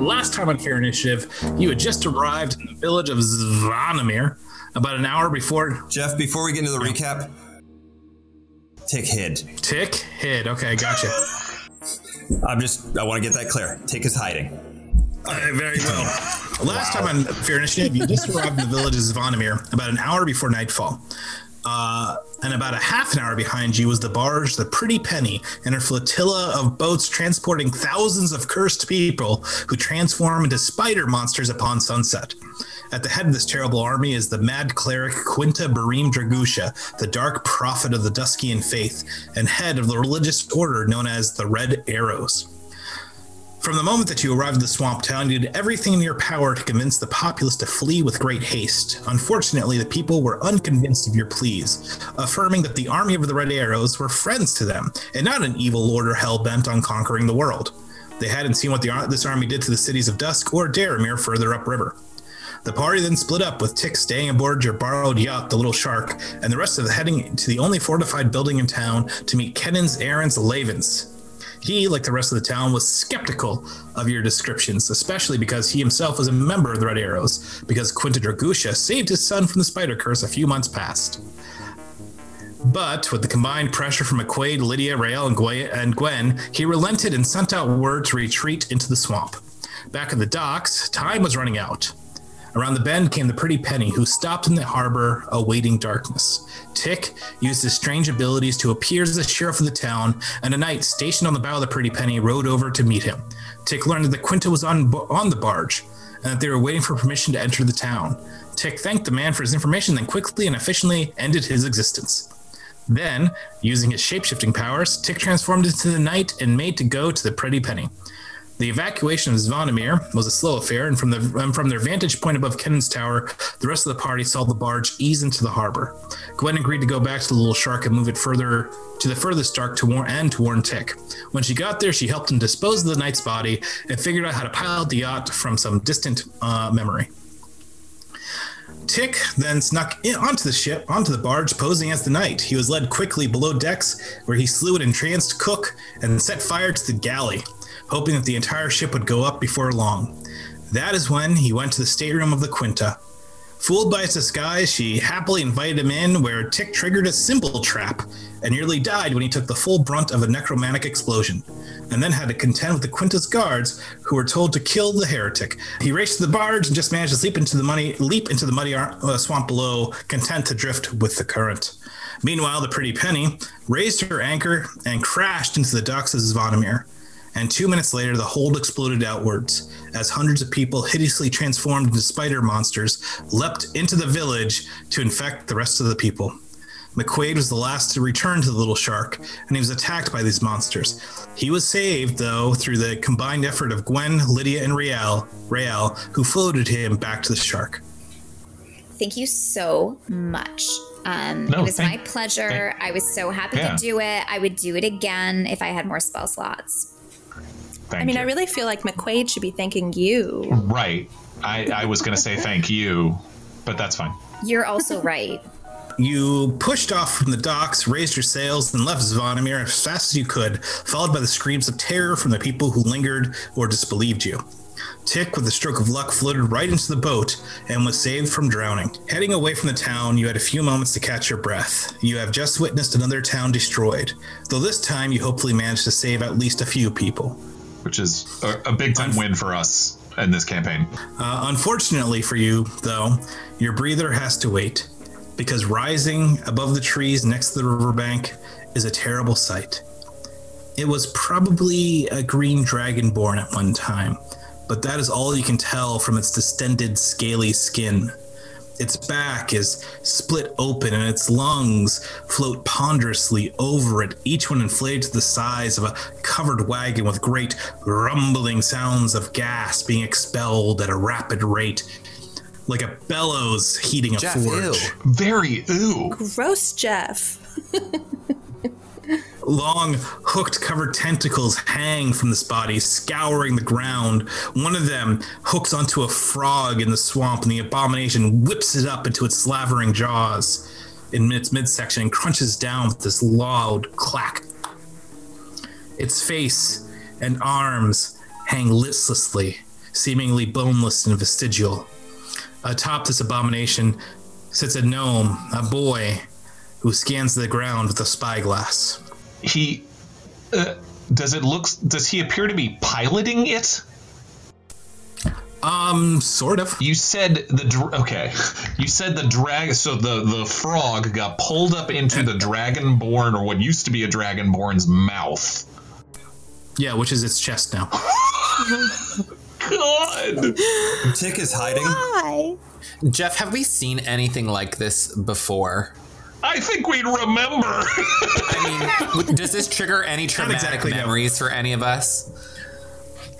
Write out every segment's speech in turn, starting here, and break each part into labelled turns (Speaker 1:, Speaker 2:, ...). Speaker 1: last time on Care Initiative, you had just arrived in the village of Zvonimir about an hour before
Speaker 2: Jeff, before we get into the recap, tick hid.
Speaker 1: Tick hid. Okay, gotcha.
Speaker 2: I'm just, I want to get that clear. Tick is hiding.
Speaker 1: All right, very well. Last time on Fear Initiative, you just arrived in the village of Zvonimir about an hour before nightfall. Uh, and about a half an hour behind you was the barge, the Pretty Penny, and her flotilla of boats transporting thousands of cursed people who transform into spider monsters upon sunset. At the head of this terrible army is the mad cleric Quinta Barim Dragusha, the dark prophet of the Duskian faith and head of the religious order known as the Red Arrows. From the moment that you arrived at the swamp town, you did everything in your power to convince the populace to flee with great haste. Unfortunately, the people were unconvinced of your pleas, affirming that the army of the Red Arrows were friends to them and not an evil order hell bent on conquering the world. They hadn't seen what the, ar- this army did to the cities of Dusk or Daramir further upriver. The party then split up, with Tick staying aboard your borrowed yacht, the Little Shark, and the rest of the heading to the only fortified building in town to meet Kennan's errands Lavens. He, like the rest of the town, was skeptical of your descriptions, especially because he himself was a member of the Red Arrows, because Quinta Dragusha saved his son from the spider curse a few months past. But with the combined pressure from McQuaid, Lydia, Rael, and Gwen, and Gwen, he relented and sent out word to retreat into the swamp. Back at the docks, time was running out. Around the bend came the pretty Penny, who stopped in the harbor, awaiting darkness. Tick used his strange abilities to appear as the sheriff of the town, and a knight stationed on the bow of the pretty Penny rode over to meet him. Tick learned that the Quinta was on on the barge, and that they were waiting for permission to enter the town. Tick thanked the man for his information, then quickly and efficiently ended his existence. Then, using his shapeshifting powers, Tick transformed into the knight and made to go to the Pretty Penny. The evacuation of Zvonimir was a slow affair, and from, the, um, from their vantage point above Kennan's Tower, the rest of the party saw the barge ease into the harbor. Gwen agreed to go back to the little shark and move it further to the furthest dark to warn and to warn Tick. When she got there, she helped him dispose of the knight's body and figured out how to pilot the yacht from some distant uh, memory. Tick then snuck in onto the ship, onto the barge, posing as the knight. He was led quickly below decks, where he slew an entranced cook and set fire to the galley, hoping that the entire ship would go up before long. That is when he went to the stateroom of the Quinta. Fooled by his disguise, she happily invited him in, where Tick triggered a simple trap and nearly died when he took the full brunt of a necromantic explosion, and then had to contend with the Quintus guards, who were told to kill the heretic. He raced to the barge and just managed to leap into the money, leap into the muddy ar- uh, swamp below, content to drift with the current. Meanwhile, the pretty Penny raised her anchor and crashed into the docks of Zvonimir. And two minutes later, the hold exploded outwards as hundreds of people, hideously transformed into spider monsters, leapt into the village to infect the rest of the people. McQuaid was the last to return to the little shark, and he was attacked by these monsters. He was saved, though, through the combined effort of Gwen, Lydia, and Rael, Rael who floated him back to the shark.
Speaker 3: Thank you so much. Um,
Speaker 4: No,
Speaker 3: it was
Speaker 4: thank-
Speaker 3: my pleasure. I was so happy
Speaker 4: Yeah.
Speaker 3: to do it. I would do it again if I had more spell slots.
Speaker 4: Thank
Speaker 5: I mean,
Speaker 4: you.
Speaker 5: I really feel like McQuaid should be thanking you.
Speaker 4: Right. I, I was going to say thank you, but that's fine.
Speaker 3: You're also right.
Speaker 1: You pushed off from the docks, raised your sails, and left Zvonimir as fast as you could, followed by the screams of terror from the people who lingered or disbelieved you. Tick, with a stroke of luck, floated right into the boat and was saved from drowning. Heading away from the town, you had a few moments to catch your breath. You have just witnessed another town destroyed, though this time you hopefully managed to save at least a few people.
Speaker 4: Which is a, a big time win for us in this campaign.
Speaker 1: Uh, unfortunately for you, though, your breather has to wait because rising above the trees next to the riverbank is a terrible sight. It was probably a green dragonborn at one time, but that is all you can tell from its distended, scaly skin. Its back is split open and its lungs float ponderously over it, each one inflated to the size of a covered wagon with great rumbling sounds of gas being expelled at a rapid rate, like a bellows heating a
Speaker 2: Jeff,
Speaker 1: forge.
Speaker 2: ew.
Speaker 4: Very ooh.
Speaker 5: Gross, Jeff.
Speaker 1: Long, hooked, covered tentacles hang from this body, scouring the ground. One of them hooks onto a frog in the swamp, and the abomination whips it up into its slavering jaws in its midsection and crunches down with this loud clack. Its face and arms hang listlessly, seemingly boneless and vestigial. Atop this abomination sits a gnome, a boy, who scans the ground with a spyglass.
Speaker 4: He uh, does it look? Does he appear to be piloting it?
Speaker 1: Um, sort of.
Speaker 4: You said the dr- okay. You said the drag. So the the frog got pulled up into the dragonborn, or what used to be a dragonborn's mouth.
Speaker 1: Yeah, which is its chest now.
Speaker 4: God.
Speaker 2: Tick is hiding.
Speaker 5: Hi.
Speaker 6: Jeff, have we seen anything like this before?
Speaker 4: I think we'd remember.
Speaker 6: W- Does this trigger any traumatic
Speaker 1: exactly, no.
Speaker 6: memories for any of us?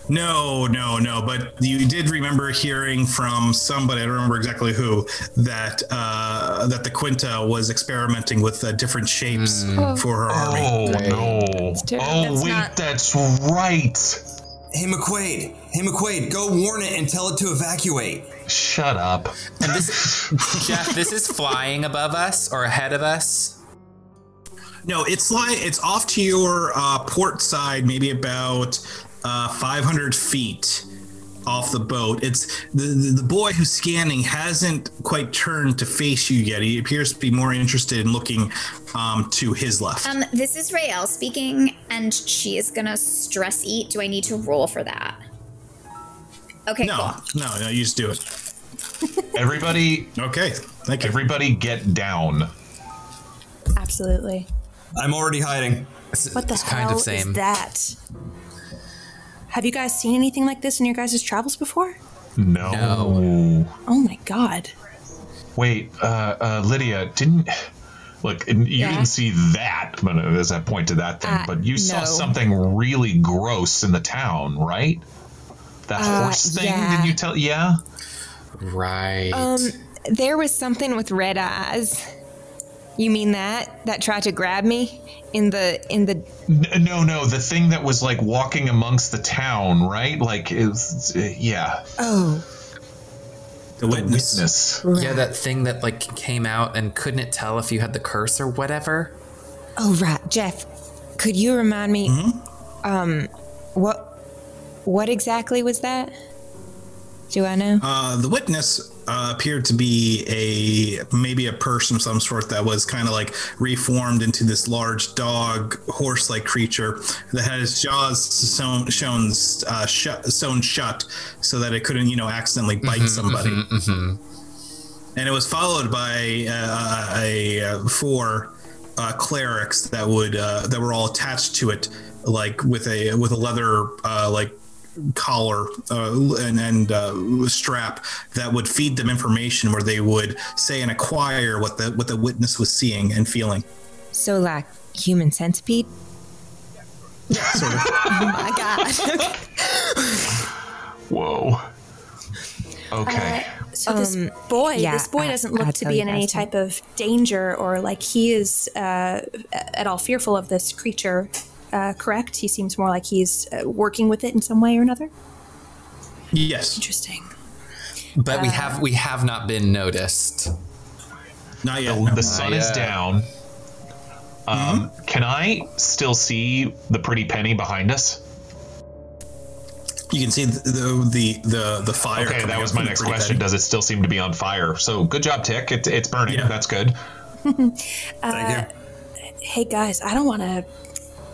Speaker 1: No, no, no. But you did remember hearing from somebody, I don't remember exactly who, that uh, that the Quinta was experimenting with uh, different shapes for her army.
Speaker 4: oh no. Oh
Speaker 5: That's
Speaker 4: wait,
Speaker 5: not-
Speaker 4: that's right.
Speaker 2: Hey McQuaid! Hey McQuaid! Go warn it and tell it to evacuate.
Speaker 4: Shut up.
Speaker 6: And this, Jeff, this is flying above us or ahead of us.
Speaker 1: No, it's like it's off to your uh, port side, maybe about uh, 500 feet off the boat. It's the, the the boy who's scanning hasn't quite turned to face you yet. He appears to be more interested in looking um, to his left.
Speaker 3: Um, this is Rael speaking, and she is gonna stress eat. Do I need to roll for that? Okay,
Speaker 1: no,
Speaker 3: cool.
Speaker 1: no, no. You just do it.
Speaker 4: Everybody,
Speaker 1: Okay, thank you.
Speaker 4: everybody, get down.
Speaker 5: Absolutely.
Speaker 2: I'm already hiding.
Speaker 6: It's-
Speaker 5: What the
Speaker 6: it's
Speaker 5: hell
Speaker 6: kind of same.
Speaker 5: is that? Have you guys seen anything like this in your guys' travels before?
Speaker 4: No.
Speaker 5: Oh my god.
Speaker 4: Wait, uh, uh, Lydia, didn't look? You didn't see that but, uh, as I point to that thing,
Speaker 7: Uh,
Speaker 4: but you saw
Speaker 7: no.
Speaker 4: something really gross in the town, right? That horse thing?
Speaker 7: Uh, yeah.
Speaker 4: Did you tell? Yeah.
Speaker 6: Right.
Speaker 7: Um, there was something with red eyes. You mean that that tried to grab me in the in the
Speaker 4: N- uh, no, no, the thing that was like walking amongst the town, right? Like, is uh, yeah,
Speaker 7: oh
Speaker 1: The witness.
Speaker 4: witness.
Speaker 6: yeah, that thing that like came out and couldn't tell if you had the curse or whatever.
Speaker 7: oh right Jeff, could you remind me um what what exactly was that? Do I know?
Speaker 1: Uh, the witness uh, appeared to be a maybe a person of some sort that was kind of like reformed into this large dog, horse-like creature that had its jaws sewn, shown, uh, shut, sewn shut so that it couldn't, you know, accidentally bite somebody. And it was followed by uh, a, uh four uh, clerics that would uh, that were all attached to it, like with a with a leather uh, like collar uh, and, and uh, strap that would feed them information where they would say and acquire what the what the witness was seeing and feeling.
Speaker 7: so like human centipede? Oh
Speaker 1: Sort of.
Speaker 7: My god.
Speaker 4: Whoa.
Speaker 7: Uh,
Speaker 4: Okay.
Speaker 5: So this boy,
Speaker 7: Um, yeah,
Speaker 5: this boy
Speaker 7: I-
Speaker 5: doesn't
Speaker 7: I'll
Speaker 5: look to
Speaker 7: tell
Speaker 5: be
Speaker 7: you
Speaker 5: in any
Speaker 7: guys that.
Speaker 5: type of danger or like he is uh, at all fearful of this creature. Uh, correct. He seems more like he's uh, working with it in some way or another.
Speaker 1: yes,
Speaker 5: Interesting.
Speaker 6: But
Speaker 5: Uh.
Speaker 6: we have we have not been noticed.
Speaker 1: not yet.
Speaker 4: the
Speaker 1: no.
Speaker 4: sun is
Speaker 6: yeah.
Speaker 4: down. Um,
Speaker 2: Hmm?
Speaker 4: Can I still see the pretty penny behind us?
Speaker 1: You can see the the the, the fire.
Speaker 4: Okay,
Speaker 1: coming
Speaker 4: that
Speaker 1: up
Speaker 4: was
Speaker 1: from
Speaker 4: my
Speaker 1: the
Speaker 4: next
Speaker 1: pretty
Speaker 4: question.
Speaker 1: bed.
Speaker 4: Does it still seem to be on fire? So good job, Tick. It, it's burning.
Speaker 1: Yeah.
Speaker 4: That's good.
Speaker 2: Thank you.
Speaker 5: Hey guys, I don't want to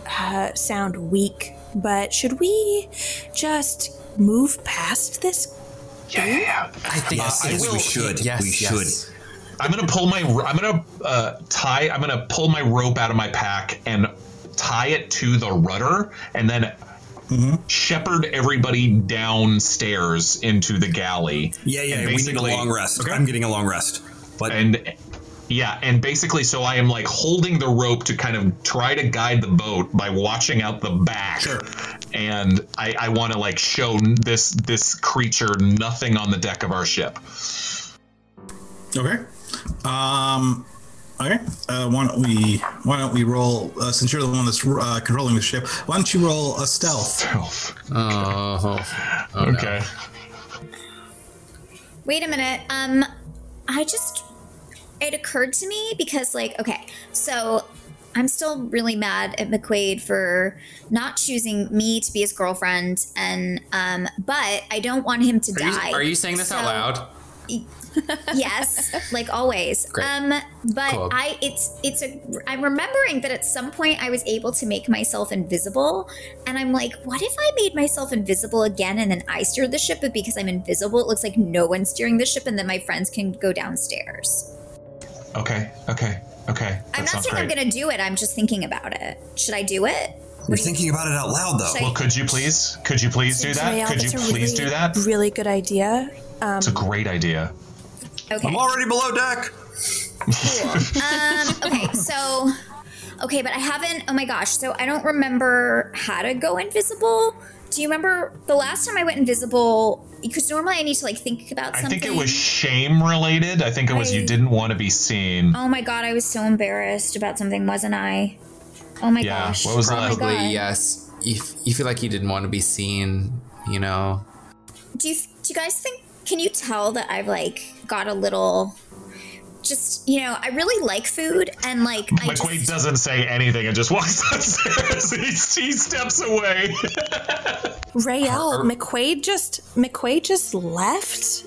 Speaker 5: uh, sound weak, but should we just move past this?
Speaker 4: Yeah, yeah, yeah.
Speaker 6: I think
Speaker 2: Uh, I think we should.
Speaker 6: Yes,
Speaker 2: we
Speaker 6: yes.
Speaker 2: should.
Speaker 4: I'm gonna pull my. I'm gonna uh, tie. I'm gonna pull my rope out of my pack and tie it to the rudder, and then
Speaker 2: Mm-hmm.
Speaker 4: shepherd everybody downstairs into the galley.
Speaker 2: Yeah, yeah.
Speaker 4: And
Speaker 2: We need a
Speaker 4: basically-
Speaker 2: long rest. I'm getting a long rest. But
Speaker 4: and yeah and basically so i am like holding the rope to kind of try to guide the boat by watching out the back
Speaker 1: Sure.
Speaker 4: and i i want to like show this this creature nothing on the deck of our ship
Speaker 1: Okay. Um. Okay. Uh, why don't we Why don't we roll? Uh, since you're the one that's uh, controlling the ship, why don't you roll a stealth?
Speaker 6: Oh,
Speaker 4: okay
Speaker 3: Wait a minute. Um, I just it occurred to me because like okay, so I'm still really mad at McQuaid for not choosing me to be his girlfriend, and um, but I don't want him to
Speaker 6: Are
Speaker 3: die.
Speaker 6: you, are you saying this out
Speaker 3: So-
Speaker 6: loud?
Speaker 3: yes, like always.
Speaker 6: Great.
Speaker 3: Um, but
Speaker 6: Cool.
Speaker 3: I, it's, it's a. I'm remembering that at some point I was able to make myself invisible, and I'm like, what if I made myself invisible again, and then I steer the ship, but because I'm invisible, it looks like no one's steering the ship, and then my friends can go downstairs.
Speaker 4: Okay, okay, okay. That
Speaker 3: I'm not
Speaker 4: sounds
Speaker 3: saying I'm
Speaker 4: great.
Speaker 3: gonna do it. I'm just thinking about it. Should I do it?
Speaker 2: You're thinking about it out loud, though.
Speaker 3: Should I-
Speaker 4: Well, could you please? Could you please do
Speaker 5: Jael,
Speaker 4: that? Could you
Speaker 5: that's a
Speaker 4: please
Speaker 5: really,
Speaker 4: do that?
Speaker 5: Really good idea.
Speaker 4: It's a great idea.
Speaker 3: okay.
Speaker 2: I'm already below deck.
Speaker 3: um, okay, so okay, but I haven't. Oh my gosh, so I don't remember how to go invisible. Do you remember the last time I went invisible? Because normally I need to like think about
Speaker 4: I
Speaker 3: something.
Speaker 4: think it was shame related. I think it was
Speaker 3: I-
Speaker 4: you didn't want to be seen.
Speaker 3: oh my god, I was so embarrassed about something, wasn't I? Oh my
Speaker 4: Yeah,
Speaker 3: gosh.
Speaker 4: what was
Speaker 3: oh
Speaker 4: that?
Speaker 3: my
Speaker 6: Probably
Speaker 3: God.
Speaker 6: yes. You, f- you feel like you didn't want to be seen, you know?
Speaker 3: Do you do you guys think? Can you tell that I've like got a little? Just you know, I really like food and like I just,
Speaker 4: McQuaid doesn't say anything and just walks upstairs. he, he steps away.
Speaker 5: Rael McQuaid just McQuaid just left.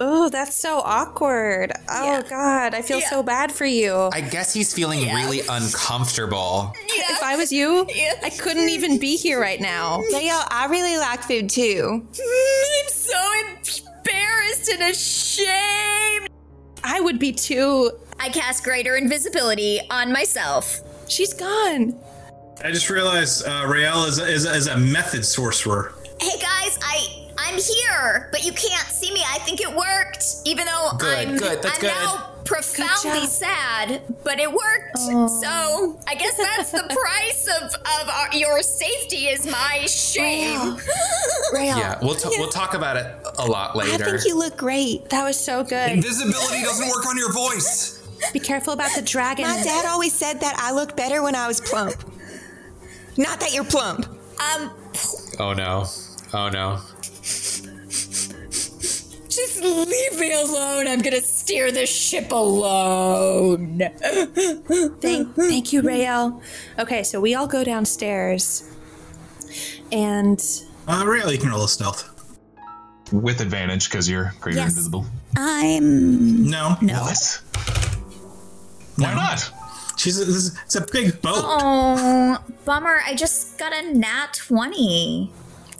Speaker 5: Oh, that's so awkward. Oh
Speaker 3: Yeah.
Speaker 5: God, I feel so bad for you.
Speaker 6: I guess he's feeling really uncomfortable.
Speaker 5: If I was you, I couldn't even be here right now.
Speaker 7: Dale, I really like food too.
Speaker 3: I'm so embarrassed and ashamed.
Speaker 5: I would be too.
Speaker 3: I cast greater invisibility on myself.
Speaker 5: She's gone.
Speaker 1: I just realized uh, Rael is, is, is a method sorcerer.
Speaker 3: Hey guys, I I'm here, but you can't see me. I think it worked, even though
Speaker 6: Good,
Speaker 3: I'm
Speaker 6: good, that's
Speaker 3: I'm
Speaker 6: good.
Speaker 3: now profoundly
Speaker 5: job.
Speaker 3: sad, but it worked. So I guess that's the price of of our, your safety is my shame.
Speaker 5: Rael,
Speaker 6: Yeah, we'll, t- we'll talk about it a lot
Speaker 7: I
Speaker 6: later.
Speaker 7: think you look great.
Speaker 5: that was so good.
Speaker 2: Invisibility doesn't work on your voice.
Speaker 5: Be careful about the dragon.
Speaker 7: My dad always said that I looked better when I was plump. Not that you're plump.
Speaker 3: um,
Speaker 6: oh no. Oh no.
Speaker 3: just leave me alone. I'm gonna steer this ship alone.
Speaker 5: Thank, thank you, Rael. Okay, so we all go downstairs, and
Speaker 1: Uh, Rael, you can roll a stealth.
Speaker 4: With advantage because you're greater
Speaker 3: Yes.
Speaker 4: invisible.
Speaker 3: I'm
Speaker 1: No,
Speaker 4: What? Why not?
Speaker 1: she's a, this is, it's a big boat.
Speaker 3: Oh, bummer. I just got a nat 20.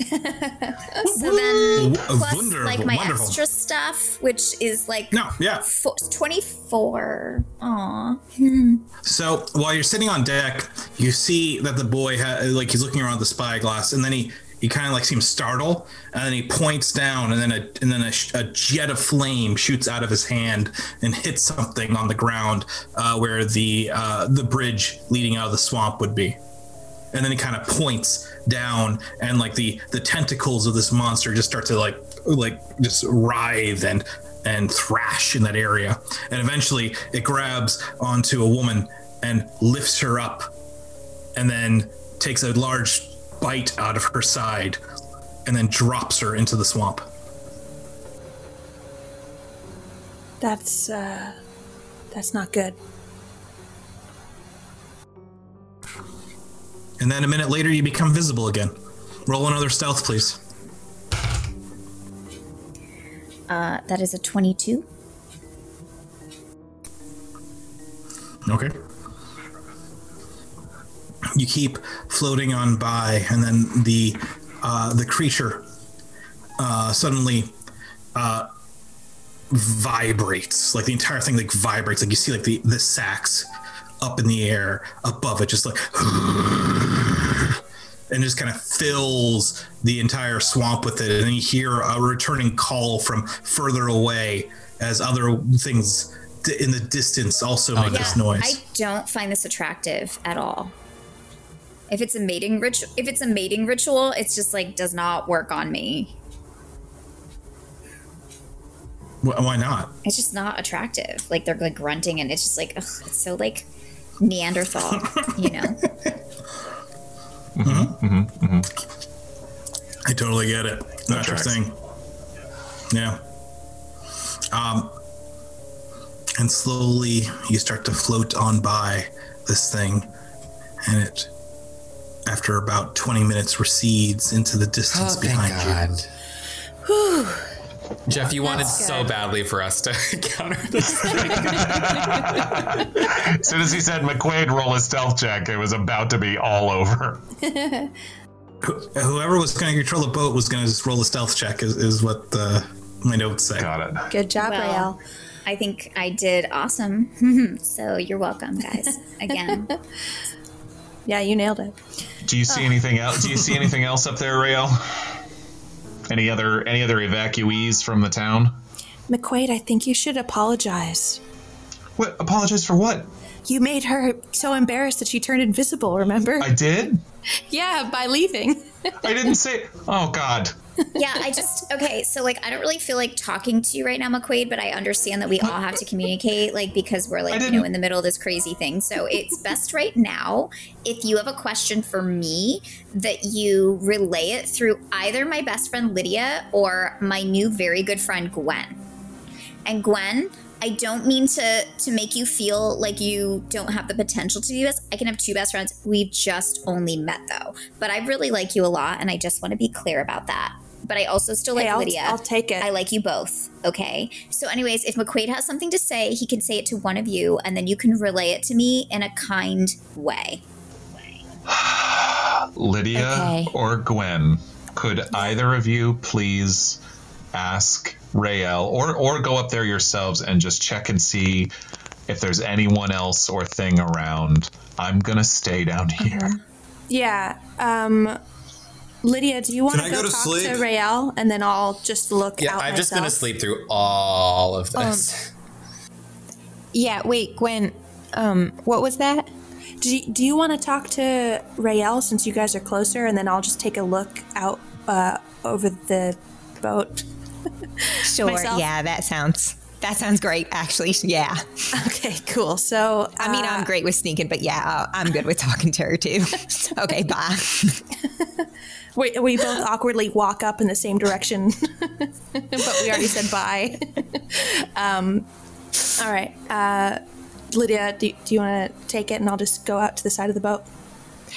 Speaker 3: so then,
Speaker 1: W-
Speaker 3: plus
Speaker 1: wonderful,
Speaker 3: like my
Speaker 1: wonderful.
Speaker 3: extra stuff, which is like
Speaker 1: No, yeah.
Speaker 3: fo- 24. Aw.
Speaker 1: So while you're sitting on deck, you see that the boy ha- like he's looking around the spyglass, and then he he kind of like seems startled, and then he points down, and then a and then a, sh- a jet of flame shoots out of his hand and hits something on the ground uh, where the uh, the bridge leading out of the swamp would be, and then he kind of points down, and like the the tentacles of this monster just start to like like just writhe and and thrash in that area. And eventually it grabs onto a woman and lifts her up and then takes a large bite out of her side and then drops her into the swamp.
Speaker 5: that's uh, that's not good.
Speaker 1: And then a minute later, you become visible again. Roll another stealth, please.
Speaker 3: Uh, that is a 22.
Speaker 1: Okay. You keep floating on by, and then the uh, the creature uh, suddenly uh, vibrates. Like the entire thing like vibrates. Like you see like the the sacks up in the air above it, just like and just kind of fills the entire swamp with it. And then you hear a returning call from further away as other things di- in the distance also make this noise.
Speaker 3: I don't find this attractive at all. If it's a mating ritual, if it's a mating ritual, it's just like does not work on me.
Speaker 1: Wh- Why not?
Speaker 3: It's just not attractive. Like they're like grunting, and it's just like ugh, it's so like Neanderthal, you know.
Speaker 1: I totally get it. That's your
Speaker 4: tracks.
Speaker 1: thing. Yeah. Um, and slowly you start to float on by this thing, and it, after about 20 minutes, recedes into the distance
Speaker 6: Oh, thank
Speaker 1: behind you.
Speaker 6: God. Jeff, you wanted so badly for us to encounter this.
Speaker 4: As soon as he said McQuaid roll a stealth check, it was about to be all over.
Speaker 1: Wh- Whoever was going to control the boat was going to just roll a stealth check, is, is what the, my notes say.
Speaker 4: Got it.
Speaker 5: Good job,
Speaker 3: Well,
Speaker 5: Rael.
Speaker 3: I think I did awesome. so you're welcome, guys. Again,
Speaker 5: Yeah, you nailed it.
Speaker 4: Do you
Speaker 3: Oh.
Speaker 4: see anything else? Do you see anything else up there, Rael? Any other any other evacuees from the town?
Speaker 5: McQuaid, I think you should apologize.
Speaker 4: What? Apologize for what?
Speaker 5: You made her so embarrassed that she turned invisible, remember?
Speaker 4: I did.
Speaker 5: yeah, by leaving.
Speaker 4: I didn't say. Oh God.
Speaker 3: yeah. I just okay. So like, I don't really feel like talking to you right now, McQuaid. But I understand that we all have to communicate, like because we're like you know
Speaker 4: didn't-
Speaker 3: in the middle of this crazy thing. So it's best right now if you have a question for me that you relay it through either my best friend Lydia or my new very good friend Gwen. And Gwen, I don't mean to to make you feel like you don't have the potential to do this. I can have two best friends. We've just only met though. But I really like you a lot and I just want to be clear about that. But I also still like
Speaker 5: Hey, I'll-
Speaker 3: Lydia.
Speaker 5: I'll take it.
Speaker 3: I like you both. Okay. So anyways, if McQuaid has something to say, he can say it to one of you and then you can relay it to me in a kind way.
Speaker 4: Lydia
Speaker 7: Okay.
Speaker 4: or Gwen, could either of you please ask Rael or or go up there yourselves and just check and see if there's anyone else or thing around. I'm gonna stay down here.
Speaker 5: Yeah. Um, Lydia, do you want
Speaker 2: Can
Speaker 5: to
Speaker 2: I
Speaker 5: go,
Speaker 2: go to
Speaker 5: talk
Speaker 2: sleep?
Speaker 5: to Rael and then I'll just look
Speaker 6: Yeah,
Speaker 5: out
Speaker 6: I've just been
Speaker 5: myself?
Speaker 6: asleep through all of this.
Speaker 7: Yeah, wait, Gwen. Um, what was that?
Speaker 5: Do you, do you want to talk to Rael since you guys are closer, and then I'll just take a look out uh, over the boat?
Speaker 7: Sure.
Speaker 5: Myself?
Speaker 7: Yeah, that sounds that sounds great. Actually, yeah.
Speaker 5: Okay, cool. So uh,
Speaker 7: I mean, I'm great with sneaking, but yeah, I'll- Oh, I'm good with talking to her too. okay, bye.
Speaker 5: we, we both awkwardly walk up in the same direction, but we already said bye. um, all right, uh, Lydia, do, do you want to take it, and I'll just go out to the side of the boat?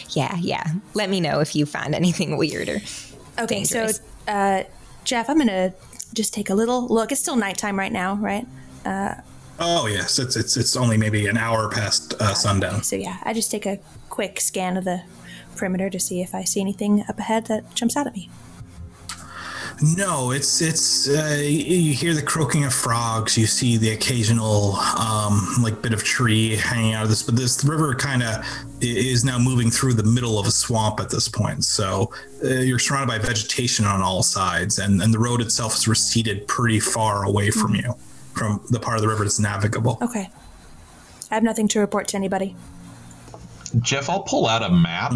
Speaker 7: Yeah, yeah. Let me know if you find anything weirder.
Speaker 5: Okay,
Speaker 7: dangerous.
Speaker 5: so uh, Jeff, I'm gonna just take a little look. It's still nighttime right now, right?
Speaker 1: Oh, yes. It's, it's, it's only maybe an hour past uh, sundown.
Speaker 5: So yeah, I just take a quick scan of the perimeter to see if I see anything up ahead that jumps out at me.
Speaker 1: No, it's it's uh, you hear the croaking of frogs. You see the occasional um, like bit of tree hanging out of this, but this river kind of is now moving through the middle of a swamp at this point. So uh, you're surrounded by vegetation on all sides, and and the road itself is receded pretty far away from you, from the part of the river that's navigable.
Speaker 5: Okay. I have nothing to report to anybody.
Speaker 4: Jeff, I'll pull out a map.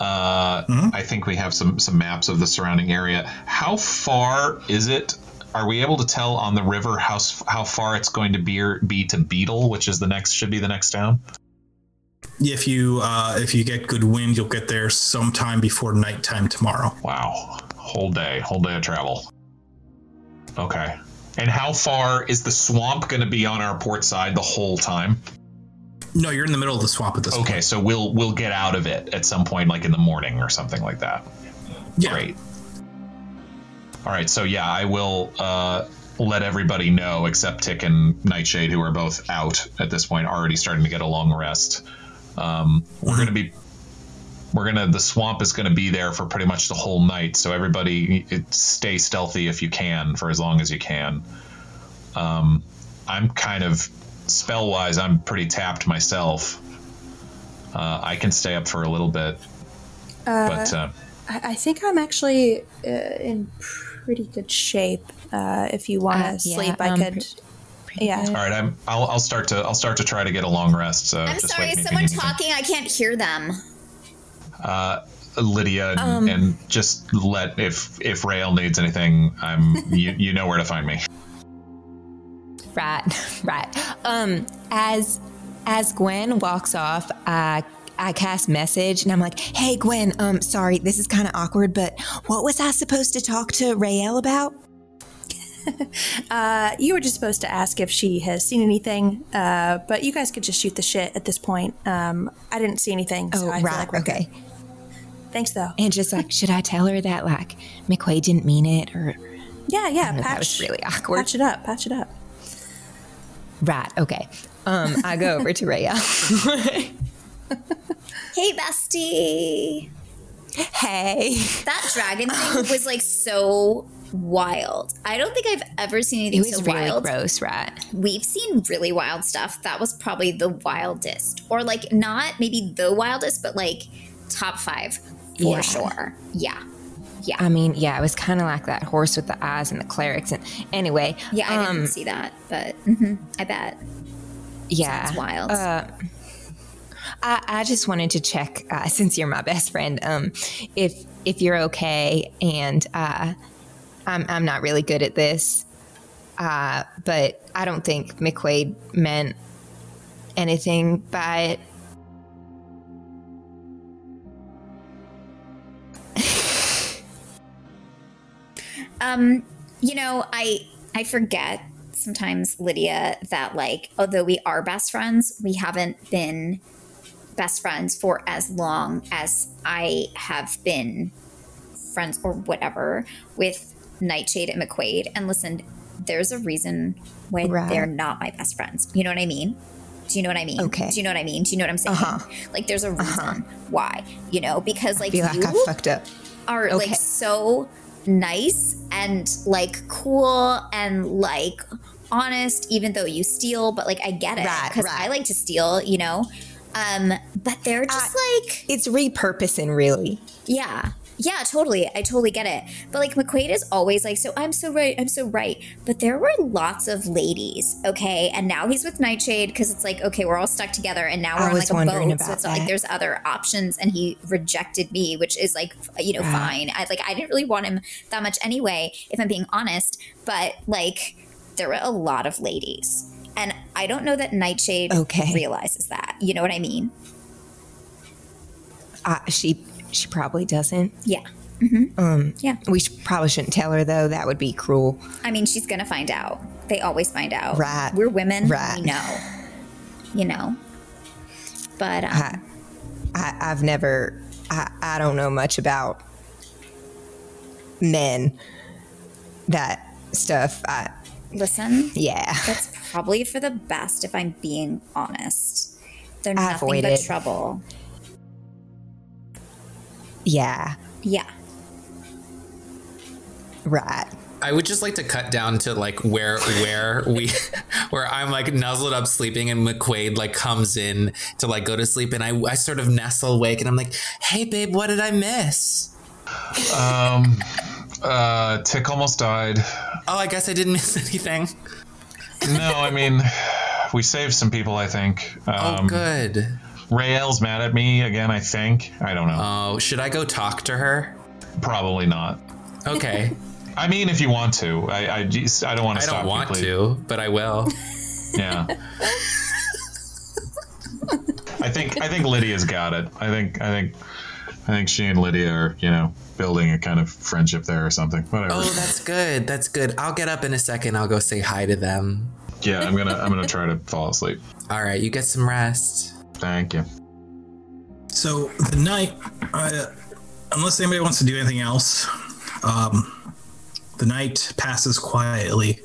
Speaker 4: Uh, I think we have some some maps of the surrounding area. How far is it? Are we able to tell on the river how s- how far it's going to be be to Beetle, which is the next should be the next town?
Speaker 1: If you uh, if you get good wind, you'll get there sometime before nighttime tomorrow.
Speaker 4: Wow, whole day, whole day of travel. Okay, and how far is the swamp going to be on our port side the whole time?
Speaker 1: No, you're in the middle of the swamp at this point.
Speaker 4: Okay, so we'll we'll get out of it at some point, like in the morning or something like that.
Speaker 1: Yeah.
Speaker 4: Great. All right, so yeah, I will uh, let everybody know, except Tick and Nightshade, who are both out at this point, already starting to get a long rest. Um, we're gonna be, we're gonna, the swamp is gonna be there for pretty much the whole night. So everybody, it, stay stealthy if you can, for as long as you can. Um, I'm kind of spell wise, I'm pretty tapped myself. Uh, I can stay up for a little bit, but. Uh,
Speaker 5: I, I think I'm actually uh, in pretty good shape. Uh, if you want to
Speaker 7: Uh, yeah,
Speaker 5: sleep, I
Speaker 7: I'm
Speaker 5: could. yeah.
Speaker 4: All right, I'm. I'll, I'll start to. I'll start to try to get a long rest. So
Speaker 3: I'm
Speaker 4: just
Speaker 3: sorry, is
Speaker 4: wake me if you
Speaker 3: someone
Speaker 4: need anything.
Speaker 3: talking? I can't hear them.
Speaker 4: Uh, Lydia, and, and just let if if Rael needs anything, I'm. you you know where to find me.
Speaker 7: Right, right. Um, as as Gwen walks off, I I cast message and I'm like, "Hey, Gwen. Um, sorry, this is kind of awkward, but what was I supposed to talk to Rael about?"
Speaker 5: uh, you were just supposed to ask if she has seen anything, uh, but you guys could just shoot the shit at this point. Um, I didn't see anything. so
Speaker 7: Oh,
Speaker 5: I feel
Speaker 7: right.
Speaker 5: like we're good.
Speaker 7: okay.
Speaker 5: Thanks, though.
Speaker 7: And just like, should I tell her that like McQuay didn't mean it or
Speaker 5: Yeah, yeah. Patch,
Speaker 7: that was really awkward.
Speaker 5: Patch it up. Patch it up.
Speaker 7: right? Okay. Um, I go over to Rhea.
Speaker 3: Hey, bestie.
Speaker 7: hey,
Speaker 3: That dragon thing was like so wild. I don't think I've ever seen anything
Speaker 7: it was
Speaker 3: so
Speaker 7: really
Speaker 3: wild.
Speaker 7: gross, right?
Speaker 3: We've seen really wild stuff. That was probably the wildest, or like not maybe the wildest, but like top five for
Speaker 7: Yeah.
Speaker 3: sure. Yeah, yeah,
Speaker 7: I mean, yeah, it was kind of like that horse with the eyes and the clerics. And anyway,
Speaker 3: yeah. I
Speaker 7: um,
Speaker 3: didn't see that, but mhm, I bet.
Speaker 7: yeah,
Speaker 3: Sounds wild.
Speaker 7: Uh, I, I just wanted to check uh, since you're my best friend, um, if if you're okay, and uh, I'm I'm not really good at this, uh, but I don't think McQuaid meant anything by it.
Speaker 3: Um, you know, I I forget sometimes, Lydia, that like although we are best friends, we haven't been best friends for as long as I have been friends or whatever with Nightshade and McQuaid. And listen, there's a reason why
Speaker 7: Right.
Speaker 3: they're not my best friends. You know what I mean? Do you know what I mean?
Speaker 7: Okay.
Speaker 3: Do you know what I mean? Do you know what I'm saying? Like, there's a reason why, you know, because like
Speaker 7: Be like
Speaker 3: you
Speaker 7: I fucked up.
Speaker 3: are
Speaker 7: Okay.
Speaker 3: like so nice and like cool and like honest even though you steal but like i get it
Speaker 7: Right,
Speaker 3: because
Speaker 7: right.
Speaker 3: i like to steal you know um but they're just like
Speaker 7: It's repurposing, really.
Speaker 3: yeah yeah totally i totally get it but like mcquaid is always like so i'm so right i'm so right but there were lots of ladies okay and now he's with nightshade because it's like okay we're all stuck together and now
Speaker 7: I
Speaker 3: we're on
Speaker 7: was
Speaker 3: like a
Speaker 7: wondering
Speaker 3: boat so
Speaker 7: about
Speaker 3: it's not like
Speaker 7: that.
Speaker 3: there's other options and he rejected me which is like f- you know fine i like i didn't really want him that much anyway if i'm being honest but like there were a lot of ladies and i don't know that nightshade
Speaker 7: Okay.
Speaker 3: realizes that you know what i mean
Speaker 7: Uh, she she probably doesn't.
Speaker 3: yeah Mm-hmm.
Speaker 7: Um, We sh- probably shouldn't tell her though. That would be cruel.
Speaker 3: I mean, she's gonna find out. They always find out.
Speaker 7: Right.
Speaker 3: We're women.
Speaker 7: Right.
Speaker 3: We know. You know. But um,
Speaker 7: I, I I've never I, I don't know much about men that stuff. I
Speaker 3: listen,
Speaker 7: yeah.
Speaker 3: that's probably for the best. If I'm being honest, they're
Speaker 7: I
Speaker 3: nothing
Speaker 7: avoid
Speaker 3: but
Speaker 7: it.
Speaker 3: trouble.
Speaker 7: Yeah.
Speaker 3: Yeah.
Speaker 7: Right.
Speaker 6: I would just like to cut down to like where where we where I'm like nuzzled up sleeping and McQuaid like comes in to like go to sleep and I, I sort of nestle awake and I'm like, hey babe, what did I miss?
Speaker 4: Um, uh, Tick almost died.
Speaker 6: Oh, I guess I didn't miss anything.
Speaker 4: No, I mean, we saved some people, I think.
Speaker 6: Oh,
Speaker 4: Um,
Speaker 6: good.
Speaker 4: Rael's mad at me again, I think. I don't know.
Speaker 6: Oh, should I go talk to her?
Speaker 4: Probably not.
Speaker 6: Okay,
Speaker 4: I mean, if you want to, I I, just- I don't want
Speaker 6: I
Speaker 4: to stop.
Speaker 6: don't want
Speaker 4: quickly.
Speaker 6: to, but I will.
Speaker 4: Yeah. I think I think Lydia's got it. I think I think I think she and Lydia are you know building a kind of friendship there or something. Whatever.
Speaker 6: Oh, that's good. That's good. I'll get up in a second. I'll go say hi to them.
Speaker 4: Yeah, I'm gonna I'm gonna try to fall asleep.
Speaker 6: All right, you get some rest.
Speaker 4: Thank you.
Speaker 1: So the night, uh, unless anybody wants to do anything else, um, the night passes quietly,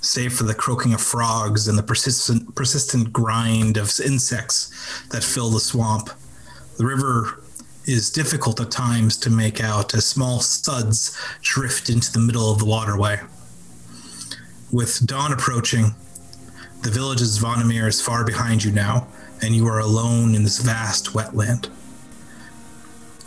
Speaker 1: save for the croaking of frogs and the persistent, persistent grind of insects that fill the swamp. The river is difficult at times to make out as small suds drift into the middle of the waterway. With dawn approaching, the village's Vonamir is far behind you now, and you are alone in this vast wetland.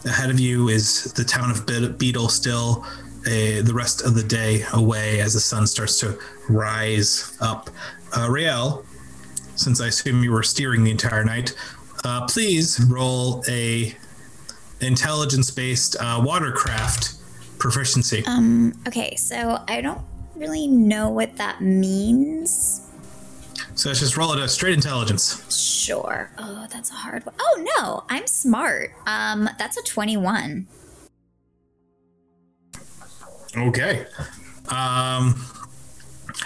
Speaker 1: Ahead of you is the town of Be- Beetle still, eh, the rest of the day away as the sun starts to rise up. Uh, Rael, since I assume you were steering the entire night, uh, please roll a intelligence-based uh, watercraft proficiency.
Speaker 3: Um,
Speaker 7: Um,
Speaker 3: Okay. So I don't really know what that means.
Speaker 1: so let's just roll it a straight intelligence.
Speaker 3: Sure. Oh, that's a hard one. Oh no, I'm smart. Um, that's a twenty-one.
Speaker 1: Okay. Um,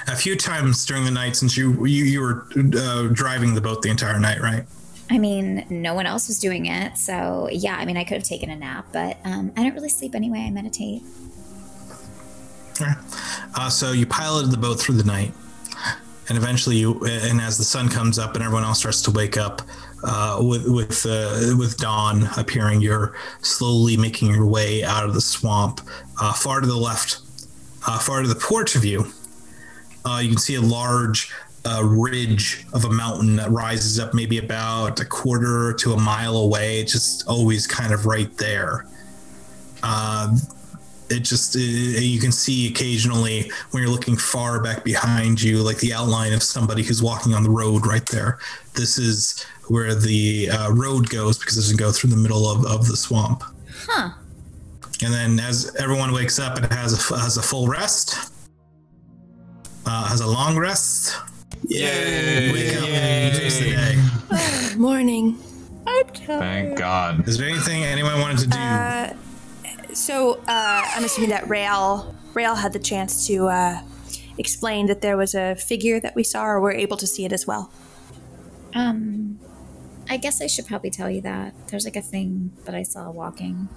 Speaker 1: a few times during the night since you you, you were uh, driving the boat the entire night, right?
Speaker 3: I mean, no one else was doing it, so yeah. I mean, I could have taken a nap, but um, I don't really sleep anyway. I meditate.
Speaker 1: Uh, so you piloted the boat through the night, and eventually you and as the sun comes up and everyone else starts to wake up uh, with with uh, with dawn appearing, you're slowly making your way out of the swamp. Uh, far to the left, uh, far to the port of you, uh, you can see a large uh, ridge of a mountain that rises up maybe about a quarter to a mile away, just always kind of right there. Uh, it just uh you can see occasionally when you're looking far back behind you, like the outline of somebody who's walking on the road right there. This is where the uh, road goes because it doesn't go through the middle of, of the swamp.
Speaker 3: Huh.
Speaker 1: And then as everyone wakes up and has a, has a full rest, uh, has a long rest, wake up and chase the day.
Speaker 5: Morning.
Speaker 4: Thank God.
Speaker 1: Is there anything anyone wanted to do?
Speaker 5: So uh, I'm assuming that Rail Rail had the chance to uh, explain that there was a figure that we saw, or were able to see it as well.
Speaker 3: Um, I guess I should probably tell you that there's like a thing that I saw walking.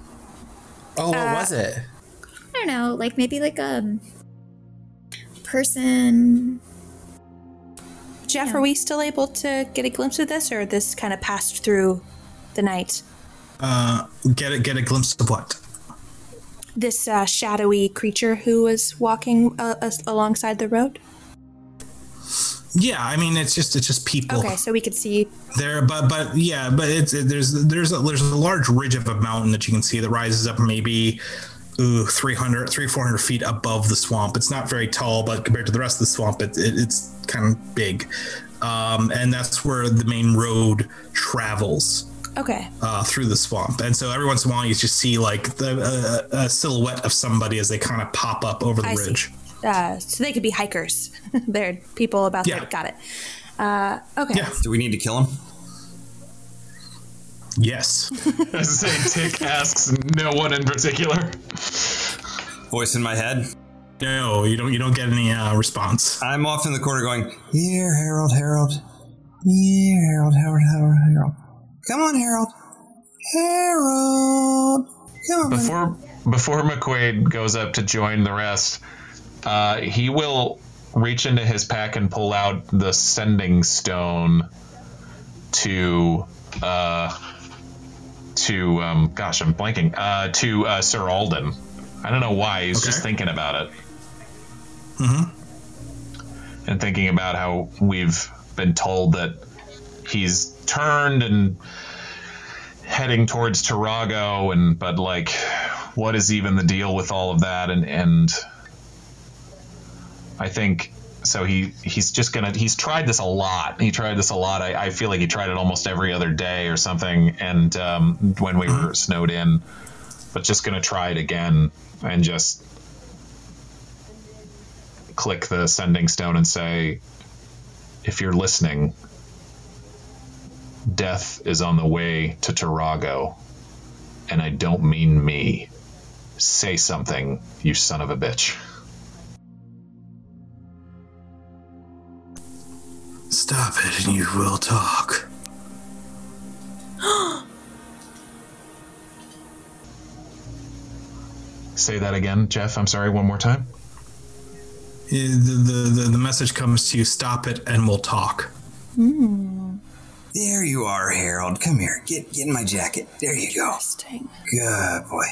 Speaker 6: Oh, what was it?
Speaker 3: I don't know, like maybe like a person.
Speaker 5: Jeff, are we still able to get a glimpse of this, or this kind of passed through the night?
Speaker 1: Uh, get a, get a glimpse of what?
Speaker 5: This uh, shadowy creature who was walking uh, as- alongside the road.
Speaker 1: Yeah, I mean it's just it's just people.
Speaker 5: Okay, so we could see.
Speaker 1: there but but yeah but it's it, there's there's a there's a large ridge of a mountain that you can see that rises up maybe ooh, 300 3 400 feet above the swamp it's not very tall but compared to the rest of the swamp it, it, it's kind of big um, and that's where the main road travels
Speaker 5: Okay,
Speaker 1: uh, through the swamp and so every once in a while you just see like the uh, a silhouette of somebody as they kind of pop up over the
Speaker 5: I see.
Speaker 1: ridge
Speaker 5: uh, so they could be hikers. They're people about
Speaker 1: Yeah.
Speaker 5: that. Got it. Uh, okay.
Speaker 1: Yeah.
Speaker 2: Do we need to kill him?
Speaker 1: yes
Speaker 4: As I say, Tick asks no one in particular.
Speaker 2: Voice in my head.
Speaker 1: no you don't you don't get any uh, response
Speaker 2: I'm off in the corner going, Here, Harold, Harold. Here, Harold, Harold, Harold, Harold. Come on, Harold. Harold. Come on. buddy."
Speaker 4: Before before McQuaid goes up to join the rest, uh, he will reach into his pack and pull out the sending stone to uh, to um, gosh, I'm blanking uh, to uh, Sir Alden. I don't know why he's just
Speaker 1: Okay.
Speaker 4: thinking about it. Mm-hmm. And thinking about how we've been told that he's turned and heading towards Tarago and but like what is even the deal with all of that and and I think so he he's just gonna he's tried this a lot he tried this a lot I, I feel like he tried it almost every other day or something and um, when we were snowed in but just gonna try it again and just click the sending stone and say if you're listening death is on the way to Tarago, and I don't mean me. Say something, you son of a bitch.
Speaker 1: stop it and you will talk
Speaker 4: Say that again, Jeff. I'm sorry, one more time.
Speaker 1: the, the, the, the message comes to you stop it and we'll talk
Speaker 2: There you are, Harold. Come here. Get get in my jacket. There you go. Good boy.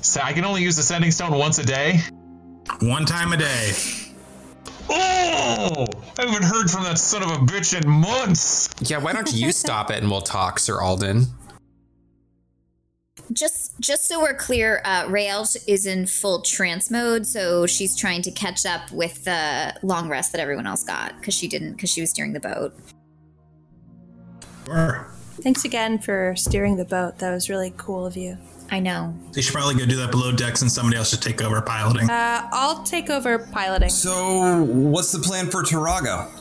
Speaker 4: Say, I can only use the sending stone once a day.
Speaker 1: one time a day
Speaker 4: Oh! I haven't heard from that son of a bitch in months.
Speaker 6: Yeah, why don't you stop it and we'll talk, Sir Alden?
Speaker 3: Just just so we're clear, uh, Rails is in full trance mode, so she's trying to catch up with the long rest that everyone else got because she didn't because she was steering the boat.
Speaker 1: Sure.
Speaker 5: Thanks again for steering the boat. That was really cool of you.
Speaker 3: I know.
Speaker 1: They should probably go do that below decks and somebody else should take over piloting.
Speaker 5: Uh, I'll take over piloting.
Speaker 2: So what's the plan for Tarago?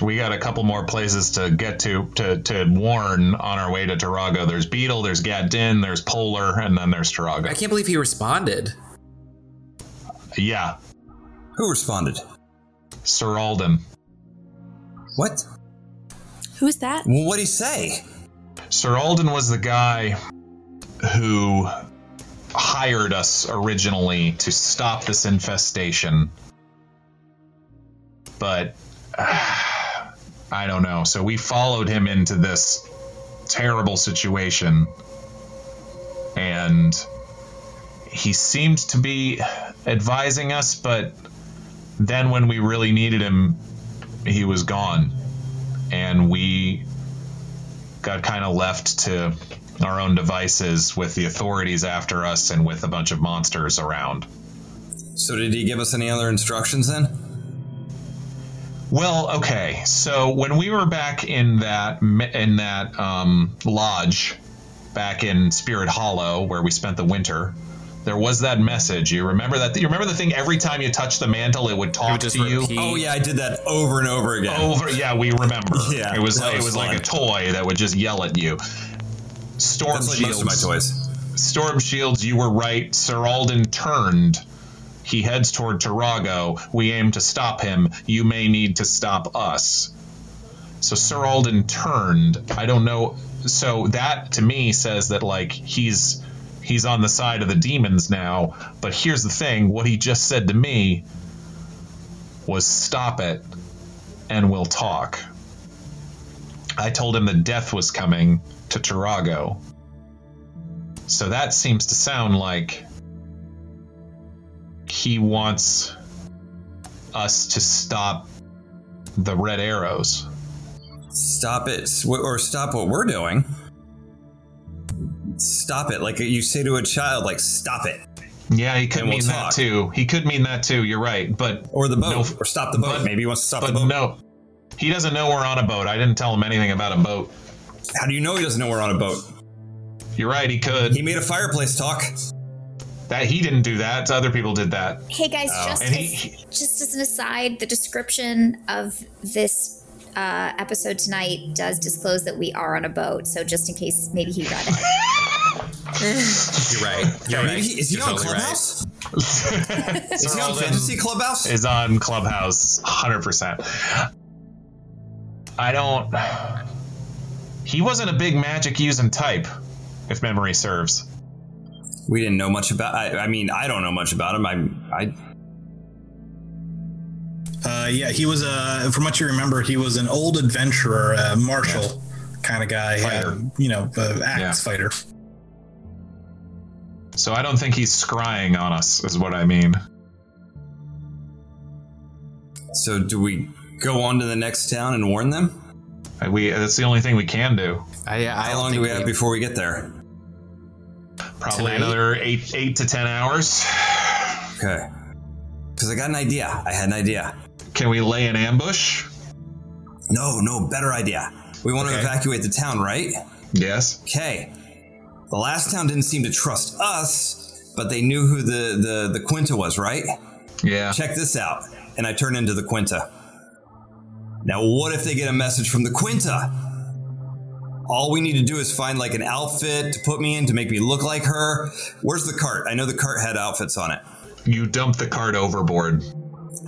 Speaker 4: We got a couple more places to get to to, to warn on our way to Tarago. There's Beetle, there's Gaddin, there's Polar, and then there's
Speaker 6: I
Speaker 4: Tarago.
Speaker 6: can't believe he responded.
Speaker 4: Yeah.
Speaker 2: Who responded?
Speaker 4: Sir Alden.
Speaker 2: What?
Speaker 5: Who is that?
Speaker 2: Well, what'd he say?
Speaker 4: Sir Alden was the guy who hired us originally to stop this infestation. But ah, I don't know. So we followed him into this terrible situation. And he seemed to be advising us, but then when we really needed him, he was gone. And we got kind of left to our own devices with the authorities after us and with a bunch of monsters around.
Speaker 2: So did he give us any other instructions then?
Speaker 4: Well, okay. So when we were back in that in that um, lodge back in Spirit Hollow where we spent the winter, there was that message. You remember that? You remember the thing? Every time you touched the mantle, it would talk
Speaker 6: just
Speaker 4: to you.
Speaker 6: repeat.
Speaker 2: Oh yeah, I did that over and over again.
Speaker 4: Over, yeah, we remember.
Speaker 2: Yeah,
Speaker 4: it was
Speaker 2: that
Speaker 4: like,
Speaker 2: was
Speaker 4: it was like
Speaker 2: fun.
Speaker 4: a toy that would just yell at you. Storm
Speaker 2: That's like
Speaker 4: shields.
Speaker 2: most of my toys.
Speaker 4: Storm Shields, you were right. Sir Alden turned. He heads toward Tarago. We aim to stop him. You may need to stop us. So Sir Alden turned. I don't know. So that to me says that like he's he's on the side of the demons now. But here's the thing: what he just said to me was stop it, and we'll talk. I told him that death was coming to Tarago. So that seems to sound like he wants us to stop the red arrows.
Speaker 2: Stop it, s- or stop what we're doing. Stop it, like you say to a child, like stop it,
Speaker 4: Yeah, he could
Speaker 2: And we'll
Speaker 4: mean that
Speaker 2: talk.
Speaker 4: too. He could mean that too. You're right, but
Speaker 2: or the boat,
Speaker 4: No.
Speaker 2: or stop the boat.
Speaker 4: But-
Speaker 2: Maybe he wants to stop
Speaker 4: but
Speaker 2: the boat.
Speaker 4: no, he doesn't know we're on a boat. I didn't tell him anything about a boat.
Speaker 2: How do you know he doesn't know we're on a boat?
Speaker 4: You're right. He could.
Speaker 2: He made a fireplace talk.
Speaker 4: that he didn't do that. Other people did that.
Speaker 3: Hey guys, just
Speaker 4: Oh, And
Speaker 3: as,
Speaker 4: he-
Speaker 3: just as an aside, the description of this uh, episode tonight does disclose that we are on a boat. So just in case, maybe he read it.
Speaker 6: You're right. You're right.
Speaker 2: Maybe he, is he
Speaker 6: You're
Speaker 2: on
Speaker 6: totally right.
Speaker 2: Clubhouse? Is
Speaker 4: Sir
Speaker 2: he on
Speaker 4: Alden-
Speaker 2: Fantasy Clubhouse?
Speaker 4: is on Clubhouse 100%. I don't. He wasn't a big magic using type, if memory serves.
Speaker 2: We didn't know much about. I, I mean, I don't know much about him. I, I
Speaker 1: Uh, yeah, he was uh, from what you remember, he was an old adventurer, uh, martial kind of guy,
Speaker 4: Fighter.
Speaker 1: uh, you know, uh, axe
Speaker 4: Yeah.
Speaker 1: fighter.
Speaker 4: So I don't think he's scrying on us, is what I mean.
Speaker 2: So do we go on to the next town and warn them?
Speaker 4: We That's the only thing we can do.
Speaker 6: I, yeah, I
Speaker 2: How
Speaker 6: don't
Speaker 2: long do
Speaker 6: think
Speaker 2: we have before we get there?
Speaker 4: Probably
Speaker 6: Tonight?
Speaker 4: another eight, eight to ten hours.
Speaker 2: Okay. Because I got an idea. I had an idea.
Speaker 4: Can we lay an ambush?
Speaker 2: No, no, better idea. We want to
Speaker 4: Okay.
Speaker 2: evacuate the town, right?
Speaker 4: Yes.
Speaker 2: Okay. The last town didn't seem to trust us, but they knew who the, the, the Quinta was, right?
Speaker 4: Yeah.
Speaker 2: Check this out. And I turn into the Quinta. Now, what if they get a message from the Quinta? All we need to do is find like an outfit to put me in to make me look like her. Where's the cart? I know the cart had outfits on it.
Speaker 4: You dump the cart overboard.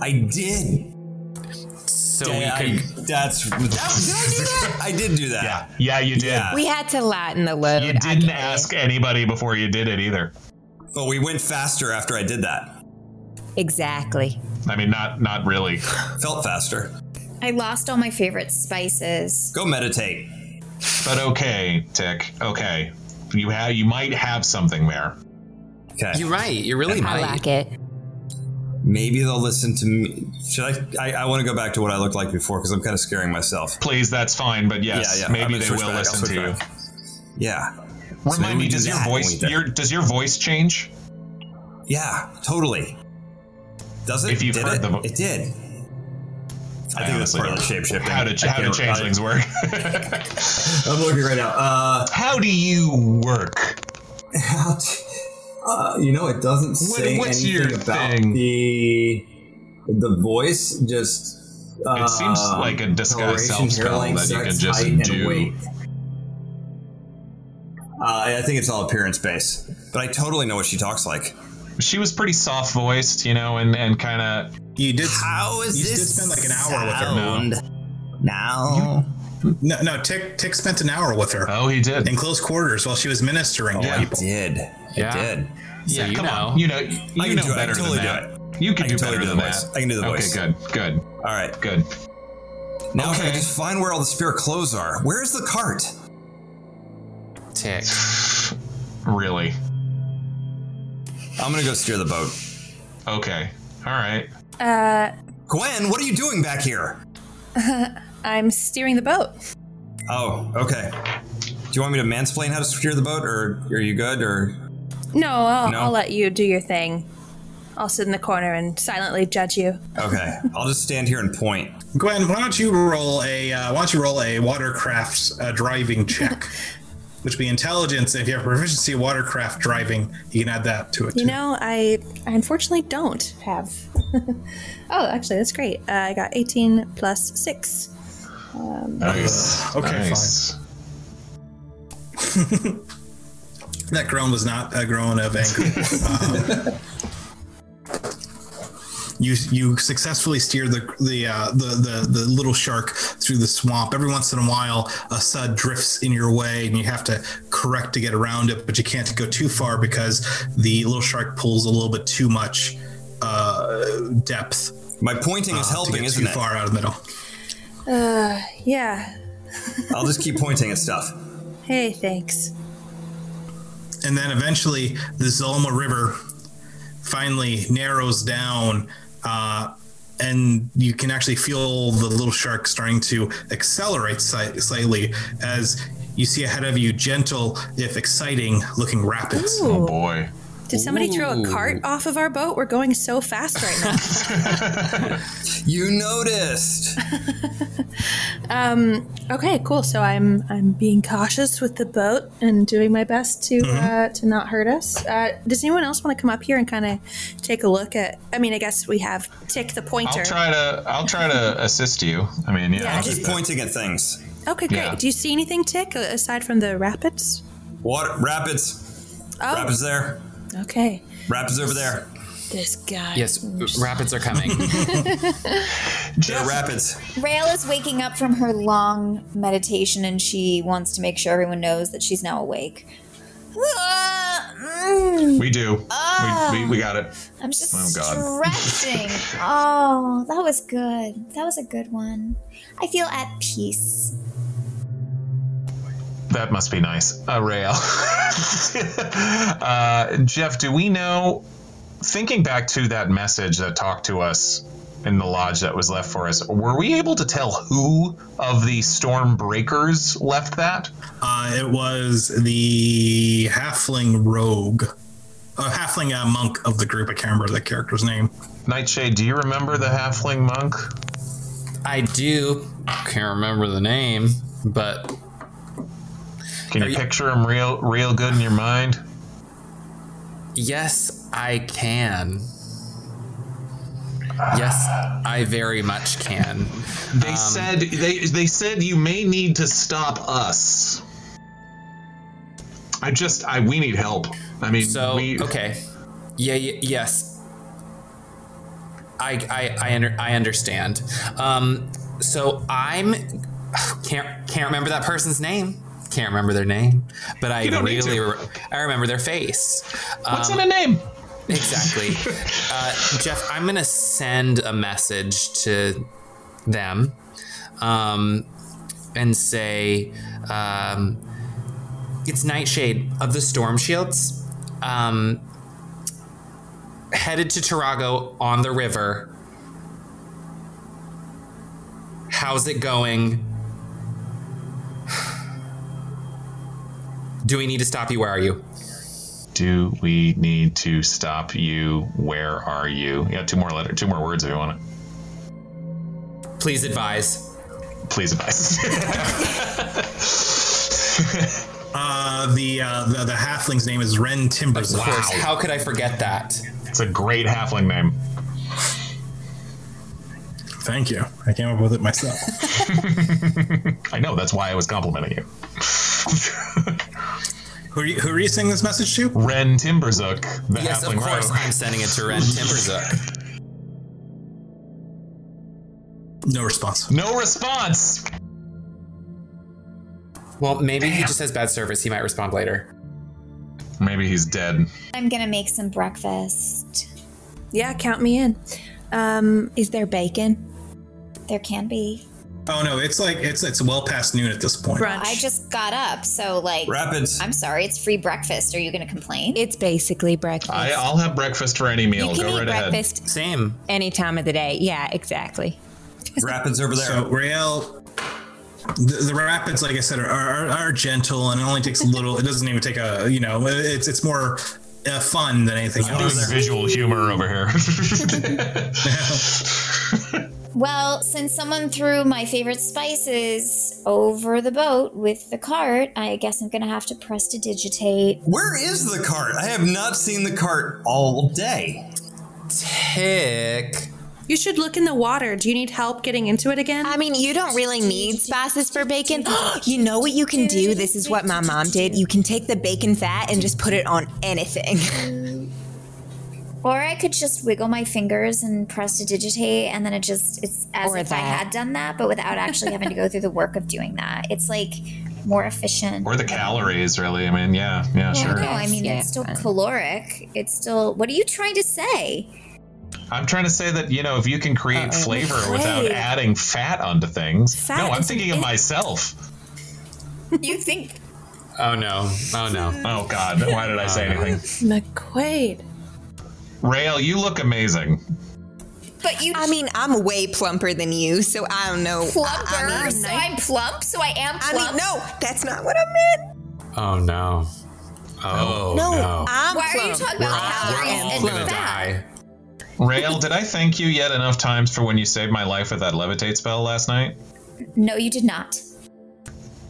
Speaker 2: I did.
Speaker 6: So
Speaker 2: I-
Speaker 6: we could.
Speaker 2: that's that, did I do that? I did do that.
Speaker 4: Yeah. Yeah, you did.
Speaker 2: Yeah.
Speaker 7: We had to lighten the load.
Speaker 4: You
Speaker 7: I
Speaker 4: didn't
Speaker 7: get it.
Speaker 4: ask anybody before you did it either.
Speaker 2: But we went faster after I did that.
Speaker 7: Exactly.
Speaker 4: I mean, not not really.
Speaker 2: Felt faster.
Speaker 3: I lost all my favorite spices.
Speaker 2: Go meditate.
Speaker 4: But okay, Tick. Okay, you have you might have something there.
Speaker 2: Okay.
Speaker 6: You're right. You really
Speaker 7: I
Speaker 6: might.
Speaker 7: like it.
Speaker 2: Maybe they'll listen to me. Should I? I, I want to go back to what I looked like before because I'm kind of scaring myself.
Speaker 4: Please, that's fine. But yes,
Speaker 2: Yeah, yeah, I'm
Speaker 4: maybe
Speaker 2: gonna
Speaker 4: they
Speaker 2: switch
Speaker 4: will
Speaker 2: back, I'll
Speaker 4: listen to
Speaker 2: switch
Speaker 4: you.
Speaker 2: back. Yeah. maybe
Speaker 4: Remind
Speaker 2: we
Speaker 4: me,
Speaker 2: do
Speaker 4: does your
Speaker 2: that when
Speaker 4: voice
Speaker 2: we do-
Speaker 4: your does your voice change?
Speaker 2: Yeah. Totally. Does it?
Speaker 4: If you've
Speaker 2: did
Speaker 4: heard
Speaker 2: it?
Speaker 4: the vo-
Speaker 2: it did. I, think that's
Speaker 4: honestly
Speaker 2: part of the
Speaker 4: don't-
Speaker 2: shape shifting.
Speaker 4: How do how do changelings work?
Speaker 2: I'm looking right now. Uh,
Speaker 4: how do you work?
Speaker 2: out. Uh, you know, it doesn't say
Speaker 4: what's
Speaker 2: anything
Speaker 4: your
Speaker 2: about
Speaker 4: thing?
Speaker 2: the the voice. Just uh,
Speaker 4: It seems like a disguise
Speaker 2: coloration,
Speaker 4: self spell
Speaker 2: hairline,
Speaker 4: that you
Speaker 2: sex,
Speaker 4: can just
Speaker 2: height, and
Speaker 4: do.
Speaker 2: weight. Uh, I think it's all appearance based, but I totally know what she talks like.
Speaker 4: She was pretty soft voiced, you know, and and kind of
Speaker 1: You did.
Speaker 2: How is
Speaker 1: you
Speaker 2: this?
Speaker 1: did spend like an hour with her.
Speaker 2: sound? Now,
Speaker 1: No, no. Tick, Tick spent an hour with her
Speaker 4: Oh, he did.
Speaker 1: in close quarters while she was ministering to
Speaker 4: Yeah.
Speaker 1: people.
Speaker 2: I did.
Speaker 6: Yeah.
Speaker 2: I did.
Speaker 6: So
Speaker 4: yeah,
Speaker 6: you
Speaker 4: come
Speaker 6: know.
Speaker 4: on. You know,
Speaker 2: I
Speaker 4: you
Speaker 2: can do
Speaker 4: know
Speaker 2: it. I
Speaker 4: better
Speaker 2: can totally
Speaker 4: than
Speaker 2: do
Speaker 4: that.
Speaker 2: it.
Speaker 4: You can,
Speaker 2: I
Speaker 4: do
Speaker 2: can totally
Speaker 4: better
Speaker 2: do the
Speaker 4: than
Speaker 2: voice.
Speaker 4: that.
Speaker 2: I can do the voice.
Speaker 4: Okay, good, good,
Speaker 2: All right.
Speaker 4: good.
Speaker 2: Now if I
Speaker 4: Okay.
Speaker 2: can just find where all the spirit clothes are. Where's the cart?
Speaker 6: Tick.
Speaker 4: Really?
Speaker 2: I'm gonna go steer the boat.
Speaker 4: Okay. All right.
Speaker 5: Uh,
Speaker 2: Gwen, what are you doing back here?
Speaker 5: I'm steering the boat.
Speaker 2: Oh, okay. Do you want me to mansplain how to steer the boat, or are you good? Or
Speaker 5: No, I'll,
Speaker 2: No?
Speaker 5: I'll let you do your thing. I'll sit in the corner and silently judge you.
Speaker 2: okay, I'll just stand here and point.
Speaker 1: Gwen, why don't you roll a uh, why don't you roll a watercraft uh, driving check, which would be intelligence. If you have proficiency in watercraft driving, you can add that to it.
Speaker 5: You
Speaker 1: too.
Speaker 5: know, I, I unfortunately don't have. oh, actually, that's great. Uh, I got 18 plus 6.
Speaker 4: Nice.
Speaker 1: okay,
Speaker 4: nice.
Speaker 1: That groan was not a groan of anger. Um, You, you successfully steer the the, uh, the the the little shark through the swamp. Every once in a while, a sud drifts in your way, and you have to correct to get around it. But you can't go too far because the little shark pulls a little bit too much uh, depth.
Speaker 2: My pointing is
Speaker 1: Ah, to
Speaker 2: helping,
Speaker 1: get
Speaker 2: isn't
Speaker 1: too
Speaker 2: it?
Speaker 1: far out of the middle.
Speaker 5: Yeah.
Speaker 2: I'll just keep pointing at stuff.
Speaker 5: Hey, thanks.
Speaker 1: and then eventually the Zolma River finally narrows down, uh, and you can actually feel the little shark starting to accelerate si- slightly as you see ahead of you gentle, if exciting, looking rapids.
Speaker 4: Oh boy.
Speaker 5: Did somebody throw a cart off of our boat? We're going so fast right now.
Speaker 2: You noticed.
Speaker 5: Okay, cool. So I'm I'm being cautious with the boat and doing my best to
Speaker 4: Mm-hmm.
Speaker 5: uh, to not hurt us. Uh, does anyone else want to come up here and kind of take a look at? I mean, I guess we have Tick the pointer.
Speaker 4: I'll try to. I'll try to assist you. I mean, yeah.
Speaker 5: Yeah,
Speaker 4: I'll
Speaker 5: I
Speaker 4: just-
Speaker 2: Keep pointing at things.
Speaker 5: Okay, great.
Speaker 4: Yeah.
Speaker 5: Do you see anything, Tick, a- aside from the rapids?
Speaker 2: Water rapids.
Speaker 5: Oh,
Speaker 2: Rapids there.
Speaker 5: okay.
Speaker 2: Rapids over there.
Speaker 5: This guy.
Speaker 6: Yes, rapids are coming.
Speaker 2: There are rapids.
Speaker 3: Rail is waking up from her long meditation and she wants to make sure everyone knows that she's now awake. Ah, mm,
Speaker 4: we do. we, we, we got it.
Speaker 3: I'm just
Speaker 4: Oh, God.
Speaker 3: stretching. oh, that was good. That was a good one. I feel at peace.
Speaker 4: That must be nice. A rail. uh, Jeff, do we know? Thinking back to that message that talked to us in the lodge that was left for us, were we able to tell who of the storm breakers left that?
Speaker 1: Uh, it was the halfling rogue, uh, halfling uh, monk of the group. I can't remember the character's name.
Speaker 4: Nightshade, do you remember the halfling monk?
Speaker 6: I do can't remember the name, but
Speaker 4: Can
Speaker 6: Are
Speaker 4: you
Speaker 6: you-
Speaker 4: picture him real, real good in your mind?
Speaker 6: yes, I can. Yes, I very much can.
Speaker 4: They
Speaker 6: Um,
Speaker 4: said they they said you may need to stop us. I just I we need help. I mean,
Speaker 6: So
Speaker 4: we,
Speaker 6: okay, yeah, y- yes. I I I, under, I understand. Um, so I'm can't can't remember that person's name. Can't remember their name, but I
Speaker 4: You don't need
Speaker 6: really
Speaker 4: to.
Speaker 6: re- I remember their face. Um,
Speaker 4: What's in a name?
Speaker 6: Exactly. uh, Jeff, I'm going to send a message to them um, and say um, it's Nightshade of the Storm Shields. Um, headed to Tarago on the river. How's it going? Do we need to stop you? Where are you?
Speaker 4: Do we need to stop you? Where are you? Yeah, two more letter, two more words if you want it.
Speaker 6: Please advise.
Speaker 4: Please advise.
Speaker 1: Uh, the, uh, the the halfling's name is Ren Timbers.
Speaker 6: Of course, how could I forget that?
Speaker 4: it's a great halfling name.
Speaker 1: Thank you. I came up with it myself.
Speaker 4: I know that's why I was complimenting you.
Speaker 1: Who are, you, who are you sending this message to?
Speaker 4: Ren Timberzook, the
Speaker 6: yes, of
Speaker 4: halfling
Speaker 6: course,
Speaker 4: rogue.
Speaker 6: I'm sending it to Ren Timberzook.
Speaker 1: No response.
Speaker 4: No response.
Speaker 6: Well, maybe he just has bad service. He might respond later.
Speaker 4: Maybe he's dead.
Speaker 3: I'm gonna make some breakfast.
Speaker 5: Yeah, count me in. Um,
Speaker 7: Is there bacon?
Speaker 3: There can be.
Speaker 1: Oh no, it's like it's it's well past noon at this point.
Speaker 5: brunch.
Speaker 3: I just got up, so like,
Speaker 2: Rapids.
Speaker 3: I'm sorry, it's free breakfast. Are you gonna complain?
Speaker 7: It's basically breakfast.
Speaker 4: I, I'll have breakfast for any meal.
Speaker 7: you can
Speaker 4: Go
Speaker 7: eat
Speaker 4: right ahead.
Speaker 7: breakfast
Speaker 6: Same.
Speaker 7: any time of the day. Yeah, exactly.
Speaker 2: Rapids over there.
Speaker 1: So Rael, the, the rapids, like I said, are, are, are gentle and it only takes a little. It doesn't even take a you know. It's it's more uh, fun than anything
Speaker 2: more
Speaker 1: else.
Speaker 2: than-
Speaker 4: Visual humor over here.
Speaker 3: Well, since someone threw my favorite spices over the boat with the cart, I guess I'm gonna have to press to digitate.
Speaker 2: Where is the cart? I have not seen the cart all day.
Speaker 6: Tick.
Speaker 5: you should look in the water. Do you need help getting into it again?
Speaker 7: I mean, you don't really need spices for bacon. you know what you can do? This is what my mom did. You can take the bacon fat and just put it on anything.
Speaker 3: Or I could just wiggle my fingers and press to digitate, and then it just, it's as
Speaker 7: Or
Speaker 3: if I
Speaker 7: that.
Speaker 3: had done that, but without actually having to go through the work of doing that. It's like more efficient.
Speaker 4: or the calories, really. I mean, yeah, yeah, sure.
Speaker 3: No, I mean,
Speaker 7: Yeah,
Speaker 3: it's still
Speaker 7: fine.
Speaker 3: caloric. It's still, what are you trying to say?
Speaker 4: I'm trying to say that you know if you can create flavor without
Speaker 5: Hey.
Speaker 4: adding fat onto things.
Speaker 5: Fat
Speaker 4: no, I'm
Speaker 5: is
Speaker 4: thinking
Speaker 5: an
Speaker 4: of
Speaker 5: in-
Speaker 4: myself.
Speaker 3: You think
Speaker 6: Oh no. Oh no.
Speaker 4: Oh God, why did I say anything?
Speaker 5: McQuaid.
Speaker 4: Rail, you look amazing.
Speaker 3: But you
Speaker 7: I mean, I'm way plumper than you, so I don't know.
Speaker 3: plumper,
Speaker 7: I, I mean,
Speaker 3: so I'm plump, so I am
Speaker 7: I
Speaker 3: plump.
Speaker 7: mean, no, that's not what I meant.
Speaker 6: Oh no. Oh
Speaker 7: No,
Speaker 6: no.
Speaker 7: I'm
Speaker 3: Why are you
Speaker 7: plump.
Speaker 3: talking
Speaker 6: We're
Speaker 3: about
Speaker 6: all, we're
Speaker 3: calories
Speaker 6: all
Speaker 3: and
Speaker 6: gonna
Speaker 3: fat?
Speaker 6: die.
Speaker 4: Rail, did I thank you yet enough times for when you saved my life with that levitate spell last night?
Speaker 3: No, you did not.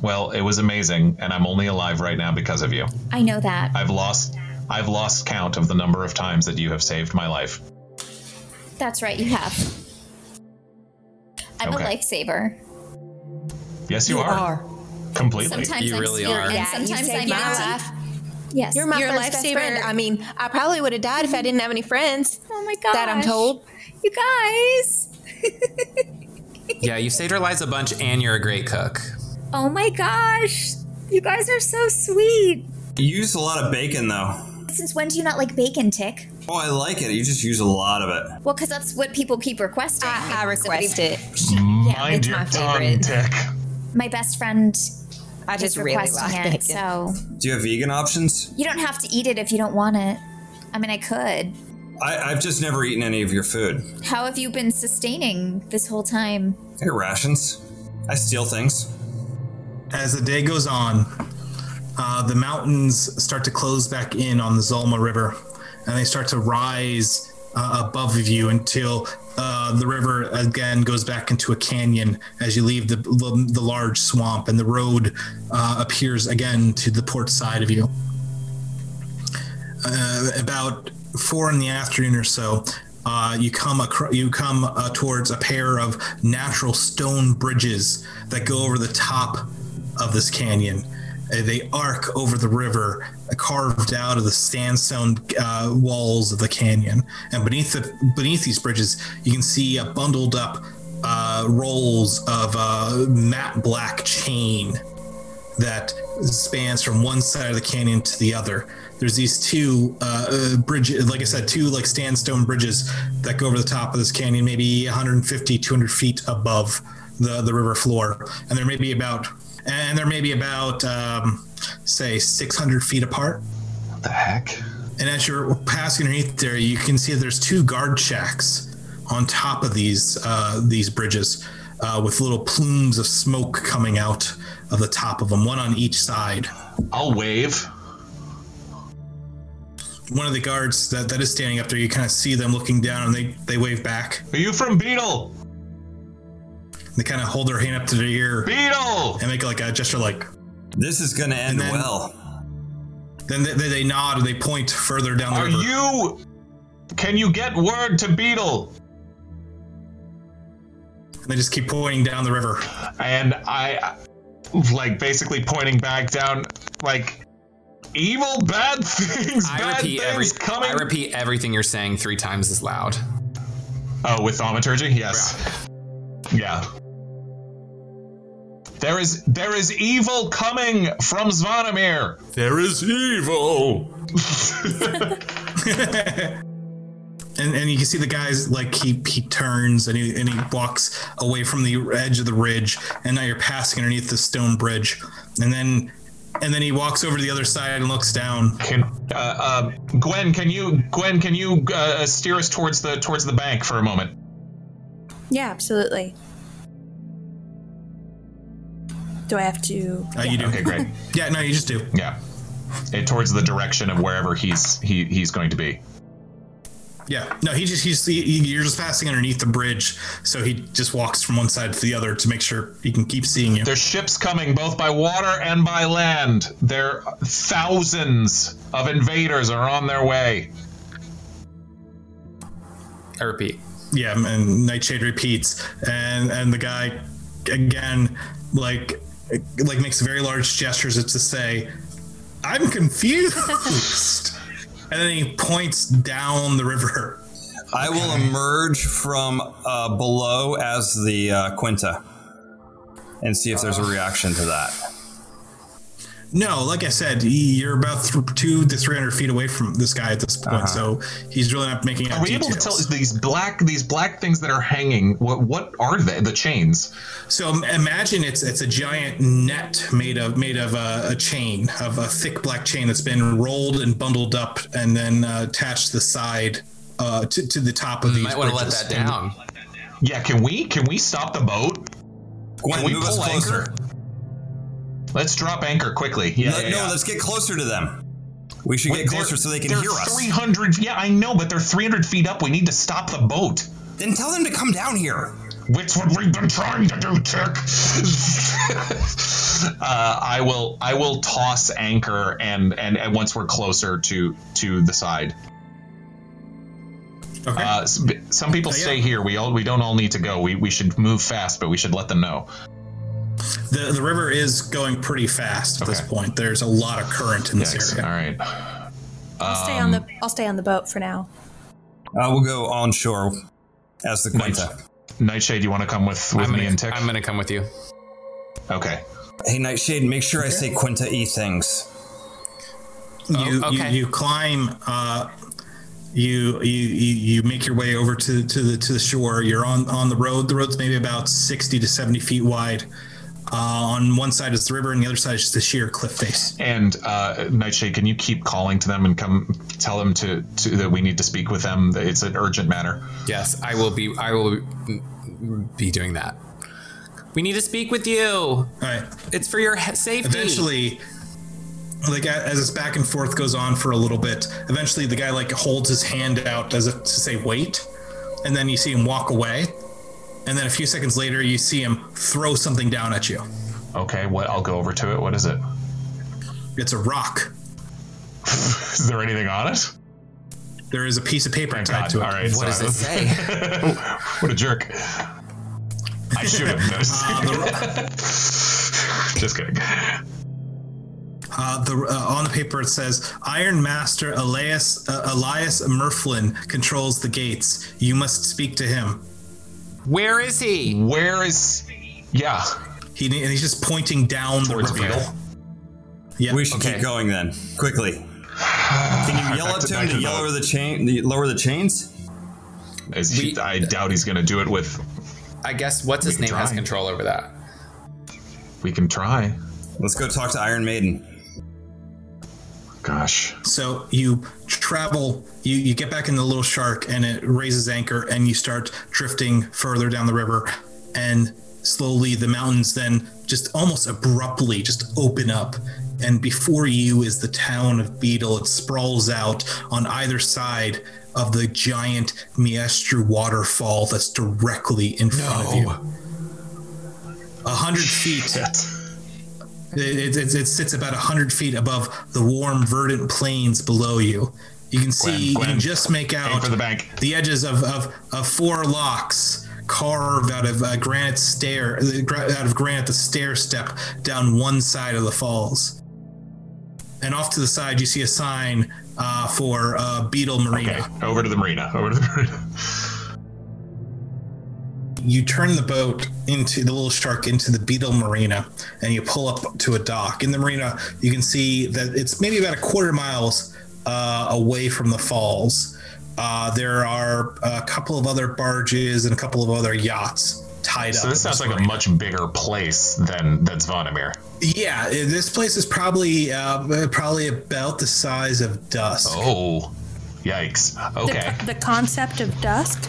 Speaker 4: Well, it was amazing, and I'm only alive right now because of you.
Speaker 3: I know that.
Speaker 4: I've lost I've lost count of the number of times that you have saved my life.
Speaker 3: That's right, you have. I'm
Speaker 4: Okay.
Speaker 3: a lifesaver.
Speaker 4: Yes, you, are. Completely.
Speaker 3: Sometimes
Speaker 6: You
Speaker 3: I'm
Speaker 6: really
Speaker 3: spirit,
Speaker 6: are.
Speaker 3: and
Speaker 6: Yeah,
Speaker 3: sometimes
Speaker 7: you
Speaker 3: I'm
Speaker 7: saved my
Speaker 3: empty.
Speaker 7: life.
Speaker 3: Yes,
Speaker 7: You're my
Speaker 5: You're a
Speaker 7: first best
Speaker 5: lifesaver.
Speaker 7: friend. I mean, I probably would have died if I didn't have any friends.
Speaker 3: oh my god.
Speaker 7: That I'm told.
Speaker 3: You guys.
Speaker 6: Yeah, you saved our lives a bunch, and you're a great cook.
Speaker 3: Oh my gosh. You guys are so sweet.
Speaker 2: You use a lot of bacon, though.
Speaker 3: Since when do you not like bacon, Tick?
Speaker 2: Oh, I like it. You just use a lot of it.
Speaker 3: Well, because that's what people keep requesting.
Speaker 7: I, I request
Speaker 3: Somebody-
Speaker 7: it.
Speaker 6: Mm-hmm.
Speaker 4: Mind
Speaker 7: it's
Speaker 4: your
Speaker 7: my
Speaker 4: tongue,
Speaker 7: favorite.
Speaker 4: Tick.
Speaker 3: My best friend
Speaker 7: I
Speaker 3: is
Speaker 7: just really
Speaker 3: requesting
Speaker 7: like
Speaker 3: it,
Speaker 7: bacon.
Speaker 3: so
Speaker 2: Do you have vegan options?
Speaker 3: you don't have to eat it if you don't want it. I mean, I could.
Speaker 2: I, I've just never eaten any of your food.
Speaker 3: How have you been sustaining this whole time?
Speaker 2: I get rations. I steal things.
Speaker 1: As the day goes on, uh, the mountains start to close back in on the Zolma River, and they start to rise uh, above you until uh, the river again goes back into a canyon as you leave the, the, the large swamp, and the road uh, appears again to the port side of you. Uh, about four in the afternoon or so, uh, you come acro- you come uh, towards a pair of natural stone bridges that go over the top of this canyon. Uh, they arc over the river, uh, carved out of the sandstone uh, walls of the canyon. And beneath the beneath these bridges, you can see a bundled up uh, rolls of uh, matte black chain that spans from one side of the canyon to the other. There's these two uh, uh, bridges, like I said, two like sandstone bridges that go over the top of this canyon, maybe 150, 200 feet above the, the river floor, and there may be about and there may be about um, say 600 feet apart.
Speaker 4: What the heck?
Speaker 1: And as you're passing underneath there, you can see there's two guard shacks on top of these uh, these bridges, uh, with little plumes of smoke coming out of the top of them, one on each side.
Speaker 4: I'll wave.
Speaker 1: One of the guards that, that is standing up there, you kind of see them looking down, and they they wave back.
Speaker 4: Are you from Beetle?
Speaker 1: They kind of hold their hand up to their ear
Speaker 4: Beetle!
Speaker 1: and make like a gesture, like.
Speaker 2: This is going to end
Speaker 1: And then-
Speaker 2: well.
Speaker 1: Then they, they nod and they point further down the
Speaker 4: Are
Speaker 1: river.
Speaker 4: you Can you get word to Beetle?
Speaker 1: They just keep pointing down the river.
Speaker 4: and I, like, basically pointing back down, like, evil, bad things,
Speaker 6: I
Speaker 4: bad
Speaker 6: repeat
Speaker 4: things
Speaker 6: every.
Speaker 4: coming.
Speaker 6: I repeat everything you're saying three times as loud.
Speaker 4: oh, with thaumaturgy, yes. Yeah. There is there is evil coming from Zvonimir.
Speaker 6: There is evil.
Speaker 1: and and you can see the guys like he he turns and he and he walks away from the edge of the ridge and now you're passing underneath the stone bridge and then and then he walks over to the other side and looks down
Speaker 4: Can uh, uh, Gwen? Can you Gwen? Can you uh, steer us towards the towards the bank for a moment?
Speaker 5: Yeah, absolutely. Do I have to?
Speaker 1: uh, you do
Speaker 4: Okay, great.
Speaker 1: yeah no you just do
Speaker 4: Yeah, Eh, towards the direction of wherever he's he he's going to be.
Speaker 1: yeah no he just he's he, you're just passing underneath the bridge so he just walks from one side to the other to make sure he can keep seeing you
Speaker 4: There's ships coming both by water and by land. There thousands of invaders are on their way.
Speaker 6: I repeat.
Speaker 1: yeah and nightshade repeats and and the guy again like like makes very large gestures to say i'm confused and then he points down the river
Speaker 2: I will emerge from uh, below as the uh, Quinta and see if there's a reaction to that.
Speaker 1: no like i said you're about th- two to three hundred feet away from this guy at this point so he's really not making out
Speaker 4: Are we able to tell these black these black things that are hanging? What what are they? The chains.
Speaker 1: So im- imagine it's it's a giant net made of made of a, a chain of a thick black chain that's been rolled and bundled up and then uh, attached to the side uh, to, to the top of these.
Speaker 6: Might want to let
Speaker 1: bridges.
Speaker 6: that down.
Speaker 4: Yeah, can we can we stop the boat?
Speaker 2: Gwen,
Speaker 4: Can we
Speaker 2: move us
Speaker 4: pull
Speaker 2: closer.
Speaker 4: anchor? Let's drop anchor quickly. Yeah,
Speaker 2: Let-
Speaker 4: yeah,
Speaker 2: no,
Speaker 4: yeah.
Speaker 2: let's get closer to them. We should
Speaker 4: Wait,
Speaker 2: get closer
Speaker 4: they're-
Speaker 2: so they can
Speaker 4: they're
Speaker 2: hear us.
Speaker 4: 300 yeah i know but they're 300 feet up we need to stop the boat
Speaker 2: Then tell them to come down here.
Speaker 4: which what we've been trying to do chick uh, i will i will toss anchor and, and and once we're closer to to the side
Speaker 1: Okay.
Speaker 4: uh, s- b- some
Speaker 2: Oh,
Speaker 4: people
Speaker 1: yeah.
Speaker 4: stay here. We all we don't all need to go. We, we should move fast, but we should let them know.
Speaker 1: the the river is going pretty fast at this
Speaker 4: Okay.
Speaker 1: point. There's a lot of current in this
Speaker 4: Yikes. All
Speaker 1: area.
Speaker 4: right.
Speaker 5: I'll stay on the. I'll stay on the boat for now.
Speaker 2: Uh, we'll go on shore as the
Speaker 4: Night-
Speaker 2: Quinta.
Speaker 4: Nightshade, you want to come with, with
Speaker 6: I'm
Speaker 4: me
Speaker 6: gonna,
Speaker 4: and Tick?
Speaker 6: I'm gonna come with you.
Speaker 4: okay.
Speaker 2: Hey, Nightshade, make sure I say Quinta E things.
Speaker 1: You,
Speaker 6: Oh, okay.
Speaker 1: you you climb. Uh, you, you you you make your way over to to the to the shore. You're on on the road. The road's maybe about sixty to seventy feet wide. Uh, on one side is the river, and the other side is just a sheer cliff face.
Speaker 4: And uh, Nightshade, can you keep calling to them and come tell them to, to that we need to speak with them? That it's an urgent matter.
Speaker 6: Yes, I will be. I will be doing that. We need to speak with you.
Speaker 1: All right.
Speaker 6: It's for your he- safety.
Speaker 1: Eventually, like a- as this back and forth goes on for a little bit, eventually the guy like holds his hand out as if to say wait, and then you see him walk away, and then a few seconds later you see him throw something down at you.
Speaker 4: Okay, what? I'll go over to it. What is it?
Speaker 1: It's a rock.
Speaker 4: Is there anything on it?
Speaker 1: There is a piece of paper
Speaker 4: Thank
Speaker 1: tied
Speaker 4: God.
Speaker 1: to it.
Speaker 4: All right.
Speaker 6: what does
Speaker 4: sorry.
Speaker 6: it say?
Speaker 4: What a jerk. I should have noticed. Just kidding.
Speaker 1: Uh, the, uh, on the paper it says, "Iron Master Elias uh, Elias Merflin controls the gates. You must speak to him."
Speaker 6: Where is he?
Speaker 4: Where is? Yeah.
Speaker 1: He and he's just pointing down
Speaker 4: Towards
Speaker 1: the river.
Speaker 4: Beetle.
Speaker 1: Yeah.
Speaker 2: We should
Speaker 4: Okay.
Speaker 2: keep going then, quickly. Can you yell
Speaker 4: Back
Speaker 2: up
Speaker 4: to-
Speaker 2: to
Speaker 4: back
Speaker 2: him
Speaker 4: to
Speaker 2: to
Speaker 4: the
Speaker 2: lower
Speaker 4: boat.
Speaker 2: the chain? The, lower the chains?
Speaker 4: Is he,
Speaker 6: We-
Speaker 4: I doubt he's gonna do it with.
Speaker 6: I guess what's his
Speaker 4: can
Speaker 6: name has
Speaker 4: try.
Speaker 6: control over that.
Speaker 4: We can try.
Speaker 2: Let's go talk to Iron Maiden.
Speaker 4: Gosh.
Speaker 1: So you travel, you, you get back in the little shark and it raises anchor and you start drifting further down the river. And slowly the mountains then just almost abruptly just open up. And before you is the town of Beetle. It sprawls out on either side of the giant Miestru waterfall that's directly in front of you. A hundred feet it, it, it sits about 100 feet above the warm, verdant plains below you. You can see,
Speaker 4: Gwen,
Speaker 1: you
Speaker 4: Gwen.
Speaker 1: can just make
Speaker 4: Aim
Speaker 1: out
Speaker 4: for the bank.
Speaker 1: the edges of, of, of four locks carved out of uh, granite stair, the gra- out of granite, the stair step down one side of the falls. And off to the side, you see a sign uh, for uh, Beetle Marina.
Speaker 4: Okay. Over to the marina. Over to the marina.
Speaker 1: you turn the boat into the little shark into the Beetle Marina, and you pull up to a dock. In the marina, you can see that it's maybe about a quarter miles uh, away from the falls. Uh, there are a couple of other barges and a couple of other yachts tied
Speaker 4: So
Speaker 1: up.
Speaker 4: this
Speaker 1: in
Speaker 4: sounds like a
Speaker 1: marina.
Speaker 4: much bigger place than than Zvonimir.
Speaker 1: yeah. This place is probably uh, probably about the size of dusk.
Speaker 4: Oh, yikes. Okay.
Speaker 5: The, the concept of dusk.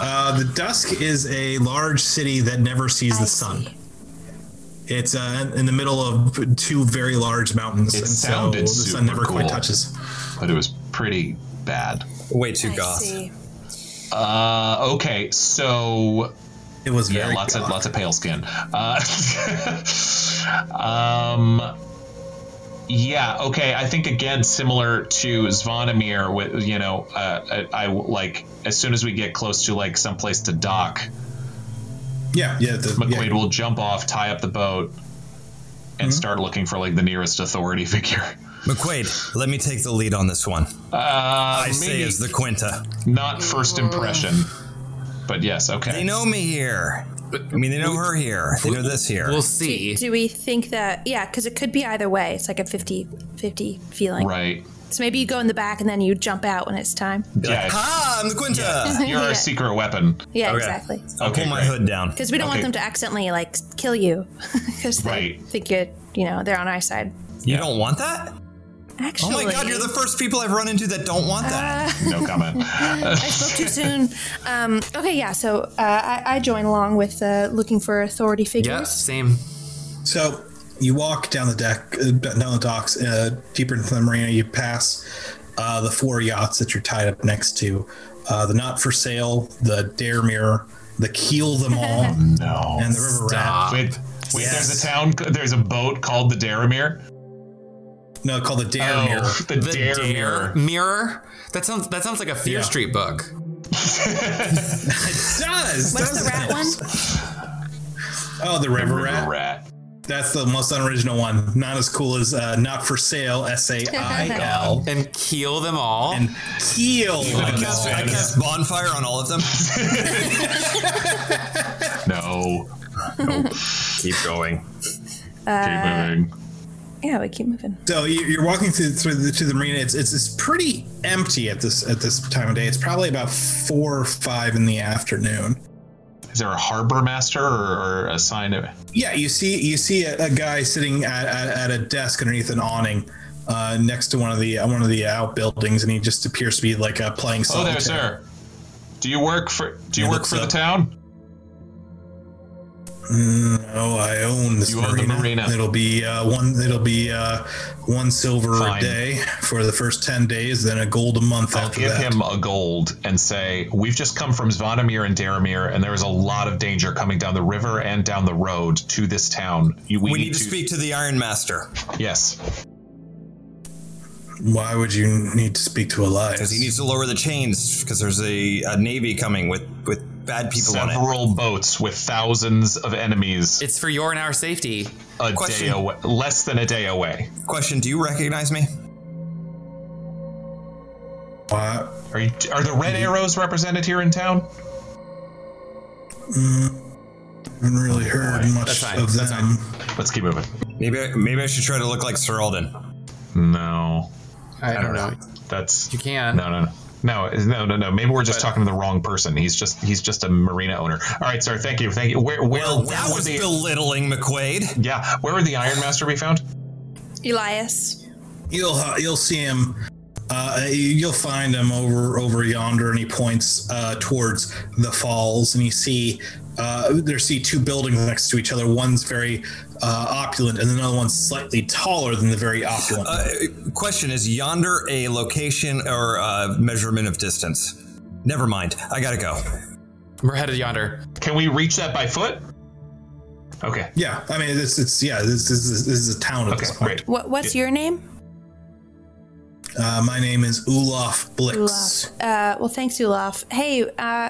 Speaker 1: Uh, the dusk is a large city that never sees the sun. It's uh, in the middle of two very large mountains,
Speaker 4: It
Speaker 1: and so
Speaker 4: sounded
Speaker 1: the
Speaker 4: super
Speaker 1: sun never quite
Speaker 4: cool.
Speaker 1: touches.
Speaker 4: But it was pretty bad.
Speaker 2: Way too goth.
Speaker 4: Uh, okay, so
Speaker 1: It was
Speaker 4: yeah,
Speaker 1: very
Speaker 4: lots
Speaker 1: dark.
Speaker 4: of lots of pale skin. Uh, um, yeah, okay. I think again, similar to Zvonimir, with you know, uh, I, I like as soon as we get close to like someplace to dock,
Speaker 1: yeah, yeah. The,
Speaker 4: McQuaid
Speaker 1: yeah.
Speaker 4: will jump off, tie up the boat,
Speaker 1: Mm-hmm.
Speaker 4: and start looking for like the nearest authority figure.
Speaker 2: McQuaid, let me take the lead on this one.
Speaker 4: Uh,
Speaker 2: I say
Speaker 4: maybe
Speaker 2: as the Quinta.
Speaker 4: not first impression, but yes, okay.
Speaker 2: They know me here. I mean, they know her here. They know this here.
Speaker 6: We'll
Speaker 5: Do,
Speaker 6: see.
Speaker 5: do we think that, yeah, because it could be either way. It's like a 50 50 feeling.
Speaker 4: right?
Speaker 5: So maybe you go in the back and then you jump out when it's time.
Speaker 4: Yeah,
Speaker 2: Ah, I'm the Quinta.
Speaker 4: you're our
Speaker 5: Yeah.
Speaker 4: secret weapon.
Speaker 5: Yeah,
Speaker 2: Okay.
Speaker 5: exactly.
Speaker 2: I'll
Speaker 4: Okay,
Speaker 2: pull my
Speaker 4: great.
Speaker 2: hood down.
Speaker 5: Because we don't
Speaker 4: Okay.
Speaker 5: want them to accidentally, like, kill you. Because they
Speaker 4: Right.
Speaker 5: think you're, you know, they're on our side.
Speaker 2: You don't want that? Oh
Speaker 5: Actually.
Speaker 2: my god, you're the first people I've run into that don't want that.
Speaker 4: No comment. Uh,
Speaker 5: I spoke too soon. Um, okay, yeah. So uh, I, I join along with uh, looking for authority
Speaker 6: Yeah,
Speaker 5: figures.
Speaker 6: same.
Speaker 1: So you walk down the deck, uh, down the docks, uh, deeper into the marina. You pass uh, the four yachts that you're tied up next to: uh, the Not for Sale, the Dare Mirror, the Keel Them All, and
Speaker 4: no.
Speaker 1: the River Rat.
Speaker 4: Wait, wait. There's a town. There's a boat called the Daramir.
Speaker 1: No, called the Dare
Speaker 4: Oh,
Speaker 1: Mirror.
Speaker 4: the,
Speaker 6: The dare,
Speaker 4: Daramir.
Speaker 6: mirror. That sounds. That sounds like a Fear
Speaker 1: Yeah.
Speaker 6: Street book.
Speaker 1: Does
Speaker 5: What's the
Speaker 1: doesn't
Speaker 5: rat
Speaker 1: it?
Speaker 5: one?
Speaker 1: Oh, the River, Rat.
Speaker 4: rat.
Speaker 1: That's the most unoriginal one. Not as cool as uh, Not For Sale, S A I L.
Speaker 6: And keel them all.
Speaker 1: And Keel.
Speaker 2: I cast, I cast bonfire on all of them.
Speaker 4: No.
Speaker 2: Keep going.
Speaker 4: Keep moving.
Speaker 5: Yeah, we keep moving.
Speaker 1: So you- you're walking through through the, to the marina. It's, it's it's pretty empty at this at this time of day. It's probably about four or five in the afternoon.
Speaker 4: Is there a harbor master or, or a sign of?
Speaker 1: Yeah, you see you see a, a guy sitting at, at, at a desk underneath an awning. Uh, next to one of the uh, one of the outbuildings, and he just appears to be like uh, playing.
Speaker 4: Oh,
Speaker 1: Solitaire.
Speaker 4: there, sir. Do you work for? Do you
Speaker 1: Yeah,
Speaker 4: work
Speaker 1: that's
Speaker 4: for the
Speaker 1: up.
Speaker 4: town?
Speaker 1: No, I own this
Speaker 4: You own the
Speaker 1: marina.
Speaker 4: marina.
Speaker 1: It'll be uh, one. It'll be uh, one silver
Speaker 4: Fine.
Speaker 1: a day for the first ten days, then a gold a month
Speaker 4: I'll
Speaker 1: after
Speaker 4: give
Speaker 1: that.
Speaker 4: him a gold and say we've just come from Zvonimir and Daramir, and there is a lot of danger coming down the river and down the road to this town. You,
Speaker 2: We, need to speak to the Iron Master
Speaker 4: Yes.
Speaker 1: Why would you need to speak to Elias?
Speaker 2: because he needs to lower the chains because there's a, a navy coming with, with bad people on it.
Speaker 4: Several boats with thousands of enemies.
Speaker 6: it's for your and our safety.
Speaker 4: a
Speaker 2: Question.
Speaker 4: day away, less than a day away.
Speaker 2: Question: Do you recognize me?
Speaker 1: Why?
Speaker 4: Are you, are the red arrows represented here in town?
Speaker 1: I haven't
Speaker 4: Oh,
Speaker 1: really heard
Speaker 6: That's
Speaker 1: much
Speaker 6: fine.
Speaker 1: of
Speaker 6: That's
Speaker 1: them.
Speaker 4: Let's keep moving.
Speaker 2: Maybe I, maybe I should try to look like Sir Alden.
Speaker 4: No,
Speaker 6: I don't know.
Speaker 4: that's
Speaker 6: You can.
Speaker 4: no, no, no. No, no, no, no. Maybe we're just talking to the wrong person. He's just he's just a marina owner. All right, sir. Thank you, thank you. Where where,
Speaker 2: Well,
Speaker 4: where
Speaker 2: that
Speaker 4: were
Speaker 2: was
Speaker 4: the
Speaker 2: belittling McQuaid.
Speaker 4: yeah? Where would the Iron Master be found?
Speaker 5: Elias.
Speaker 1: You'll uh, you'll see him. Uh, you'll find him over over yonder, and he points uh, towards the falls. And you see uh, there see two buildings next to each other. One's very uh, opulent, and another one's slightly taller than the very opulent.
Speaker 2: Uh, question: Is yonder a location or a measurement of distance? Never mind. I gotta go.
Speaker 6: We're headed yonder.
Speaker 4: Can we reach that by foot? Okay.
Speaker 1: Yeah, I mean, this it's yeah, this is this is a town at
Speaker 4: Okay.
Speaker 1: this point.
Speaker 4: Great.
Speaker 5: What, what's your name?
Speaker 1: Uh, my name is Olaf Blix.
Speaker 5: Olaf. Uh, well, thanks, Olaf. Hey, uh,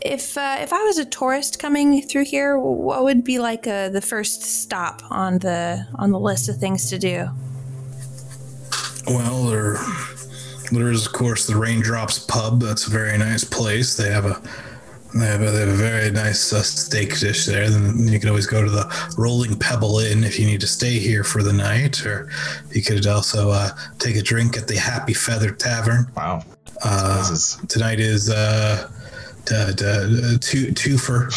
Speaker 5: if uh, if I was a tourist coming through here, what would be like uh, the first stop on the on the list of things to do?
Speaker 1: Well, there, there is of course the Raindrops Pub. That's a very nice place. They have a They have, they have a very nice uh, steak dish there. Then you can always go to the Rolling Pebble Inn if you need to stay here for the night, or you could also uh, take a drink at the Happy Feather Tavern.
Speaker 4: Wow.
Speaker 1: Uh,
Speaker 4: This is-
Speaker 1: tonight is uh, da, da, two two for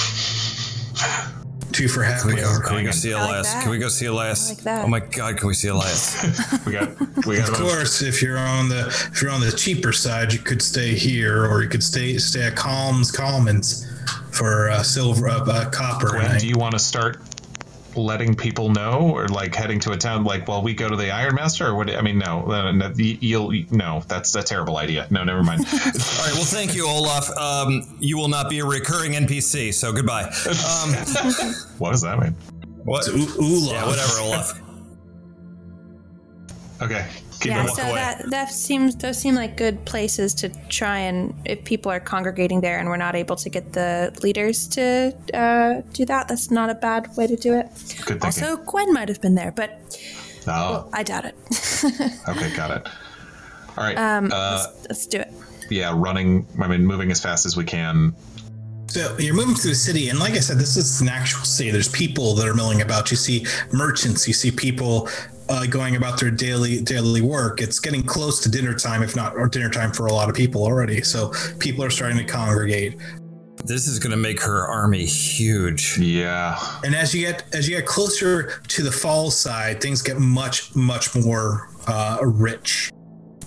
Speaker 1: two for happy hour.
Speaker 2: Can we go see
Speaker 5: I like
Speaker 2: Elias?
Speaker 5: that.
Speaker 2: can we go see Elias?
Speaker 5: I like that.
Speaker 2: Oh my God, can we see Elias?
Speaker 4: We got we got
Speaker 1: Of
Speaker 4: about-
Speaker 1: course, if you're on the if you're on the cheaper side, you could stay here, or you could stay stay at Calms Commons for uh, silver uh, uh, copper.
Speaker 4: Gwen,
Speaker 1: night.
Speaker 4: do you want to start letting people know, or like heading to a town like, well, we go to the Iron Master, or what? I mean, no, no, no, you- you'll no, that's a terrible idea. No, never mind.
Speaker 2: All right, well, thank you, Olaf. Um, you will not be a recurring NPC, so goodbye. Um,
Speaker 4: what does that mean?
Speaker 2: what?
Speaker 1: It's U- Ula.
Speaker 2: Yeah, whatever, Olaf.
Speaker 4: Okay, keep
Speaker 5: Yeah,
Speaker 4: it.
Speaker 5: so that that seems those seem like good places to try and if people are congregating there and we're not able to get the leaders to uh, do that, that's not a bad way to do it.
Speaker 4: Good thinking.
Speaker 5: Also, Gwen might have been there, but
Speaker 4: oh,
Speaker 5: I doubt it.
Speaker 4: okay, got it. All right.
Speaker 5: Um,
Speaker 4: uh,
Speaker 5: Let's do it.
Speaker 4: yeah, running. I mean, moving as fast as we can.
Speaker 1: So you're moving through the city, and like I said, this is an actual city. There's people that are milling about. You see merchants. You see people uh, going about their daily daily work. It's getting close to dinner time, if not or dinner time for a lot of people already. So people are starting to congregate.
Speaker 2: This is going to make her army huge.
Speaker 4: Yeah,
Speaker 1: And as you get as you get closer to the fall side, things get much much more uh, rich,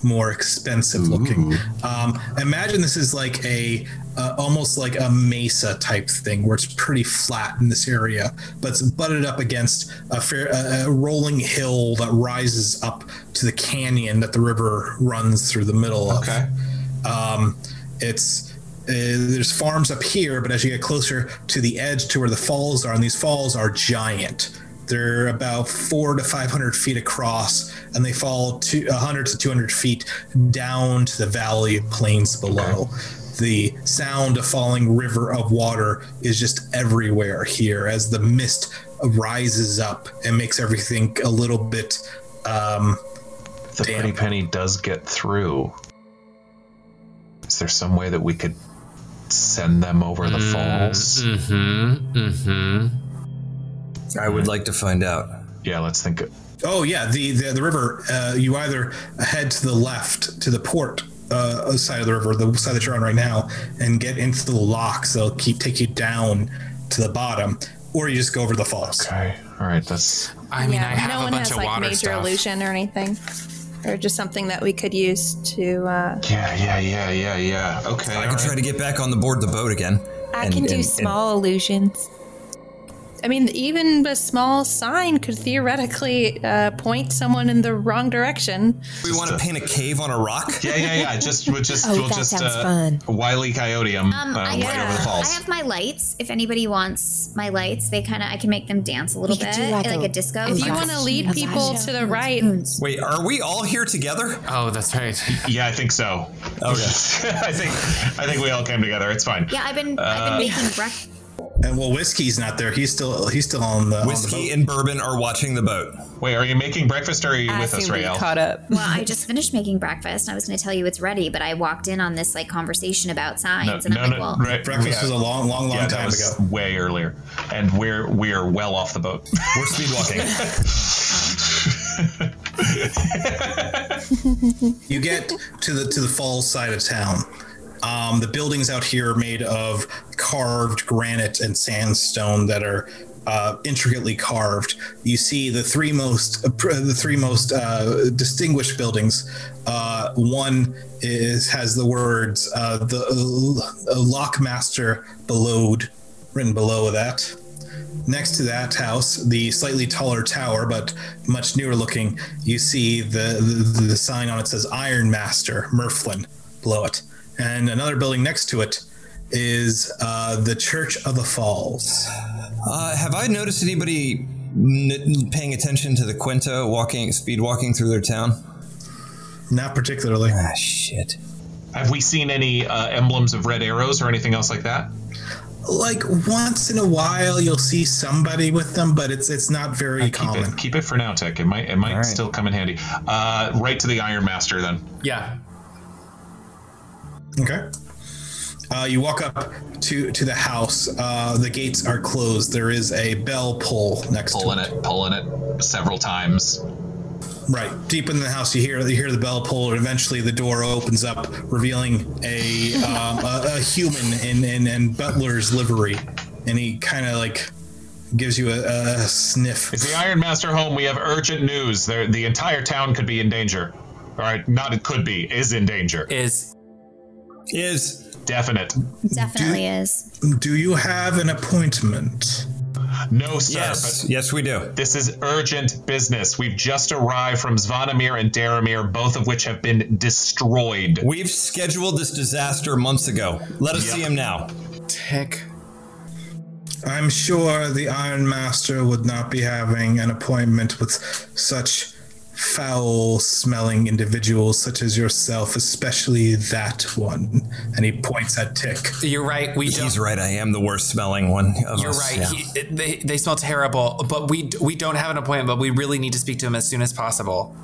Speaker 1: more expensive looking. Um, imagine this is like a uh, almost like a mesa type thing where it's pretty flat in this area, but it's butted up against a fair a, a rolling hill that rises up to the canyon that the river runs through the middle of.
Speaker 4: Okay.
Speaker 1: Um, it's uh, there's farms up here, but as you get closer to the edge to where the falls are, and these falls are giant. They're about four to five hundred feet across, and they fall to hundred to two hundred feet down to the valley plains below. The sound of falling river of water is just everywhere here as the mist rises up and makes everything a little bit. Um,
Speaker 4: the
Speaker 1: Damn.
Speaker 4: pretty penny does get through. Is there some way that we could send them over the falls?
Speaker 6: Mm-hmm. Mm-hmm.
Speaker 2: I would like to find out.
Speaker 4: Yeah, let's think. Of,
Speaker 1: Oh yeah, the the, the river. Uh, you either head to the left to the port uh, side of the river, the side that you're on right now, and get into the locks. They'll keep take you down to the bottom, or you just go over the falls.
Speaker 4: okay, all right, that's
Speaker 6: I mean,
Speaker 5: yeah,
Speaker 6: I have
Speaker 5: no
Speaker 6: a
Speaker 5: one
Speaker 6: bunch
Speaker 5: has
Speaker 6: of
Speaker 5: like
Speaker 6: water
Speaker 5: major
Speaker 6: stuff.
Speaker 5: illusion or anything, or just something that we could use to. Uh,
Speaker 4: Yeah, yeah, yeah, yeah, yeah. Okay.
Speaker 2: I can try to get back on the board the boat again.
Speaker 7: I
Speaker 2: and-
Speaker 7: can
Speaker 2: and-
Speaker 7: do
Speaker 2: and-
Speaker 7: small illusions.
Speaker 5: I mean, even a small sign could theoretically uh, point someone in the wrong direction.
Speaker 2: we want to paint a cave on a rock?
Speaker 4: Yeah, yeah, yeah. Just we'll just
Speaker 7: Oh,
Speaker 4: we'll
Speaker 7: that
Speaker 4: just
Speaker 7: sounds
Speaker 4: uh,
Speaker 7: fun.
Speaker 4: Wiley Coyote 'em,
Speaker 3: Um,
Speaker 4: uh,
Speaker 3: I,
Speaker 4: right
Speaker 3: yeah,
Speaker 4: over the
Speaker 3: I
Speaker 4: falls.
Speaker 3: have my lights. If anybody wants my lights, they kind of I can make them dance a little
Speaker 7: We could
Speaker 3: bit,
Speaker 7: do like
Speaker 3: like,
Speaker 7: a-
Speaker 3: a disco.
Speaker 7: if
Speaker 5: If you want to lead people to the right,
Speaker 2: Wait, are we all here together?
Speaker 6: Oh, that's right.
Speaker 4: Yeah, I think so.
Speaker 2: Okay.
Speaker 4: I think I think we all came together. It's fine.
Speaker 3: yeah, I've been I've been making breakfast.
Speaker 1: And well, whiskey's not there. He's still he's still on the On the
Speaker 2: Whiskey
Speaker 1: boat.
Speaker 2: and bourbon are watching the boat.
Speaker 4: Wait, are you making breakfast or are you with
Speaker 7: I
Speaker 4: us,
Speaker 7: soon be
Speaker 4: Rael?
Speaker 7: caught up.
Speaker 3: Well, I just finished making breakfast, and I was going to tell you it's ready, but I walked in on this like conversation about signs,
Speaker 4: No,
Speaker 3: and
Speaker 4: no,
Speaker 3: I'm
Speaker 4: no.
Speaker 3: like, well,
Speaker 4: right,
Speaker 1: Breakfast
Speaker 4: yeah.
Speaker 1: was a long, long, long
Speaker 4: yeah, that
Speaker 1: time
Speaker 4: was
Speaker 1: ago.
Speaker 4: way earlier, and we're we're well off the boat.
Speaker 2: We're speedwalking.
Speaker 1: You get to the to the falls side of town. Um, the buildings out here are made of carved granite and sandstone that are uh, intricately carved. You see the three most uh, the three most uh, distinguished buildings. Uh, one is has the words uh, the uh, Lockmaster Belode written below that. Next to that house, the slightly taller tower, but much newer looking, you see the, the, the sign on it says Iron Master Merflin below it. And another building next to it is uh, the Church of the Falls.
Speaker 2: uh, have I noticed anybody n- paying attention to the Quinta walking, speed walking through their town?
Speaker 1: Not particularly.
Speaker 2: Ah, shit.
Speaker 4: Have we seen any uh, emblems of red arrows or anything else like that?
Speaker 1: Like once in a while, you'll see somebody with them, but it's it's not very
Speaker 4: Keep
Speaker 1: common.
Speaker 4: it, keep it for now, Tech. It might it might
Speaker 2: right.
Speaker 4: still come in handy. Uh, right to the Iron Master then.
Speaker 6: Yeah.
Speaker 1: Okay. Uh, you walk up to to the house. Uh, the gates are closed. There is a bell pull next to
Speaker 4: Pulling
Speaker 1: it.
Speaker 4: it, pulling it several times.
Speaker 1: Right deep in the house, you hear you hear the bell pull, and eventually the door opens up, revealing a um, a, a human in, in in butler's livery, and he kind of like gives you a, a sniff.
Speaker 4: Is the Iron Master home? We have urgent news. There, the entire town could be in danger. All right, not it could be, is in danger.
Speaker 6: Is
Speaker 2: Is
Speaker 4: Definite.
Speaker 3: Definitely is.
Speaker 1: Do you have an appointment?
Speaker 4: No, sir.
Speaker 2: yes,
Speaker 4: But
Speaker 2: yes, we do.
Speaker 4: this is urgent business. We've just arrived from Zvonimir and Daramir, both of which have been destroyed.
Speaker 2: We've scheduled this disaster months ago. Let us see him now.
Speaker 6: tech?
Speaker 1: I'm sure the Iron Master would not be having an appointment with such foul smelling individuals such as yourself, especially that one. And he points at Tick.
Speaker 6: You're right. We don't.
Speaker 2: He's right. I am the worst smelling one of
Speaker 6: You're
Speaker 2: us,
Speaker 6: right.
Speaker 2: yeah.
Speaker 6: He, they, they smell terrible, but we we don't have an appointment. But we really need to speak to him as soon as possible.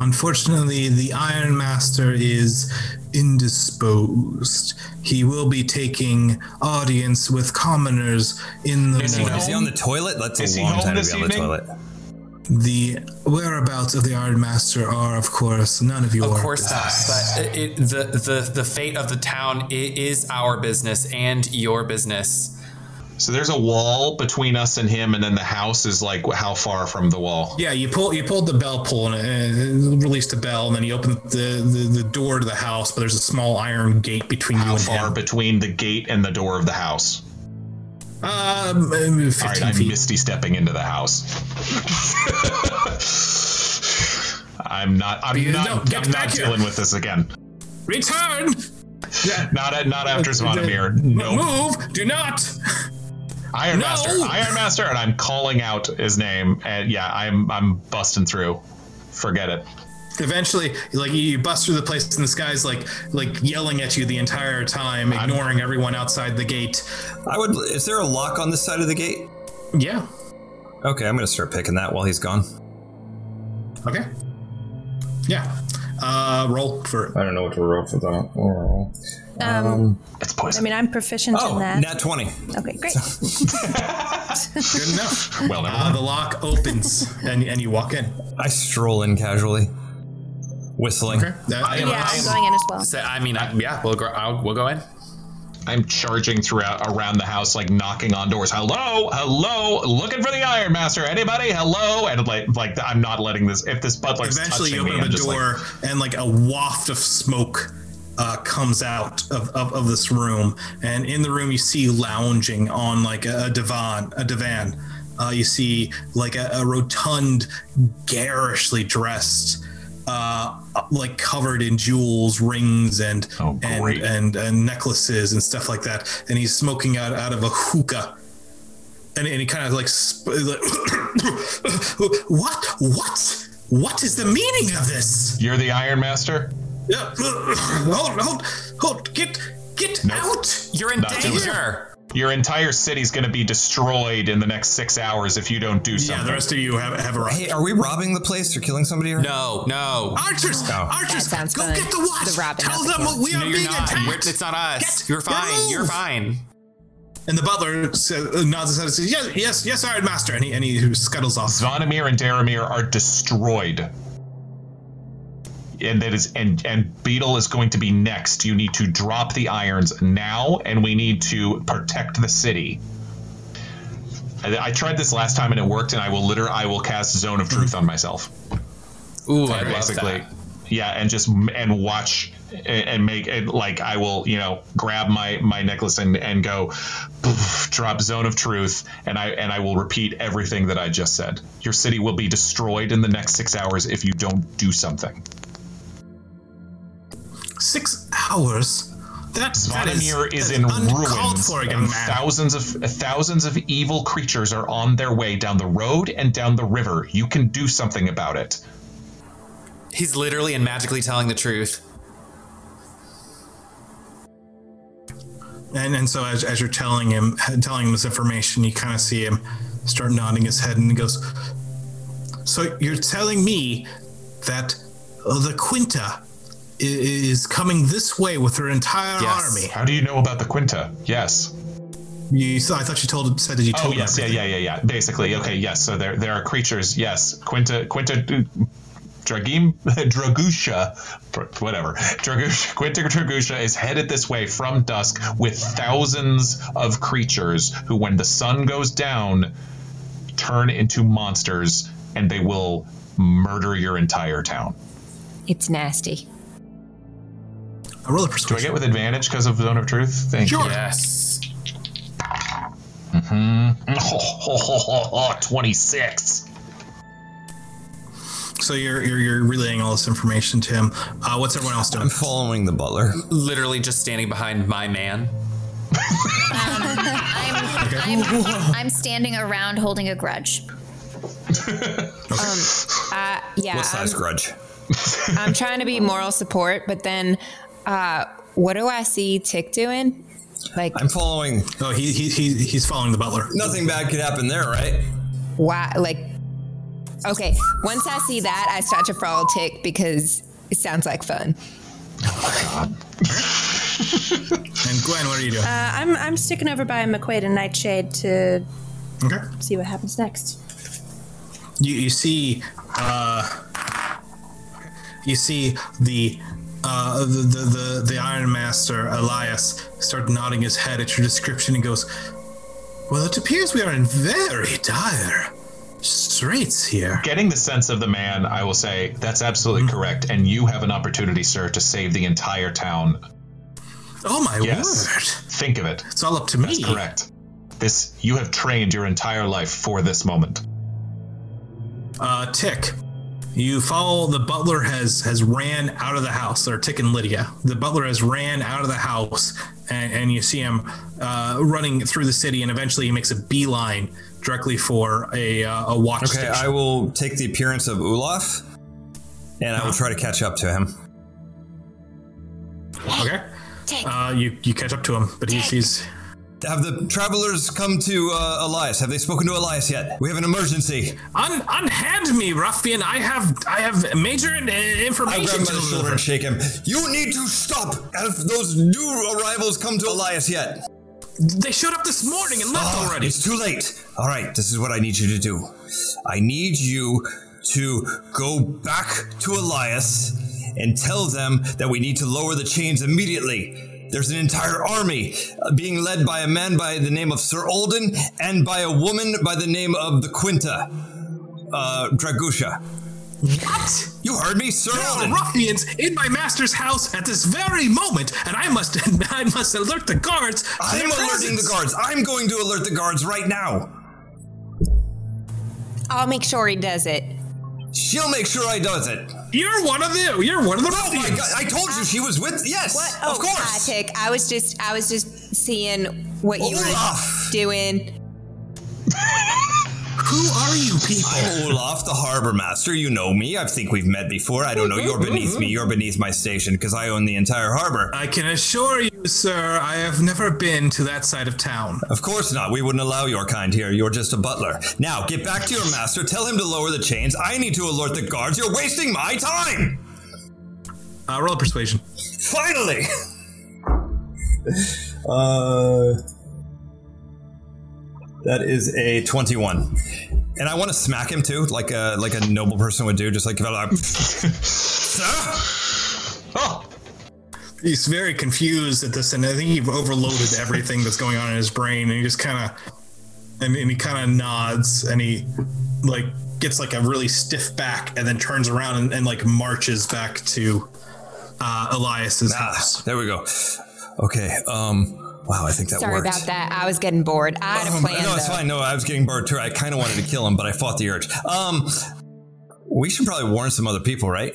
Speaker 1: Unfortunately, the Iron Master is indisposed. He will be taking audience with commoners in the
Speaker 4: Is he
Speaker 1: morning.
Speaker 2: Is he on the toilet? That's
Speaker 4: Is
Speaker 2: a
Speaker 4: he
Speaker 2: long
Speaker 4: home
Speaker 2: time to
Speaker 4: this
Speaker 2: be on the
Speaker 4: evening?
Speaker 2: toilet.
Speaker 1: The whereabouts of the Iron Master are, of course, none of your
Speaker 6: Of course not. But it, it, the the the fate of the town i- is our business and your business.
Speaker 4: So there's a wall between us and him, and then the house is like how far from the wall?
Speaker 1: Yeah, you pull you pulled the bell pull and it, it released the bell, and then you open the, the the door to the house. But there's a small iron gate between you
Speaker 4: How
Speaker 1: and
Speaker 4: far
Speaker 1: him.
Speaker 4: between the gate and the door of the house?
Speaker 1: Um, maybe
Speaker 4: All right,
Speaker 1: fifteen
Speaker 4: I'm
Speaker 1: feet.
Speaker 4: misty stepping into the house. I'm not. I'm
Speaker 1: You- no,
Speaker 4: not.
Speaker 1: get
Speaker 4: I'm
Speaker 1: back
Speaker 4: not
Speaker 1: here.
Speaker 4: dealing with this again.
Speaker 1: Return. Yeah.
Speaker 4: Not at. Not after Zvonimir.
Speaker 1: M-
Speaker 4: No.
Speaker 1: Move. Do not.
Speaker 4: Iron
Speaker 1: No!
Speaker 4: Master, Iron Master, and I'm calling out his name. And yeah, I'm I'm busting through. Forget it.
Speaker 1: Eventually, like you- you bust through the place, and this guy's like like yelling at you the entire time, ignoring everyone outside the gate.
Speaker 2: I would. Is there a lock on this side of the gate?
Speaker 1: Yeah.
Speaker 2: Okay, I'm gonna start picking that while he's gone.
Speaker 1: Okay. Yeah. Uh, roll for it.
Speaker 2: I don't know what to roll for that.
Speaker 5: Um,
Speaker 4: It's
Speaker 5: I
Speaker 4: poison.
Speaker 5: mean, I'm proficient
Speaker 2: Oh,
Speaker 5: in that.
Speaker 2: nat twenty.
Speaker 5: okay, great.
Speaker 1: good enough.
Speaker 4: well, never
Speaker 1: Uh,
Speaker 4: mind.
Speaker 1: the lock opens, and and you walk in.
Speaker 2: I stroll in casually, whistling.
Speaker 1: Okay. That-
Speaker 4: I am-
Speaker 5: Yeah,
Speaker 4: I
Speaker 5: I'm
Speaker 4: am-
Speaker 5: going in as well.
Speaker 6: So I mean, I, yeah, we'll go. I'll, we'll go in.
Speaker 4: I'm charging throughout around the house, like knocking on doors. Hello, hello, looking for the Iron Master. Anybody? Hello? And like, like I'm not letting this. If this butler's
Speaker 1: eventually you
Speaker 4: touching
Speaker 1: open
Speaker 4: me,
Speaker 1: up
Speaker 4: I'm
Speaker 1: a
Speaker 4: just like,
Speaker 1: door and like a waft of smoke uh, comes out of, of, of this room and in the room you see lounging on like a, a divan a divan uh, you see like a, a rotund garishly dressed uh, like covered in jewels rings and
Speaker 4: Oh,
Speaker 1: and,
Speaker 4: great.
Speaker 1: and and necklaces and stuff like that and he's smoking out out of a hookah and, and he kind of like, sp- like what what what is the meaning of this
Speaker 4: you're the Iron Master.
Speaker 1: Yeah, hold hold hold get get out
Speaker 6: You're in
Speaker 4: Not doing it.
Speaker 6: danger.
Speaker 4: Your entire city's going to be destroyed in the next six hours if you don't do
Speaker 1: yeah
Speaker 4: something.
Speaker 1: the rest of you have, have arrived
Speaker 2: Hey, are we robbing the place or killing somebody? Or?
Speaker 6: No, no.
Speaker 1: archers archers
Speaker 7: That sounds
Speaker 1: go
Speaker 7: fun.
Speaker 1: get the watch
Speaker 7: The Robin,
Speaker 1: tell
Speaker 7: not the
Speaker 1: them
Speaker 7: king.
Speaker 1: we are
Speaker 6: no, you're
Speaker 1: being
Speaker 6: not.
Speaker 1: attacked
Speaker 6: We're- it's not us.
Speaker 1: Get-
Speaker 6: you're
Speaker 1: get
Speaker 6: fine. You're
Speaker 1: moved.
Speaker 6: fine.
Speaker 1: and the butler says, nods his head and says yes yes yes iron master and he, and he scuttles off
Speaker 4: Zvonimir and Daramir are destroyed. And that is and and Beetle is going to be next. You need to drop the irons now, and we need to protect the city. I, I tried this last time and it worked, and I will liter I will cast Zone of Truth on myself.
Speaker 6: Ooh, I love
Speaker 4: Basically.
Speaker 6: that.
Speaker 4: uh, Yeah, and just and watch and, and make it like I will, you know, grab my my necklace and and go poof, drop zone of truth and I and I will repeat everything that I just said. Your city will be destroyed in the next 6 hours if you don't do something.
Speaker 1: six hours that, that is,
Speaker 4: Zvonimir is,
Speaker 1: that
Speaker 4: in
Speaker 1: uncalled
Speaker 4: ruins.
Speaker 1: for a young
Speaker 4: and
Speaker 1: man.
Speaker 4: Thousands of thousands of evil creatures are on their way down the road and down the river. You can do something about it.
Speaker 6: He's literally and magically telling the truth.
Speaker 1: And and so as, as you're telling him telling him this information, you kind of see him start nodding his head, and he goes, "So you're telling me that uh, the Quinta is coming this way with her entire
Speaker 6: Yes.
Speaker 1: army.
Speaker 4: How do you know about the Quinta? Yes.
Speaker 1: You, so I thought you told said that you
Speaker 4: Oh
Speaker 1: told
Speaker 4: yes, yeah,
Speaker 1: her.
Speaker 4: yeah, yeah, yeah. Basically, okay, yes. So there, there are creatures. Yes, Quinta, Quinta, Dragim, Dragusha, whatever. Dragusha, Quinta Dragusha is headed this way from dusk with thousands of creatures who, when the sun goes down, turn into monsters and they will murder your entire town.
Speaker 7: It's nasty.
Speaker 1: I roll a
Speaker 4: Do I
Speaker 1: persuasion.
Speaker 4: get with advantage because of Zone of Truth? Thank you.
Speaker 1: Sure.
Speaker 6: Yes.
Speaker 4: Mm-hmm. 26.
Speaker 1: So you're, you're you're relaying all this information to him. Uh, what's everyone else doing?
Speaker 4: Um,
Speaker 2: I'm following the butler.
Speaker 6: Literally just standing behind my man.
Speaker 3: I'm, I'm, I'm standing around holding a grudge.
Speaker 4: um,
Speaker 7: Uh, yeah.
Speaker 2: What size grudge?
Speaker 7: I'm, I'm trying to be moral support, but then uh, what do I see Tick doing? Like,
Speaker 2: I'm following.
Speaker 1: Oh, he, he, he he's following the butler.
Speaker 2: Nothing bad could happen there, right?
Speaker 7: why? Like, okay. Once I see that, I start to follow Tick because it sounds like fun.
Speaker 1: And Gwen, what are you doing?
Speaker 5: Uh, I'm I'm sticking over by McQuaid and Nightshade to
Speaker 1: okay.
Speaker 5: see what happens next.
Speaker 1: You you see uh, you see the. Uh, the, the, the the Iron Master Elias start nodding his head at your description and goes, "Well, it appears we are in very dire straits here."
Speaker 4: Getting the sense of the man, I will say, that's
Speaker 2: Mm.
Speaker 4: absolutely correct. And you have an opportunity, sir, to save the entire town.
Speaker 1: Oh my
Speaker 4: Yes.
Speaker 1: word!
Speaker 4: Think of it.
Speaker 1: It's all up to me.
Speaker 4: That's correct. This you have trained your entire life for this moment.
Speaker 1: Uh, Tick, you follow the butler has has ran out of the house. Or Tick and Lydia, the butler has ran out of the house, and, and you see him uh, running through the city, and eventually he makes a beeline directly for a uh, a watch
Speaker 2: Okay,
Speaker 1: station.
Speaker 2: I will take the appearance of Olaf, and I will try to catch up to him.
Speaker 1: okay, uh, you you catch up to him, but he's he's
Speaker 2: Have the travelers come to uh, Elias? Have they spoken to Elias yet? We have an emergency.
Speaker 1: Un- unhand me, ruffian. I have I have major in- uh,
Speaker 2: I
Speaker 1: information
Speaker 2: grab him by
Speaker 1: to
Speaker 2: the shoulder
Speaker 1: deliver.
Speaker 2: and shake him. You need to stop. Have those new arrivals come to Elias yet?
Speaker 1: They showed up this morning and left
Speaker 2: Ah,
Speaker 1: already.
Speaker 2: It's too late. All right, this is what I need you to do. I need you to go back to Elias and tell them that we need to lower the chains immediately. There's an entire army uh, being led by a man by the name of Sir Olden and by a woman by the name of the Quinta, uh, Dragusha.
Speaker 1: What?
Speaker 2: You heard me, Sir
Speaker 1: There are
Speaker 2: Olden.
Speaker 1: ruffians in my master's house at this very moment, and I must I must alert the guards. to
Speaker 2: I'm
Speaker 1: their
Speaker 2: alerting the
Speaker 1: presence.
Speaker 2: guards. I'm going to alert the guards right now.
Speaker 7: I'll make sure he does it.
Speaker 2: She'll make sure I does it.
Speaker 1: You're one of the you're one of the
Speaker 2: Oh my
Speaker 1: ruffians.
Speaker 2: god! I told you she was with. Yes,
Speaker 7: Uh, What? Oh,
Speaker 2: of course.
Speaker 7: God, Tick. I was just, I was just seeing what you
Speaker 2: Olaf.
Speaker 7: were doing.
Speaker 1: Who are you people?
Speaker 2: I'm Olaf, the harbor master. You know me. I think we've met before. I don't know. You're beneath me. You're beneath my station because I own the entire harbor.
Speaker 1: I can assure you, sir, I have never been to that side of town.
Speaker 2: Of course not. We wouldn't allow your kind here. You're just a butler. Now, get back to your master. Tell him to lower the chains. I need to alert the guards. You're wasting my time.
Speaker 1: Uh, roll a persuasion.
Speaker 2: Finally. uh. That is a twenty-one, and I want to smack him too, like a like a noble person would do, just like sir.
Speaker 4: Oh,
Speaker 1: He's very confused at this, and I think you've overloaded everything that's going on in his brain, and he just kind of, and, and he kind of nods, and he like gets like a really stiff back, and then turns around and, and like marches back to uh, Elias's
Speaker 2: Ah.
Speaker 1: house.
Speaker 2: There we go. Okay. Um. Wow. I think that
Speaker 7: Sorry
Speaker 2: worked.
Speaker 7: about that. I was getting bored. I had a
Speaker 2: Um,
Speaker 7: plan.
Speaker 2: no, it's
Speaker 7: though.
Speaker 2: fine. No, I was getting bored too. I kind of wanted to kill him, but I fought the urge. Um. We should probably warn some other people, right?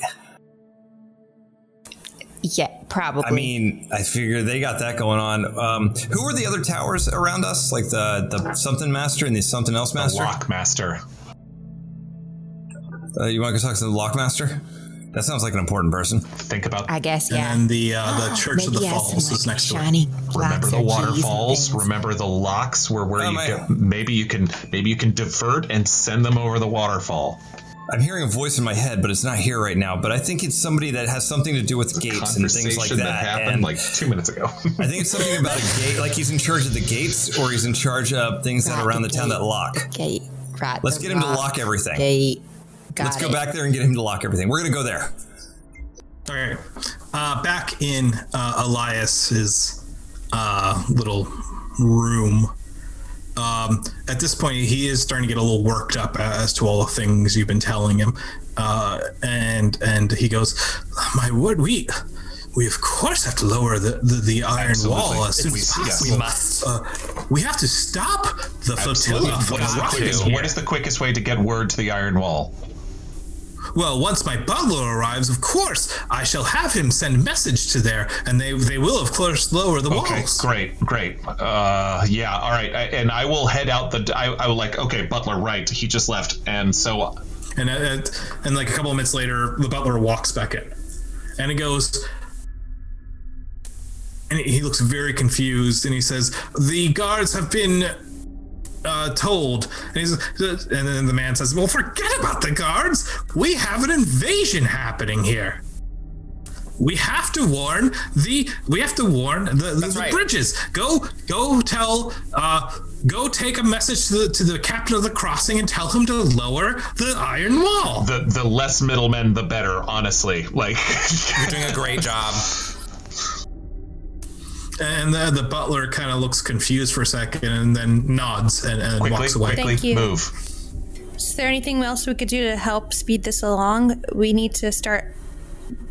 Speaker 7: Yeah, probably.
Speaker 2: I mean, I figure they got that going on. Um, who are the other towers around us? Like the the something master and the something else master.
Speaker 4: Lockmaster.
Speaker 2: Uh, you want to go talk to the lock master? That sounds like an important person.
Speaker 4: Think about
Speaker 7: I guess
Speaker 1: And
Speaker 7: yeah. Ah,
Speaker 1: then the uh, the Church of the
Speaker 7: Maybe I have some,
Speaker 1: Falls is
Speaker 7: like,
Speaker 1: next to it.
Speaker 7: shiny
Speaker 4: remember
Speaker 7: locks
Speaker 4: the
Speaker 7: or keys and
Speaker 4: waterfalls
Speaker 7: things.
Speaker 4: remember the locks where where
Speaker 2: Oh,
Speaker 4: you
Speaker 2: my-
Speaker 4: can, maybe you can maybe you can divert and send them over the waterfall
Speaker 2: I'm hearing a voice in my head, but it's not here right now. But I think it's somebody that has something to do with gates and things like that.
Speaker 4: Conversation that happened
Speaker 2: and
Speaker 4: like two minutes ago.
Speaker 2: I think it's something about a gate, like he's in charge of the gates, or he's in charge of things that are around the town that lock.
Speaker 7: Gate. Right.
Speaker 2: Let's
Speaker 7: the
Speaker 2: get him to
Speaker 7: rock
Speaker 2: lock everything.
Speaker 7: Gate. Got
Speaker 2: Let's go
Speaker 7: it.
Speaker 2: back there and get him to lock everything. We're gonna go there.
Speaker 1: All right. Uh, back in uh, Elias's uh, little room. Um, at this point, he is starting to get a little worked up as to all the things you've been telling him, uh, and and he goes, "My word, we we of course have to lower the the, the iron wall
Speaker 4: Absolutely.
Speaker 1: as soon
Speaker 4: We-
Speaker 1: as
Speaker 4: yeah,
Speaker 1: possible.
Speaker 4: we
Speaker 6: must.
Speaker 1: Uh, we have to stop the flotilla from
Speaker 4: what, is the
Speaker 1: arriving
Speaker 4: quickest, what is the quickest way to get word to the Iron Wall?
Speaker 1: Well, once my butler arrives, of course, I shall have him send message to there, and they they will, of course, lower the
Speaker 4: Okay,
Speaker 1: walls.
Speaker 4: great, great. Uh, yeah, all right. I, and I will head out the. I, I will like. Okay, Butler, right? He just left, and so
Speaker 1: And uh, and like a couple of minutes later, the butler walks back in, and he goes, and he looks very confused, and he says, "The guards have been." Uh, told, and, he's, and then the man says, "Well, forget about the guards. We have an invasion happening here. We have to warn the. We have to warn the, the
Speaker 6: right.
Speaker 1: bridges. Go, go tell. Uh, go take a message to the to the captain of the crossing and tell him to lower the iron wall.
Speaker 4: the the less middlemen, the better. Honestly, like
Speaker 6: Doing a great job.
Speaker 1: And the, the butler kind of looks confused for a second, and then nods and, and
Speaker 4: quickly,
Speaker 1: walks away.
Speaker 5: Thank
Speaker 4: quickly
Speaker 5: you.
Speaker 4: move.
Speaker 5: Is there anything else we could do to help speed this along? We need to start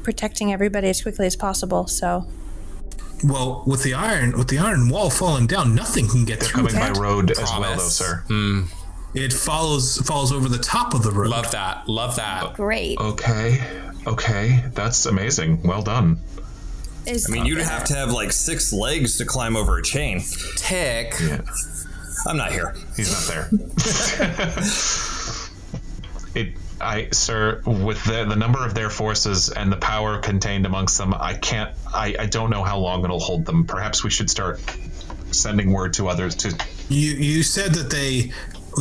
Speaker 5: protecting everybody as quickly as possible. So
Speaker 1: Well, with the iron with the iron wall falling down, nothing can get through.
Speaker 4: Coming by
Speaker 5: Okay.
Speaker 4: road as well,
Speaker 6: Promise.
Speaker 4: though, sir.
Speaker 1: Hmm. It follows falls over the top of the road.
Speaker 6: Love that. Love that.
Speaker 3: Great.
Speaker 4: Okay, okay, that's amazing. Well done.
Speaker 5: is
Speaker 2: I mean, you'd have to have like six legs to climb over a chain.
Speaker 6: Tick.
Speaker 4: Yeah,
Speaker 2: I'm not here.
Speaker 4: he's not there. it, I, sir, with the the number of their forces and the power contained amongst them, I can't. I, I don't know how long it'll hold them. Perhaps we should start sending word to others to.
Speaker 1: You you said that they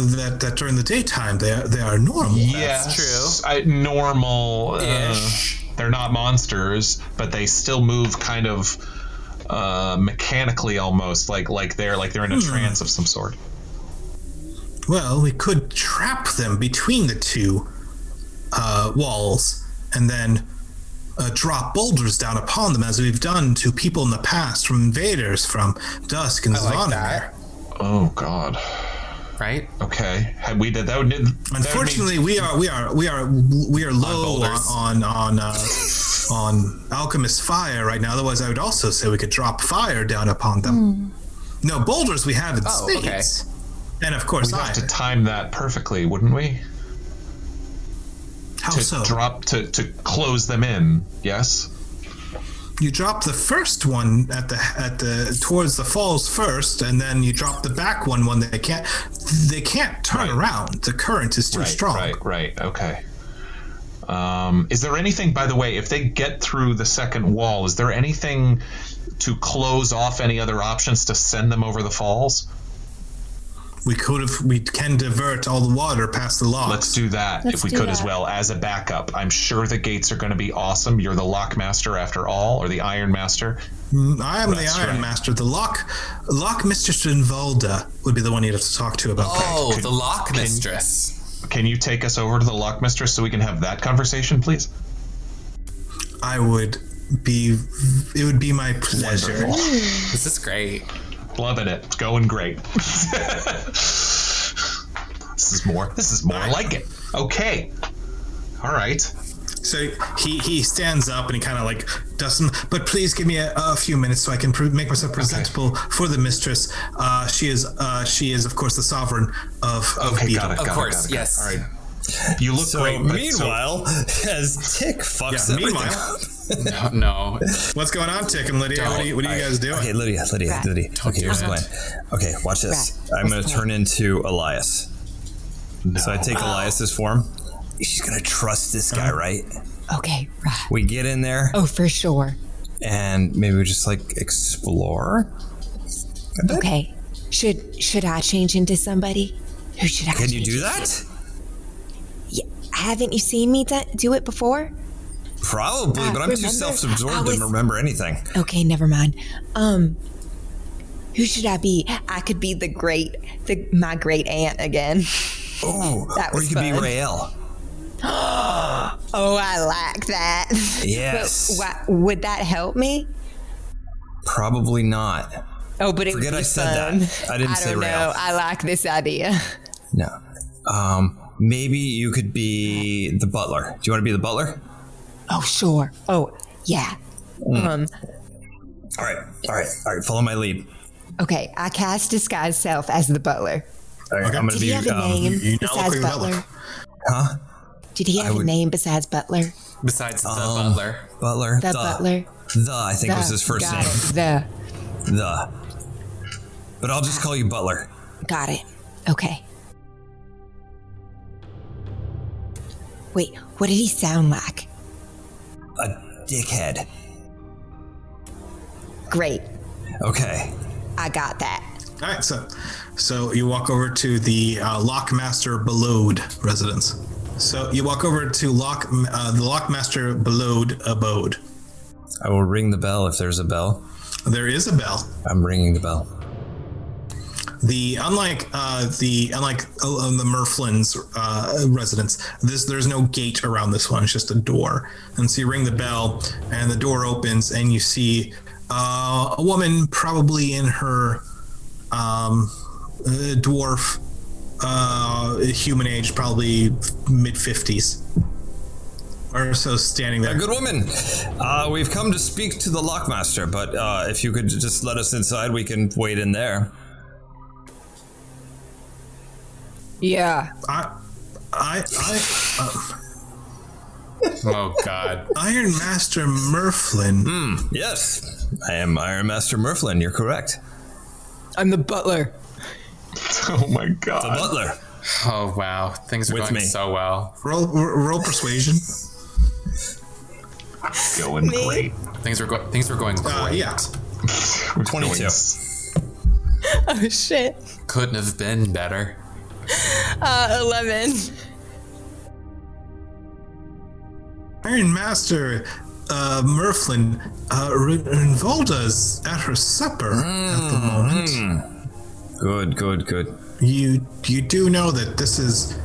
Speaker 1: that that during the daytime they are, they are normal.
Speaker 4: Yes, true. I, normal. Uh,
Speaker 6: Ish.
Speaker 4: they're not monsters, but they still move kind of uh, mechanically, almost like like they're like they're in a trance of some sort.
Speaker 1: Well, we could trap them between the two uh, walls and then uh, drop boulders down upon them as we've done to people in the past from invaders from Dusk and
Speaker 6: I like
Speaker 1: Zvonimir.
Speaker 6: that.
Speaker 4: Oh God.
Speaker 6: Right?
Speaker 4: Okay, had we did that would that would mean-
Speaker 1: Unfortunately, we are we are we are we are low
Speaker 6: boulders.
Speaker 1: on on on, uh, on alchemist fire right now. Otherwise, I would also say we could drop fire down upon them. No boulders we have in
Speaker 6: Oh, okay.
Speaker 1: spades, and of course,
Speaker 4: we'd have to
Speaker 1: iron.
Speaker 4: time that perfectly, wouldn't we?
Speaker 1: How
Speaker 4: To
Speaker 1: Oh, so?
Speaker 4: drop to to close them in. Yes.
Speaker 1: you drop the first one at the at the towards the falls first and then you drop the back one when they can't they can't turn
Speaker 4: Right.
Speaker 1: around the current is too
Speaker 4: right,
Speaker 1: strong
Speaker 4: Right. Right. Okay. Um, is there anything, by the way, if they get through the second wall, is there anything to close off any other options to send them over the falls?
Speaker 1: we could have we can divert all the water past the locks
Speaker 4: Let's do that
Speaker 5: Let's
Speaker 4: if we
Speaker 5: do
Speaker 4: could as
Speaker 5: that.
Speaker 4: well as a backup. I'm sure the gates are going to be awesome. You're the lock master after all, or the iron master.
Speaker 1: i am the
Speaker 4: That's
Speaker 1: iron
Speaker 4: right.
Speaker 1: master the lock lock mistress invalda would be the one you'd have to talk to about that
Speaker 6: Oh, the lock mistress.
Speaker 4: Can you take us over to the lock mistress so we can have that conversation, please?
Speaker 7: Oh.
Speaker 1: i would be it would be my pleasure
Speaker 6: This is great.
Speaker 4: Loving it. It's going great. this is more. This is more like it. Okay. All right.
Speaker 1: So he he stands up and he kind of like does some. But please give me a, a few minutes so I can pre- make myself presentable for the mistress. Uh, she is uh, she is of course the sovereign of of
Speaker 4: Okay.
Speaker 1: Beedle.
Speaker 4: Got it. Got
Speaker 6: Of
Speaker 4: it, got
Speaker 6: course,
Speaker 4: it, got it.
Speaker 6: yes.
Speaker 4: All right. You look
Speaker 2: So
Speaker 4: great. but-
Speaker 2: meanwhile, as Tick fucks
Speaker 1: Yeah,
Speaker 2: everything
Speaker 1: meanwhile-
Speaker 2: up.
Speaker 6: No, no.
Speaker 1: What's going on, Tick and Lydia? What are you, what are you guys doing?
Speaker 2: Okay, Lydia, Lydia,
Speaker 7: Right.
Speaker 2: Lydia. Okay, here's the
Speaker 6: do
Speaker 2: plan.
Speaker 6: it.
Speaker 2: Okay, watch this.
Speaker 7: Right.
Speaker 2: I'm gonna turn into Elias.
Speaker 4: No.
Speaker 2: So I take Elias's form. She's gonna trust this guy, right?
Speaker 7: Okay, right.
Speaker 2: We get in there
Speaker 7: Oh, for sure.
Speaker 2: and maybe we just like explore.
Speaker 7: Okay. Should should I change into somebody? Who should I?
Speaker 2: Can you
Speaker 7: change
Speaker 2: do
Speaker 7: into?
Speaker 2: that?
Speaker 7: Yeah, haven't you seen me do- do it before?
Speaker 2: Probably,
Speaker 7: Ah,
Speaker 2: but I'm too
Speaker 7: remember? I
Speaker 2: self-absorbed
Speaker 7: was-
Speaker 2: to remember anything.
Speaker 7: Okay, never mind. Um, who should I be? I could be the great, the my great aunt again.
Speaker 2: Oh,
Speaker 7: That
Speaker 2: or
Speaker 7: was
Speaker 2: you could be
Speaker 7: fun.
Speaker 2: Rael.
Speaker 7: Oh, I like that.
Speaker 2: Yes.
Speaker 7: But wha- would that help me?
Speaker 2: Probably not.
Speaker 7: Oh, but it
Speaker 2: Forget
Speaker 7: would be
Speaker 2: I said
Speaker 7: fun.
Speaker 2: that. I didn't
Speaker 7: I
Speaker 2: say
Speaker 7: don't
Speaker 2: Rael.
Speaker 7: know. I like this idea.
Speaker 2: No. Um, maybe you could be the butler. Do you want to be the butler?
Speaker 7: Oh, sure. Oh, yeah. Um.
Speaker 2: All right. All right. All right. Follow my lead.
Speaker 7: Okay, I cast disguise self as the butler.
Speaker 2: All right. I'm going to
Speaker 7: Did
Speaker 2: be.
Speaker 7: he have a
Speaker 2: um,
Speaker 7: name
Speaker 1: you know,
Speaker 7: besides
Speaker 1: look at the butler.
Speaker 7: Butler?
Speaker 2: Huh?
Speaker 7: Did he have a
Speaker 2: would-
Speaker 7: name besides Butler?
Speaker 6: Besides the
Speaker 2: Um,
Speaker 6: butler.
Speaker 2: Butler.
Speaker 7: The butler.
Speaker 2: The, I think was
Speaker 7: The-
Speaker 2: his first
Speaker 7: got
Speaker 2: name.
Speaker 7: it, The.
Speaker 2: The. But I'll just call you Butler.
Speaker 7: Got it. Okay. Wait, what did he sound like?
Speaker 2: A dickhead.
Speaker 7: Great.
Speaker 2: Okay.
Speaker 7: I got that.
Speaker 1: All right, so so you walk over to the uh, Lockmaster Belode residence. So you walk over to Lock uh, the Lockmaster Belode abode.
Speaker 2: I will ring the bell if there's a bell.
Speaker 1: There is a bell.
Speaker 2: I'm ringing the bell.
Speaker 1: The unlike uh, the unlike uh, the Merflin's uh, residence, this there's no gate around this one. It's just a door. And so you ring the bell, and the door opens, and you see uh, a woman, probably in her um, uh, dwarf uh, human age, probably mid fifties or so, standing there.
Speaker 2: Good woman. Uh, we've come to speak to the lockmaster, but uh, if you could just let us inside, we can wait in there.
Speaker 7: Yeah.
Speaker 1: I, I, I,
Speaker 6: Oh God.
Speaker 1: Iron Master Merflin.
Speaker 2: Yes, I am Iron Master Merflin. You're correct.
Speaker 7: I'm the butler.
Speaker 4: Oh my
Speaker 2: The
Speaker 4: god.
Speaker 2: butler.
Speaker 6: Oh wow. Things are
Speaker 2: With
Speaker 6: going
Speaker 2: me.
Speaker 6: so well.
Speaker 1: Roll, roll persuasion.
Speaker 4: Going great.
Speaker 6: Things were go- things were going great.
Speaker 1: Uh, yeah.
Speaker 4: We're
Speaker 2: 22.
Speaker 4: going s-
Speaker 7: Oh, shit.
Speaker 6: Couldn't have been better.
Speaker 7: Uh, 11.
Speaker 1: Iron Master uh, Merflin, uh, Re- Renvalda's at her supper at
Speaker 2: Hmm.
Speaker 1: the moment.
Speaker 2: Good, good, good.
Speaker 1: You you do know that this is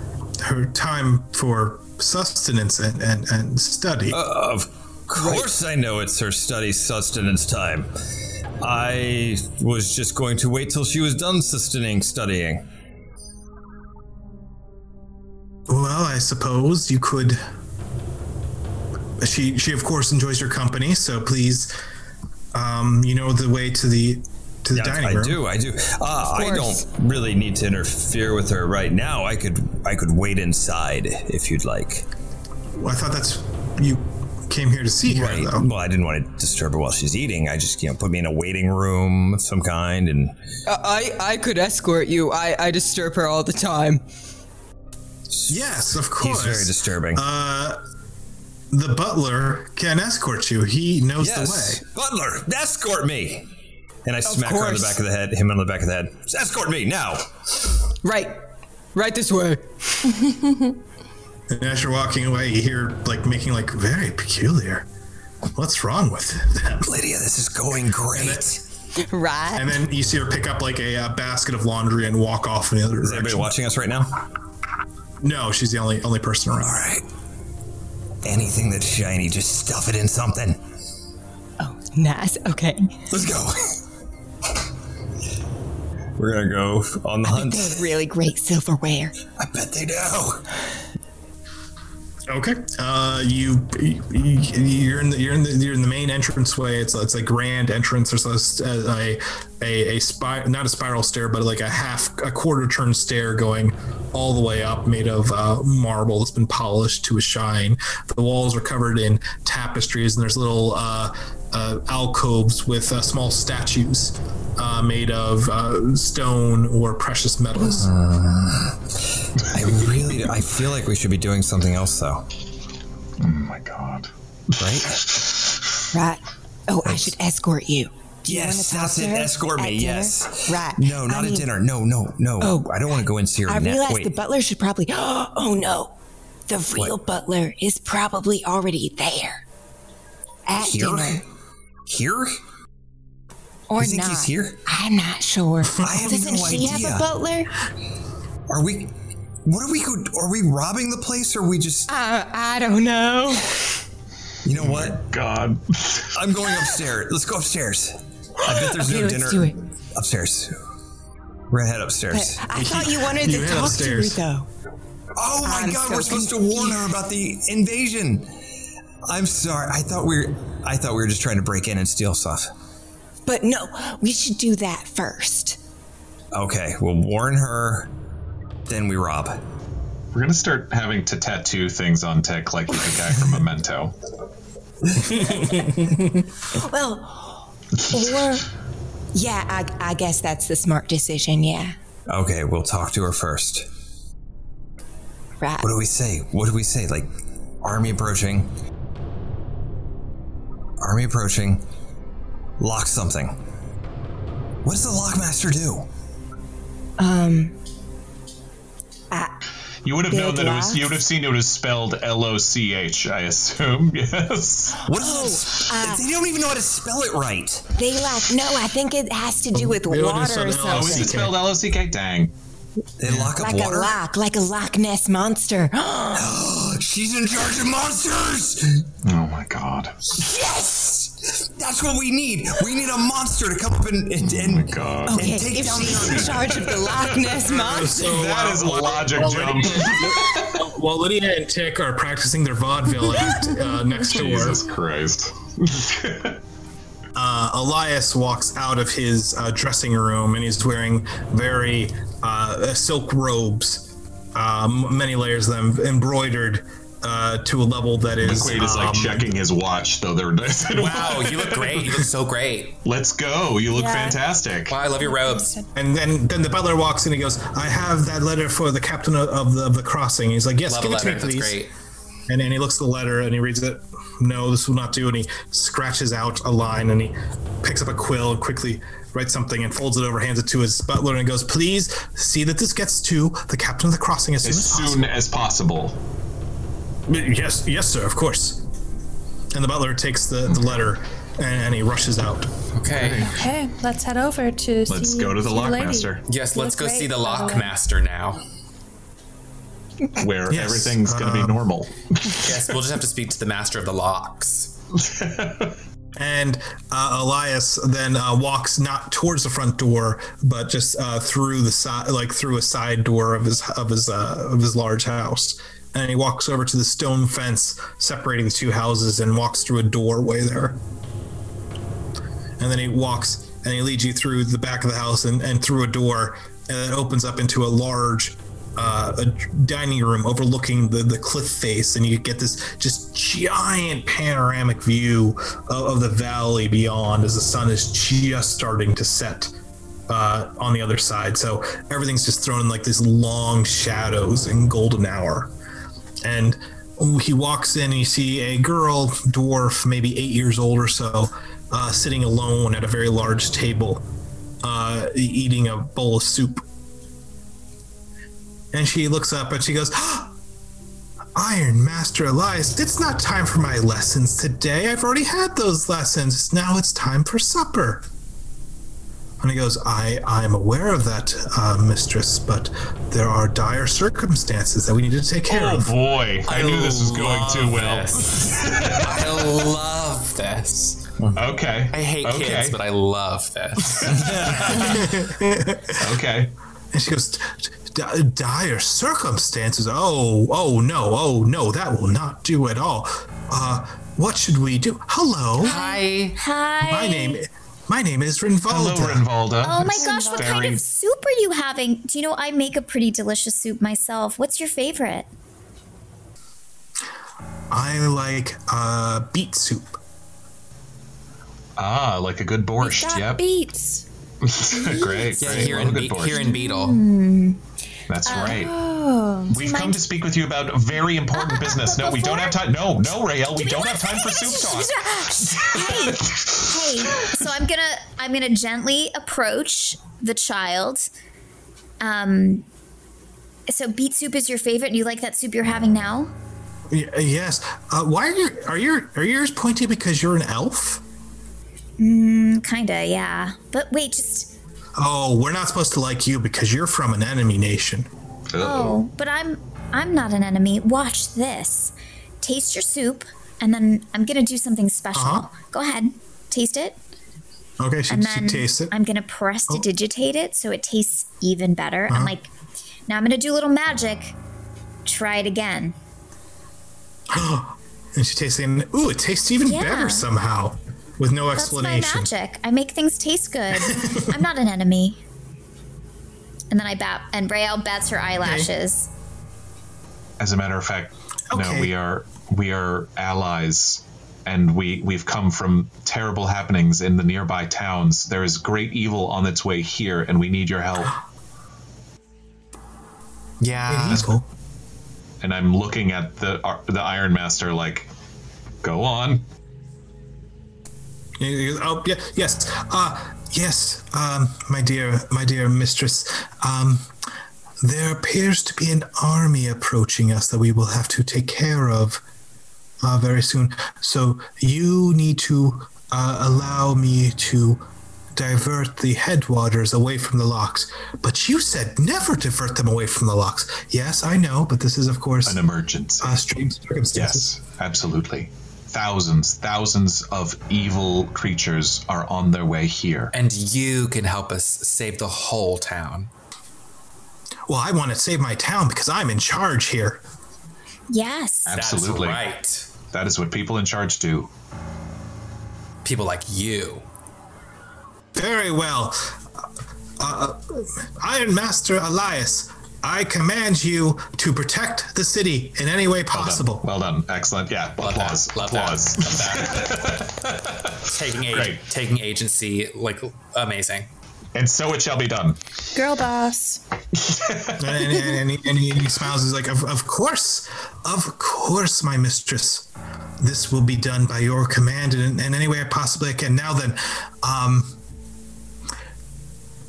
Speaker 1: her time for sustenance and, and, and study.
Speaker 2: Of course, I know it's her study sustenance time. I was just going to wait till she was done sustaining studying.
Speaker 1: well, I suppose you could. She she of course enjoys your company, so please, um, you know the way to the to the
Speaker 2: Yeah,
Speaker 1: dining
Speaker 2: I
Speaker 1: room.
Speaker 2: do, I do. Uh, I
Speaker 7: course.
Speaker 2: don't really need to interfere with her right now. I could, I could wait inside if you'd like.
Speaker 1: I thought that's you came here to see her though.
Speaker 2: Well, I didn't want to disturb her while she's eating. I just, you know, put me in a waiting room of some kind, and
Speaker 8: I, I could escort you. I, I disturb her all the time.
Speaker 1: Yes, of course. Uh,
Speaker 2: he's very disturbing.
Speaker 1: the butler can escort you. He knows
Speaker 2: Yes.
Speaker 1: the way.
Speaker 2: Butler, escort me. And I smack her on the
Speaker 8: course.
Speaker 2: back of the head, him on the back of the head. Escort me now.
Speaker 8: Right. Right this way.
Speaker 1: And as you're walking away, you hear like making like very peculiar. What's wrong with them?
Speaker 2: Lydia, this is going great. Is
Speaker 7: Right.
Speaker 1: And then you see her pick up like a uh, basket of laundry and walk off in the other
Speaker 2: everybody
Speaker 1: direction.
Speaker 2: watching us right now?
Speaker 1: No, she's the only only person around.
Speaker 2: All right. Anything that's shiny, just stuff it in something.
Speaker 7: Oh, nice. Okay.
Speaker 2: Let's go. We're going to go on the hunt.
Speaker 7: They're really great silverware.
Speaker 2: I bet they do.
Speaker 1: Okay. Uh, you, you you're in the you're in the you're in the main entranceway. It's it's a grand entrance. There's a s- a a, a spy, not a spiral stair, but like a half a quarter turn stair going all the way up, made of uh, marble that's been polished to a shine. The walls are covered in tapestries, and there's little uh, uh, alcoves with uh, small statues uh, made of uh, stone or precious metals.
Speaker 2: I really, I feel like we should be doing something else though,
Speaker 4: Oh my god.
Speaker 2: right?
Speaker 7: Right. Oh, I should escort you. Do you wanna
Speaker 2: Yes,
Speaker 7: talk
Speaker 2: that's
Speaker 7: to
Speaker 2: it.
Speaker 7: her
Speaker 2: Escort
Speaker 7: at
Speaker 2: me.
Speaker 7: dinner?
Speaker 2: Yes.
Speaker 7: Right.
Speaker 2: No,
Speaker 7: I
Speaker 2: not
Speaker 7: mean,
Speaker 2: at dinner. No, no, no.
Speaker 7: Oh.
Speaker 2: I don't want to go and see her.
Speaker 7: I
Speaker 2: now.
Speaker 7: realize
Speaker 2: Wait.
Speaker 7: the butler should probably. Oh no. The real butler is probably already there. At dinner.
Speaker 2: Here? Here?
Speaker 7: Or
Speaker 2: You think
Speaker 7: not.
Speaker 2: he's here?
Speaker 7: I'm not sure.
Speaker 2: I have
Speaker 7: Doesn't
Speaker 2: no
Speaker 7: she
Speaker 2: idea.
Speaker 7: have a butler?
Speaker 2: Are we. What are we. go- Are we robbing the place or are we just.
Speaker 7: Uh, I don't know.
Speaker 2: You know what?
Speaker 4: God.
Speaker 2: I'm going upstairs. Let's go upstairs. I bet there's
Speaker 7: Okay,
Speaker 2: no
Speaker 7: let's
Speaker 2: dinner.
Speaker 7: do it.
Speaker 2: Upstairs. We're gonna head upstairs.
Speaker 7: I thought you wanted
Speaker 1: You head upstairs.
Speaker 7: though.
Speaker 2: Oh my
Speaker 7: I'm
Speaker 2: god,
Speaker 7: so
Speaker 2: we're supposed to warn her about the invasion. I'm sorry. I thought we were I thought we were just trying to break in and steal stuff.
Speaker 7: But no, we should do that first.
Speaker 2: Okay, we'll warn her, then we rob.
Speaker 4: We're gonna start having to tattoo things on Tech like the guy from Memento.
Speaker 7: Well, or yeah, I, I guess that's the smart decision. Yeah,
Speaker 2: Okay, we'll talk to her first.
Speaker 7: right.
Speaker 2: What do we say? What do we say? Like army approaching. Army approaching. Lock something. What does the lockmaster do?
Speaker 4: You would have known that
Speaker 7: Big
Speaker 4: it was.
Speaker 7: laugh.
Speaker 4: You would have seen it was spelled L O C H. I assume. Yes.
Speaker 2: What
Speaker 7: Oh,
Speaker 2: is
Speaker 7: uh,
Speaker 2: that? They don't even know how to spell it right.
Speaker 7: They like no. I think it has to do with
Speaker 1: They would do
Speaker 7: water or
Speaker 1: something
Speaker 4: Oh,
Speaker 7: something.
Speaker 1: else.
Speaker 4: is it spelled L O C K? Dang.
Speaker 2: They lock up
Speaker 7: Like
Speaker 2: water.
Speaker 7: a lock, like a Loch Ness monster.
Speaker 2: She's in charge of monsters.
Speaker 4: Oh my God.
Speaker 2: Yes, that's what we need. We need a monster to come up and and, and,
Speaker 4: God.
Speaker 2: and
Speaker 7: Okay,
Speaker 2: take
Speaker 7: if
Speaker 2: down
Speaker 7: she's
Speaker 2: the
Speaker 7: in charge of the Loch Ness monster,
Speaker 1: So uh,
Speaker 4: That is a logic jump.
Speaker 1: while Lydia and Tick are practicing their vaudeville act uh, next door,
Speaker 4: Jesus Christ.
Speaker 1: uh, Elias walks out of his uh, dressing room and he's wearing very uh, silk robes, um, many layers of them embroidered uh, to a level that is.
Speaker 4: McQuaid is like
Speaker 1: um,
Speaker 4: checking his watch, though. They're
Speaker 6: Wow, you look great. You look so great.
Speaker 4: Let's go. You look
Speaker 5: Yeah.
Speaker 4: fantastic.
Speaker 6: Wow, I love your robes.
Speaker 1: And then, then the butler walks in and he goes, I have that letter for the captain of- of the, of the crossing. He's like, Yes,
Speaker 6: Love a
Speaker 1: give it to
Speaker 6: letter.
Speaker 1: me,
Speaker 6: That's
Speaker 1: please.
Speaker 6: great.
Speaker 1: And, and he looks at the letter and he reads it. No, this will not do. And he scratches out a line and he picks up a quill and quickly writes something and folds it over, hands it to his butler, and goes, Please see that this gets to the captain of the crossing as soon
Speaker 4: As
Speaker 1: as possible.
Speaker 4: soon as possible.
Speaker 1: Yes, yes, sir, of course. And the butler takes the, the letter and, and he rushes out.
Speaker 6: Okay.
Speaker 5: Okay, let's head over to
Speaker 4: Let's
Speaker 5: see-
Speaker 4: go to the
Speaker 5: see lady.
Speaker 4: Lockmaster,
Speaker 6: Yes,
Speaker 5: You
Speaker 6: let's
Speaker 5: look
Speaker 6: go
Speaker 5: great,
Speaker 6: see the
Speaker 5: by the
Speaker 6: lock
Speaker 5: way.
Speaker 6: master now.
Speaker 4: where
Speaker 1: Yes,
Speaker 4: everything's going to
Speaker 6: uh,
Speaker 1: um,
Speaker 4: be normal.
Speaker 6: Yes, we'll just have to speak to the master of the locks.
Speaker 1: And uh, Elias then uh, walks not towards the front door, but just uh, through the side, like through a side door of his of his uh, of his large house. And he walks over to the stone fence separating the two houses and walks through a doorway there. And then he walks and he leads you through the back of the house and, and through a door and it opens up into a large uh, a dining room overlooking the, the cliff face and you get this just giant panoramic view of, of the valley beyond as the sun is just starting to set uh, on the other side so everything's just thrown in like these long shadows in golden hour and he walks in and you see a girl dwarf maybe eight years old or so uh, sitting alone at a very large table uh, e- eating a bowl of soup and she looks up and she goes "Ah, iron master elias it's not time for my lessons today i've already had those lessons now it's time for supper and he goes, I, I'm aware of that, uh, mistress, but there are dire circumstances that we need to take care
Speaker 4: Oh
Speaker 1: of.
Speaker 4: boy, I, knew this was going
Speaker 6: love
Speaker 4: too well.
Speaker 6: this. I love this.
Speaker 4: Okay.
Speaker 6: I hate
Speaker 4: okay.
Speaker 6: kids, but I love this.
Speaker 4: okay.
Speaker 1: And she goes, "D- dire circumstances. Oh, oh no, oh no, that will not do at all. Uh, what should we do? Hello,
Speaker 6: Hi.
Speaker 3: Hi.
Speaker 1: my name, my name is Rinvalda.
Speaker 4: Hello, Renvalda.
Speaker 3: Oh my
Speaker 4: It's
Speaker 3: gosh, what kind
Speaker 4: very-
Speaker 3: of soup are you having? Do you know I make a pretty delicious soup myself? What's your favorite?
Speaker 1: I like uh, beet soup.
Speaker 4: Ah, like a good borscht.
Speaker 3: Got
Speaker 4: yep.
Speaker 3: beets.
Speaker 4: great.
Speaker 6: Yeah,
Speaker 4: great.
Speaker 6: here
Speaker 4: Love
Speaker 6: in,
Speaker 4: a good Mm.
Speaker 6: Be-
Speaker 4: borscht.
Speaker 6: here in Beetle.
Speaker 4: That's right. We've
Speaker 3: mind-
Speaker 4: come to speak with you about very important business. No, we don't have time. No, no, Rael, we don't have time for soup talk.
Speaker 3: Hey, hey. So I'm gonna I'm gonna gently approach the child, um, So beet soup is your favorite, and you like that soup you're having now?
Speaker 1: Y- yes. Uh, why are your are your are yours pointy because you're an elf?
Speaker 3: Mm, Kinda, yeah. But wait, just
Speaker 1: Oh, we're not supposed to like you because you're from an enemy nation.
Speaker 3: oh, but I'm I'm not an enemy. Watch this. Taste your soup, and then I'm gonna do something special.
Speaker 1: Uh-huh.
Speaker 3: Go ahead, taste it,
Speaker 1: Okay, she,
Speaker 3: and
Speaker 1: she
Speaker 3: then
Speaker 1: tastes it. Oh.
Speaker 3: I'm gonna press to digitate it so it tastes even better.
Speaker 1: Uh-huh.
Speaker 3: I'm like, now I'm gonna do a little magic. Try it again.
Speaker 1: and she tastes it. And, ooh, it tastes even
Speaker 3: Yeah.
Speaker 1: better somehow, with no
Speaker 3: That's my
Speaker 1: explanation.
Speaker 3: magic. I make things taste good. I'm not an enemy. And then I bat, and Rael bats her eyelashes.
Speaker 4: As a matter of fact,
Speaker 1: Okay.
Speaker 4: no, we are we are allies, and we we've come from terrible happenings in the nearby towns. There is great evil on its way here, and we need your help.
Speaker 6: Yeah.
Speaker 1: That's cool.
Speaker 4: And I'm looking at the uh, the Iron Master like, go on.
Speaker 1: And he goes, Oh, yeah, yes, uh, yes, um, my dear, my dear mistress. Um, there appears to be an army approaching us that we will have to take care of uh, very soon. So you need to uh, allow me to divert the headwaters away from the locks. But you said never divert them away from the locks. Yes, I know, but this is of course
Speaker 4: An emergency.
Speaker 1: uh, strange circumstances.
Speaker 4: Yes, absolutely. Thousands, thousands of evil creatures are on their way here.
Speaker 6: And you can help us save the whole town.
Speaker 1: Well, I want to save my town because I'm in charge here.
Speaker 3: Yes.
Speaker 4: Absolutely.
Speaker 6: That's
Speaker 4: That is what people in charge do.
Speaker 6: right. People like you.
Speaker 1: Very well. Uh, Iron Master Elias, I command you to protect the city in any way possible.
Speaker 4: Well done. Excellent. Yeah.
Speaker 6: Love that.
Speaker 4: applause.
Speaker 6: Love that.
Speaker 4: applause.
Speaker 6: Taking ag-
Speaker 4: Great.
Speaker 6: taking agency like amazing.
Speaker 4: And so it shall be done.
Speaker 5: Girl boss.
Speaker 1: and, and, and, he, and he- and he smiles. He's like, of, of course, of course, my mistress. This will be done by your command in, in any way I possibly can. Now then, um,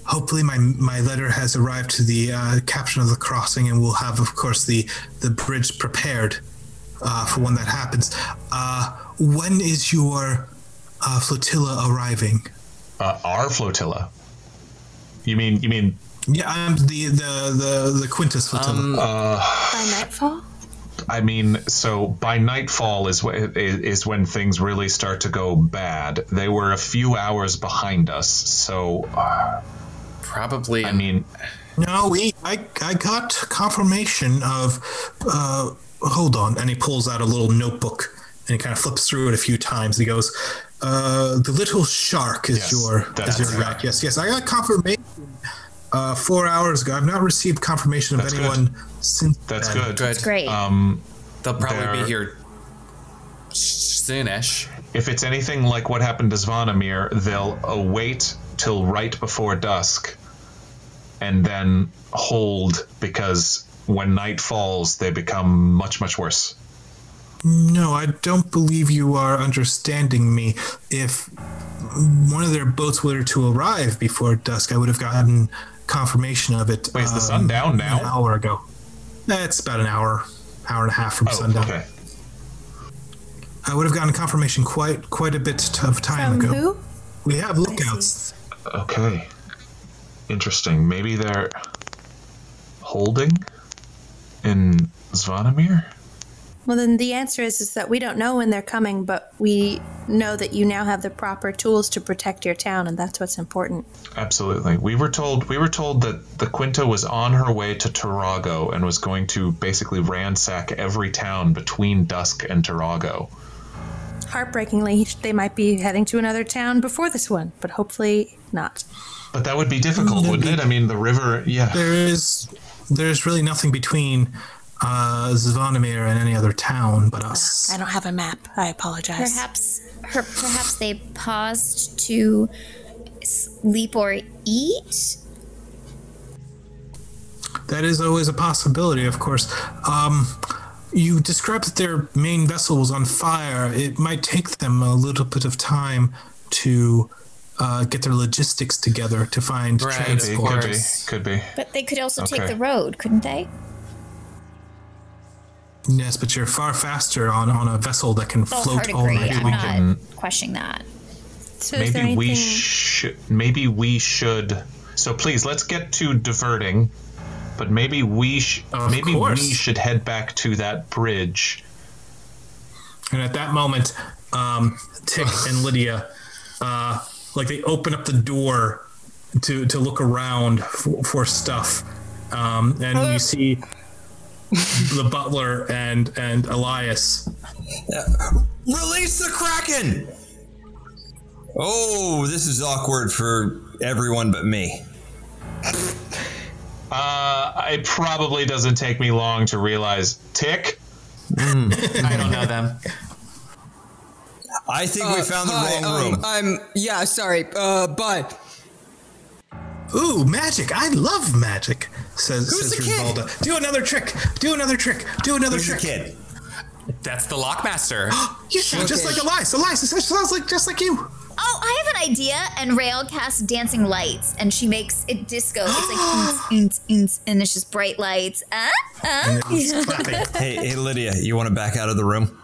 Speaker 1: hopefully my my letter has arrived to the uh, captain of the crossing, and we'll have, of course, the the bridge prepared uh, for when that happens. Uh, when is your uh, flotilla arriving?
Speaker 4: Uh, our flotilla. You mean you mean
Speaker 1: Yeah, I'm the the the, the Quintus flotilla.
Speaker 5: By nightfall?
Speaker 4: I mean so by nightfall is wh- is is when things really start to go bad. They were a few hours behind us. So uh,
Speaker 6: Probably.
Speaker 4: I mean
Speaker 1: No, we. I I got confirmation of. Uh, hold on, and he pulls out a little notebook and he kind of flips through it a few times. He goes, uh, "The little shark is
Speaker 4: Yes,
Speaker 1: your
Speaker 4: that's
Speaker 1: is your
Speaker 4: right.
Speaker 1: route. Yes, yes. I got confirmation uh, four hours ago. I've not received confirmation of
Speaker 4: That's good.
Speaker 1: anyone since.
Speaker 4: that's
Speaker 1: then.
Speaker 4: good.
Speaker 6: Good.
Speaker 3: Great.
Speaker 4: Um
Speaker 6: They'll probably
Speaker 4: They're-
Speaker 6: be here soonish.
Speaker 4: If it's anything like what happened to Zvonimir, they'll await till right before dusk and then hold because when night falls, they become much, much worse.
Speaker 1: No, I don't believe you are understanding me. If one of their boats were to arrive before dusk, I would have gotten confirmation of it.
Speaker 4: Wait, is the
Speaker 1: um,
Speaker 4: sun down now?
Speaker 1: An hour ago. That's about an hour, hour and a half from
Speaker 4: Oh,
Speaker 1: sundown.
Speaker 4: okay.
Speaker 1: I would have gotten confirmation quite quite a bit t- of time
Speaker 5: From
Speaker 1: ago.
Speaker 5: who?
Speaker 1: We have lookouts.
Speaker 4: Okay. Interesting. Maybe they're holding in Zvonimir?
Speaker 5: Well, then the answer is is that we don't know when they're coming, but we know that you now have the proper tools to protect your town, and that's what's important.
Speaker 4: Absolutely. We were told we were told that the Quinta was on her way to Tarago and was going to basically ransack every town between dusk and Tarago.
Speaker 5: Heartbreakingly, they might be heading to another town before this one, but hopefully not.
Speaker 4: But that would be difficult, wouldn't it? I mean, the river. Yeah.
Speaker 1: There is there's really nothing between uh, Zvonimir and any other town but us.
Speaker 5: I don't have a map. I apologize.
Speaker 3: Perhaps her, perhaps they paused to sleep or eat.
Speaker 1: That is always a possibility, of course. Um, you described that their main vessel was on fire. It might take them a little bit of time to uh, get their logistics together to find
Speaker 6: Right.
Speaker 4: Could be,
Speaker 1: transport.
Speaker 4: could be, could be.
Speaker 3: But they could also take
Speaker 4: Okay.
Speaker 3: the road, couldn't they?
Speaker 1: Yes, but you're far faster on, on a vessel that can
Speaker 3: Oh,
Speaker 1: float
Speaker 3: hard
Speaker 1: over.
Speaker 3: agree.
Speaker 1: the
Speaker 3: I'm
Speaker 1: week.
Speaker 3: not questioning that.
Speaker 5: So is there
Speaker 4: Maybe we
Speaker 5: anything-
Speaker 4: should. Maybe we should. So please, let's get to diverting. But maybe we sh-
Speaker 1: Of
Speaker 4: maybe
Speaker 1: course.
Speaker 4: we should head back to that bridge.
Speaker 1: And at that moment, um, Tick and Lydia, uh, like they open up the door to to look around for, for stuff, um, and
Speaker 2: Uh.
Speaker 1: you see the butler and and Elias.
Speaker 2: Release the Kraken! Oh, this is awkward for everyone but me.
Speaker 4: Uh, it probably doesn't take me long to realize. Tick.
Speaker 6: I don't know them.
Speaker 2: I think we found the
Speaker 8: Uh, hi,
Speaker 2: wrong room.
Speaker 8: Um, I'm yeah. Sorry. Uh, bye.
Speaker 1: Ooh, magic! I love magic. Says
Speaker 2: Who's
Speaker 1: says
Speaker 2: the kid?
Speaker 1: Rivalda. Do another trick. Do another trick. Do another
Speaker 2: Who's the
Speaker 1: trick.
Speaker 2: kid?
Speaker 6: That's the lockmaster.
Speaker 1: You sound just
Speaker 8: Okay.
Speaker 1: like Elias. Elias, it sounds like just like you.
Speaker 3: Oh, I have an idea. And Rail casts dancing lights, and she makes it disco. It's like, "Oonts, oonts, oonts," and it's just bright lights. Uh, uh.
Speaker 1: Clapping.
Speaker 2: Hey, hey, Lydia, you want to back out of the room?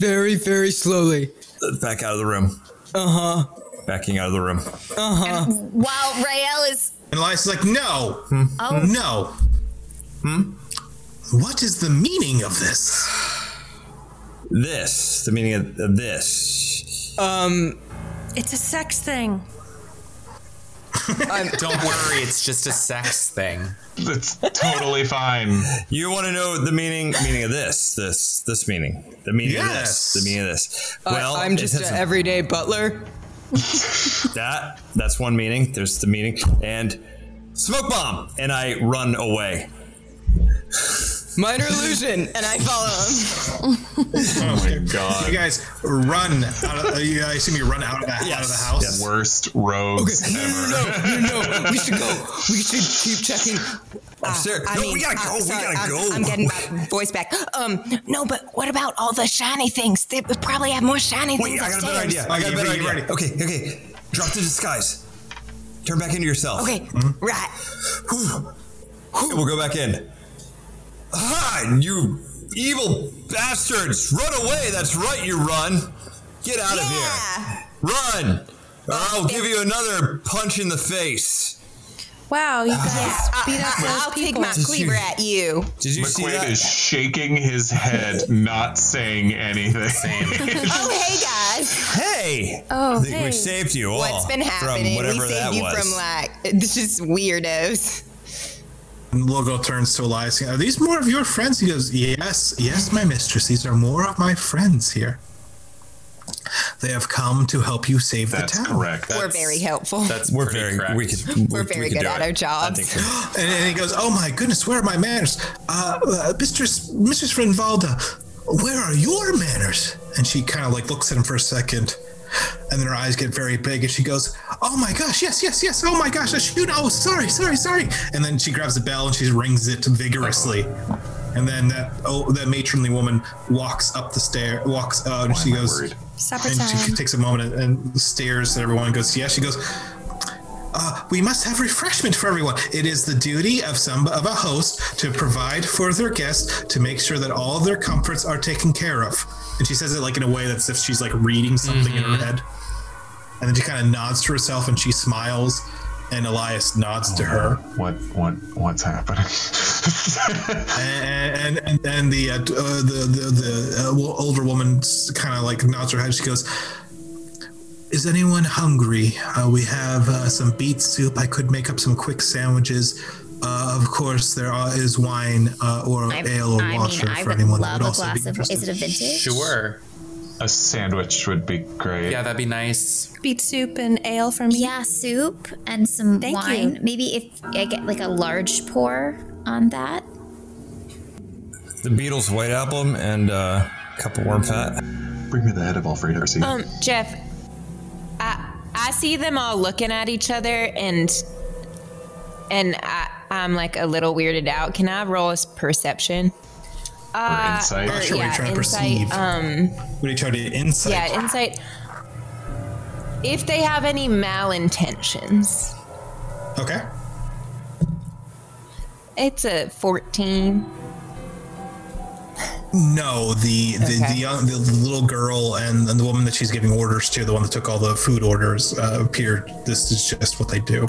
Speaker 8: Very very slowly.
Speaker 2: Uh, Back out of the room.
Speaker 8: Uh huh.
Speaker 2: Backing out of the room.
Speaker 3: While Rael is
Speaker 1: And Elias is like, no,
Speaker 3: Oh.
Speaker 1: no. What is the meaning of this?
Speaker 2: This, the meaning of, of this.
Speaker 5: It's a sex thing.
Speaker 6: Don't worry, it's just a sex thing.
Speaker 4: That's totally fine.
Speaker 2: You want to know the meaning meaning of this? This this meaning. The meaning
Speaker 1: Yes.
Speaker 2: of this. The meaning of this.
Speaker 8: I-
Speaker 2: Well,
Speaker 8: I'm
Speaker 2: it
Speaker 8: just
Speaker 2: has
Speaker 8: an
Speaker 2: a-
Speaker 8: everyday butler.
Speaker 2: that that's one meaning. There's the meaning and smoke bomb, and I run away.
Speaker 8: Minor illusion, and I follow
Speaker 4: Oh my
Speaker 1: You
Speaker 4: god.
Speaker 1: guys run. Out of, uh, you, I assume you run out of the, out of the
Speaker 2: Yes,
Speaker 1: house.
Speaker 2: yes.
Speaker 4: Worst rogues
Speaker 8: him.
Speaker 4: ever.
Speaker 8: no, no, no, no. We should go. We should keep checking.
Speaker 2: Upstairs.
Speaker 7: I
Speaker 2: no,
Speaker 7: mean,
Speaker 2: we gotta
Speaker 7: uh,
Speaker 2: go.
Speaker 7: sorry,
Speaker 2: we gotta
Speaker 7: I'm,
Speaker 2: go.
Speaker 7: I'm getting my voice back. Um, no, but what about all the shiny things? They would probably have more shiny
Speaker 2: Wait,
Speaker 7: things
Speaker 2: I got a
Speaker 7: upstairs.
Speaker 2: better idea. I
Speaker 1: Okay,
Speaker 2: got a
Speaker 1: you
Speaker 2: better
Speaker 1: ready, you
Speaker 2: idea.
Speaker 1: ready?
Speaker 2: Okay, okay. Drop the disguise. Turn back into yourself.
Speaker 7: Okay,
Speaker 2: Mm-hmm.
Speaker 7: right.
Speaker 2: Whew. Whew. We'll go back in. Hi, you evil bastards! Run away! That's right, you run. Get out of here.
Speaker 7: Yeah.
Speaker 2: Run! Or I'll give you another punch in the face.
Speaker 5: Wow, you guys beat up
Speaker 7: I'll,
Speaker 5: those
Speaker 7: I'll take
Speaker 5: people.
Speaker 7: my
Speaker 2: Did you-
Speaker 7: cleaver at you.
Speaker 2: Did you see
Speaker 4: McQuaid
Speaker 2: that?
Speaker 4: is shaking his head, not saying anything.
Speaker 7: Oh, hey guys,
Speaker 2: hey!
Speaker 5: Oh,
Speaker 2: I think
Speaker 5: hey.
Speaker 2: we saved you all
Speaker 7: what's been
Speaker 2: from
Speaker 7: happening? We
Speaker 2: whatever that
Speaker 7: saved you
Speaker 2: was.
Speaker 7: from like this is weirdos.
Speaker 1: And Logo turns to Elias. Are these more of your friends? He goes, Yes, yes, my mistress. These are more of my friends here. They have come to help you save
Speaker 4: That's
Speaker 1: the town.
Speaker 4: correct.
Speaker 7: We're
Speaker 6: That's-
Speaker 7: very helpful.
Speaker 6: That's
Speaker 2: We're
Speaker 6: pretty
Speaker 2: very
Speaker 6: correct.
Speaker 2: we could,
Speaker 7: We're
Speaker 2: we- we
Speaker 7: very
Speaker 2: could
Speaker 7: good
Speaker 2: do
Speaker 7: at
Speaker 2: it.
Speaker 7: our jobs.
Speaker 2: I think we're-
Speaker 1: And, and he goes, "Oh my goodness, where are my manners, uh, uh, Mistress Mistress Renvalda? Where are your manners?" And she kind of like looks at him for a second, and then her eyes get very big, and she goes, "Oh my gosh, yes, yes, yes! Oh my gosh, I shoot! Oh, sorry, sorry, sorry!" And then she grabs a bell and she rings it vigorously,
Speaker 4: Uh-huh.
Speaker 1: and then that oh that matronly woman walks up the stair, walks out, and
Speaker 4: Why
Speaker 1: she
Speaker 4: am I
Speaker 1: goes,
Speaker 4: worried?
Speaker 5: Supper
Speaker 1: and she
Speaker 5: time.
Speaker 1: takes a moment and, and stares at everyone and goes, Yeah, she goes, uh, We must have refreshment for everyone. It is the duty of some of a host to provide for their guests to make sure that all their comforts are taken care of. And she says it like in a way that's if she's like reading something in her head. And then she kind of nods to herself and she smiles. And Elias nods to her,
Speaker 4: What what what's happening?
Speaker 1: and and, and, and the, uh, d- uh, the the the uh, wo- older woman kind of like nods her head. She goes, "Is anyone hungry? Uh, we have uh, some beet soup. I could make up some quick sandwiches. Uh, of course, there are, is wine uh, or
Speaker 3: I,
Speaker 1: ale or
Speaker 3: I mean,
Speaker 1: water
Speaker 3: I
Speaker 1: for
Speaker 3: would
Speaker 1: anyone that
Speaker 3: love
Speaker 1: would
Speaker 3: a
Speaker 1: also
Speaker 3: glass
Speaker 1: be
Speaker 3: of.
Speaker 1: interested.
Speaker 3: Is it a vintage?
Speaker 6: Sure.
Speaker 4: a sandwich would be great.
Speaker 6: Yeah, that'd be nice.
Speaker 5: Beet soup and ale from me.
Speaker 3: Yeah, soup and some
Speaker 5: Thank
Speaker 3: wine.
Speaker 5: you.
Speaker 3: Maybe if I get like a large pour on that.
Speaker 2: The Beatles' White Album and uh, a cup of warm fat.
Speaker 4: Bring me the head of Alfredo. Garcia.
Speaker 7: Um, Jeff, I I see them all looking at each other and and I I'm like a little weirded out. Can I roll a s- perception?
Speaker 4: or insight.
Speaker 1: Or sure, what are you
Speaker 3: um,
Speaker 7: yeah,
Speaker 1: trying to
Speaker 7: insight,
Speaker 1: perceive? What are you trying to insight?
Speaker 7: Yeah, insight. if they have any malintentions.
Speaker 1: Okay.
Speaker 7: It's a 14.
Speaker 1: No, the the
Speaker 7: Okay.
Speaker 1: the, young, the little girl and, and the woman that she's giving orders to, the one that took all the food orders, uh, appeared. This is just what they do.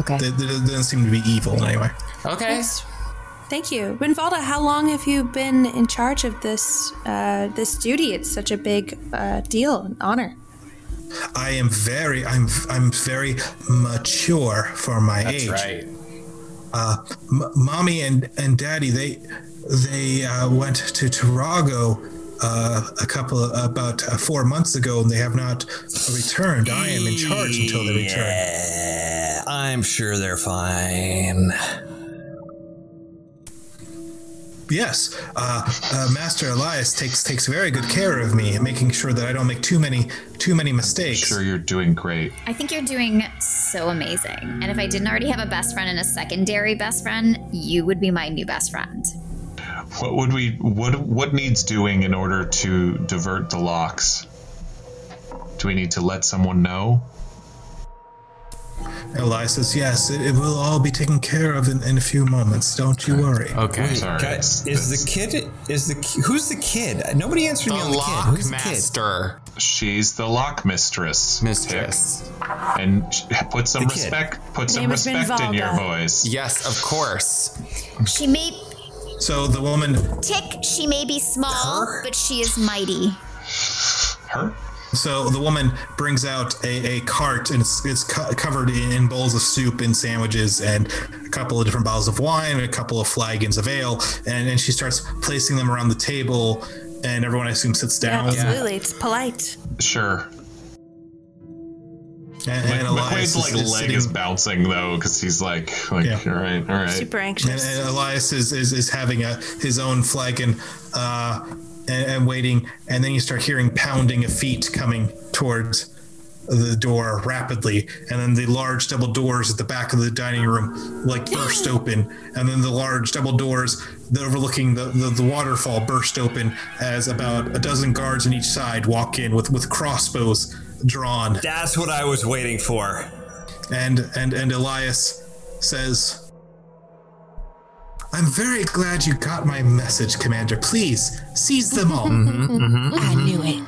Speaker 7: Okay.
Speaker 1: they, they doesn't seem to be evil in any way.
Speaker 6: Okay.
Speaker 5: Thank you, Rinvalda. How long have you been in charge of this uh, this duty? It's such a big uh, deal and honor.
Speaker 1: I am very, I'm, I'm very mature for my age. Uh,
Speaker 6: Right.
Speaker 1: M- mommy and and daddy, they, they uh, went to Tarago uh, a couple about uh, four months ago, and they have not returned. I am in charge until they return.
Speaker 2: Yeah, I'm sure they're fine.
Speaker 1: Yes, uh, uh, Master Elias takes takes very good care of me, making sure that I don't make too many too many mistakes.
Speaker 4: Sure, you're doing great.
Speaker 3: I think you're doing so amazing. And if I didn't already have a best friend and a secondary best friend, you would be my new best friend.
Speaker 4: What would we what what needs doing in order to divert the locks? Do we need to let someone know?
Speaker 1: Elias says, "Yes, it, it will all be taken care of in, in a few moments. Don't you worry."
Speaker 6: Okay.
Speaker 4: Sorry.
Speaker 2: Guy-
Speaker 4: it's-
Speaker 2: is the kid? Is the ki- who's the kid? Nobody answered me
Speaker 6: The
Speaker 2: on Oh, the kid.
Speaker 6: lock
Speaker 2: Who's the kid?
Speaker 6: master,
Speaker 4: She's the lock mistress.
Speaker 6: mistress.
Speaker 4: Tick. And sh- put some
Speaker 2: The kid.
Speaker 4: respect put some
Speaker 5: name is
Speaker 4: respect in your
Speaker 5: Rinvalda.
Speaker 4: voice.
Speaker 6: Yes, of course.
Speaker 3: She may
Speaker 1: So the woman,
Speaker 3: tick, she may be small, but she is mighty.
Speaker 4: Her?
Speaker 1: so the woman brings out a, a cart, and it's, it's co- covered in, in bowls of soup and sandwiches, and a couple of different bottles of wine, and a couple of flagons of ale, and and she starts placing them around the table, and everyone I assume sits down.
Speaker 5: Absolutely, it's polite.
Speaker 4: Sure.
Speaker 1: And, and Elias is,
Speaker 4: McQuaid's like
Speaker 1: is
Speaker 4: leg
Speaker 1: sitting.
Speaker 4: is bouncing though, because he's like, like,
Speaker 1: Yeah.
Speaker 4: all right, all right.
Speaker 5: Super
Speaker 1: and,
Speaker 5: anxious.
Speaker 1: and Elias is, is, is having a his own flagon uh, and, and waiting, and then you start hearing pounding of feet coming towards the door rapidly, and then the large double doors at the back of the dining room like burst open, and then the large double doors that overlooking the, the, the waterfall burst open as about a dozen guards on each side walk in with, with crossbows drawn
Speaker 2: That's what I was waiting for.
Speaker 1: and and and Elias says, "I'm very glad you got my message, Commander. Please seize them all."
Speaker 7: I knew it.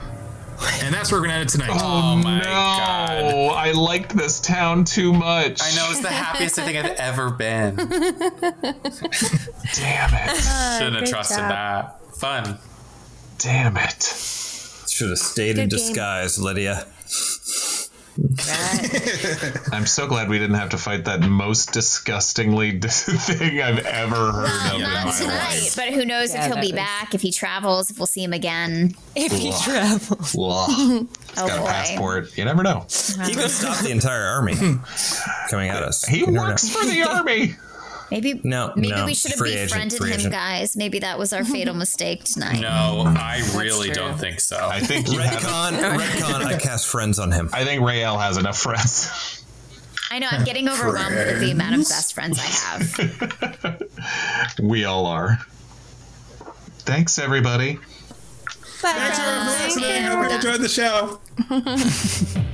Speaker 1: And that's where we're gonna end it tonight.
Speaker 6: Oh my
Speaker 4: no,
Speaker 6: god.
Speaker 4: Oh, I liked this town too much.
Speaker 6: I know it's the happiest I think I've ever been. Shouldn't
Speaker 4: Damn it.
Speaker 6: have
Speaker 5: Ah, great
Speaker 6: trusted
Speaker 5: job.
Speaker 6: that. Fun.
Speaker 4: Damn it.
Speaker 2: Should have stayed in
Speaker 5: Good game.
Speaker 2: disguise, Lydia.
Speaker 4: I'm so glad we didn't have to fight that most disgustingly dis- thing I've ever heard of. in
Speaker 3: Not
Speaker 4: my
Speaker 3: tonight, but who knows if
Speaker 7: Yeah,
Speaker 3: he'll
Speaker 7: that
Speaker 3: be
Speaker 7: was-
Speaker 3: back, if he travels, if we'll see him again.
Speaker 7: If you travel.
Speaker 4: Ugh.
Speaker 3: Oh
Speaker 4: Got a
Speaker 3: boy.
Speaker 4: passport. You never know.
Speaker 2: He could stop the entire army coming at us.
Speaker 4: He
Speaker 2: You never
Speaker 4: works
Speaker 2: know.
Speaker 4: for the army.
Speaker 3: Maybe
Speaker 2: No,
Speaker 3: maybe
Speaker 2: no.
Speaker 3: we should have
Speaker 2: Free agent,
Speaker 3: befriended
Speaker 2: free
Speaker 3: him,
Speaker 2: agent.
Speaker 3: guys. Maybe that was our fatal mistake tonight.
Speaker 6: No, I really don't think so.
Speaker 4: I think you have.
Speaker 2: Redcon, Redcon, I cast friends on him.
Speaker 4: I think Rael has enough friends.
Speaker 3: I know I'm getting overwhelmed with the amount of best friends I have.
Speaker 4: we all are. Thanks, everybody.
Speaker 1: Thanks everyone for listening. Hope you enjoyed the show.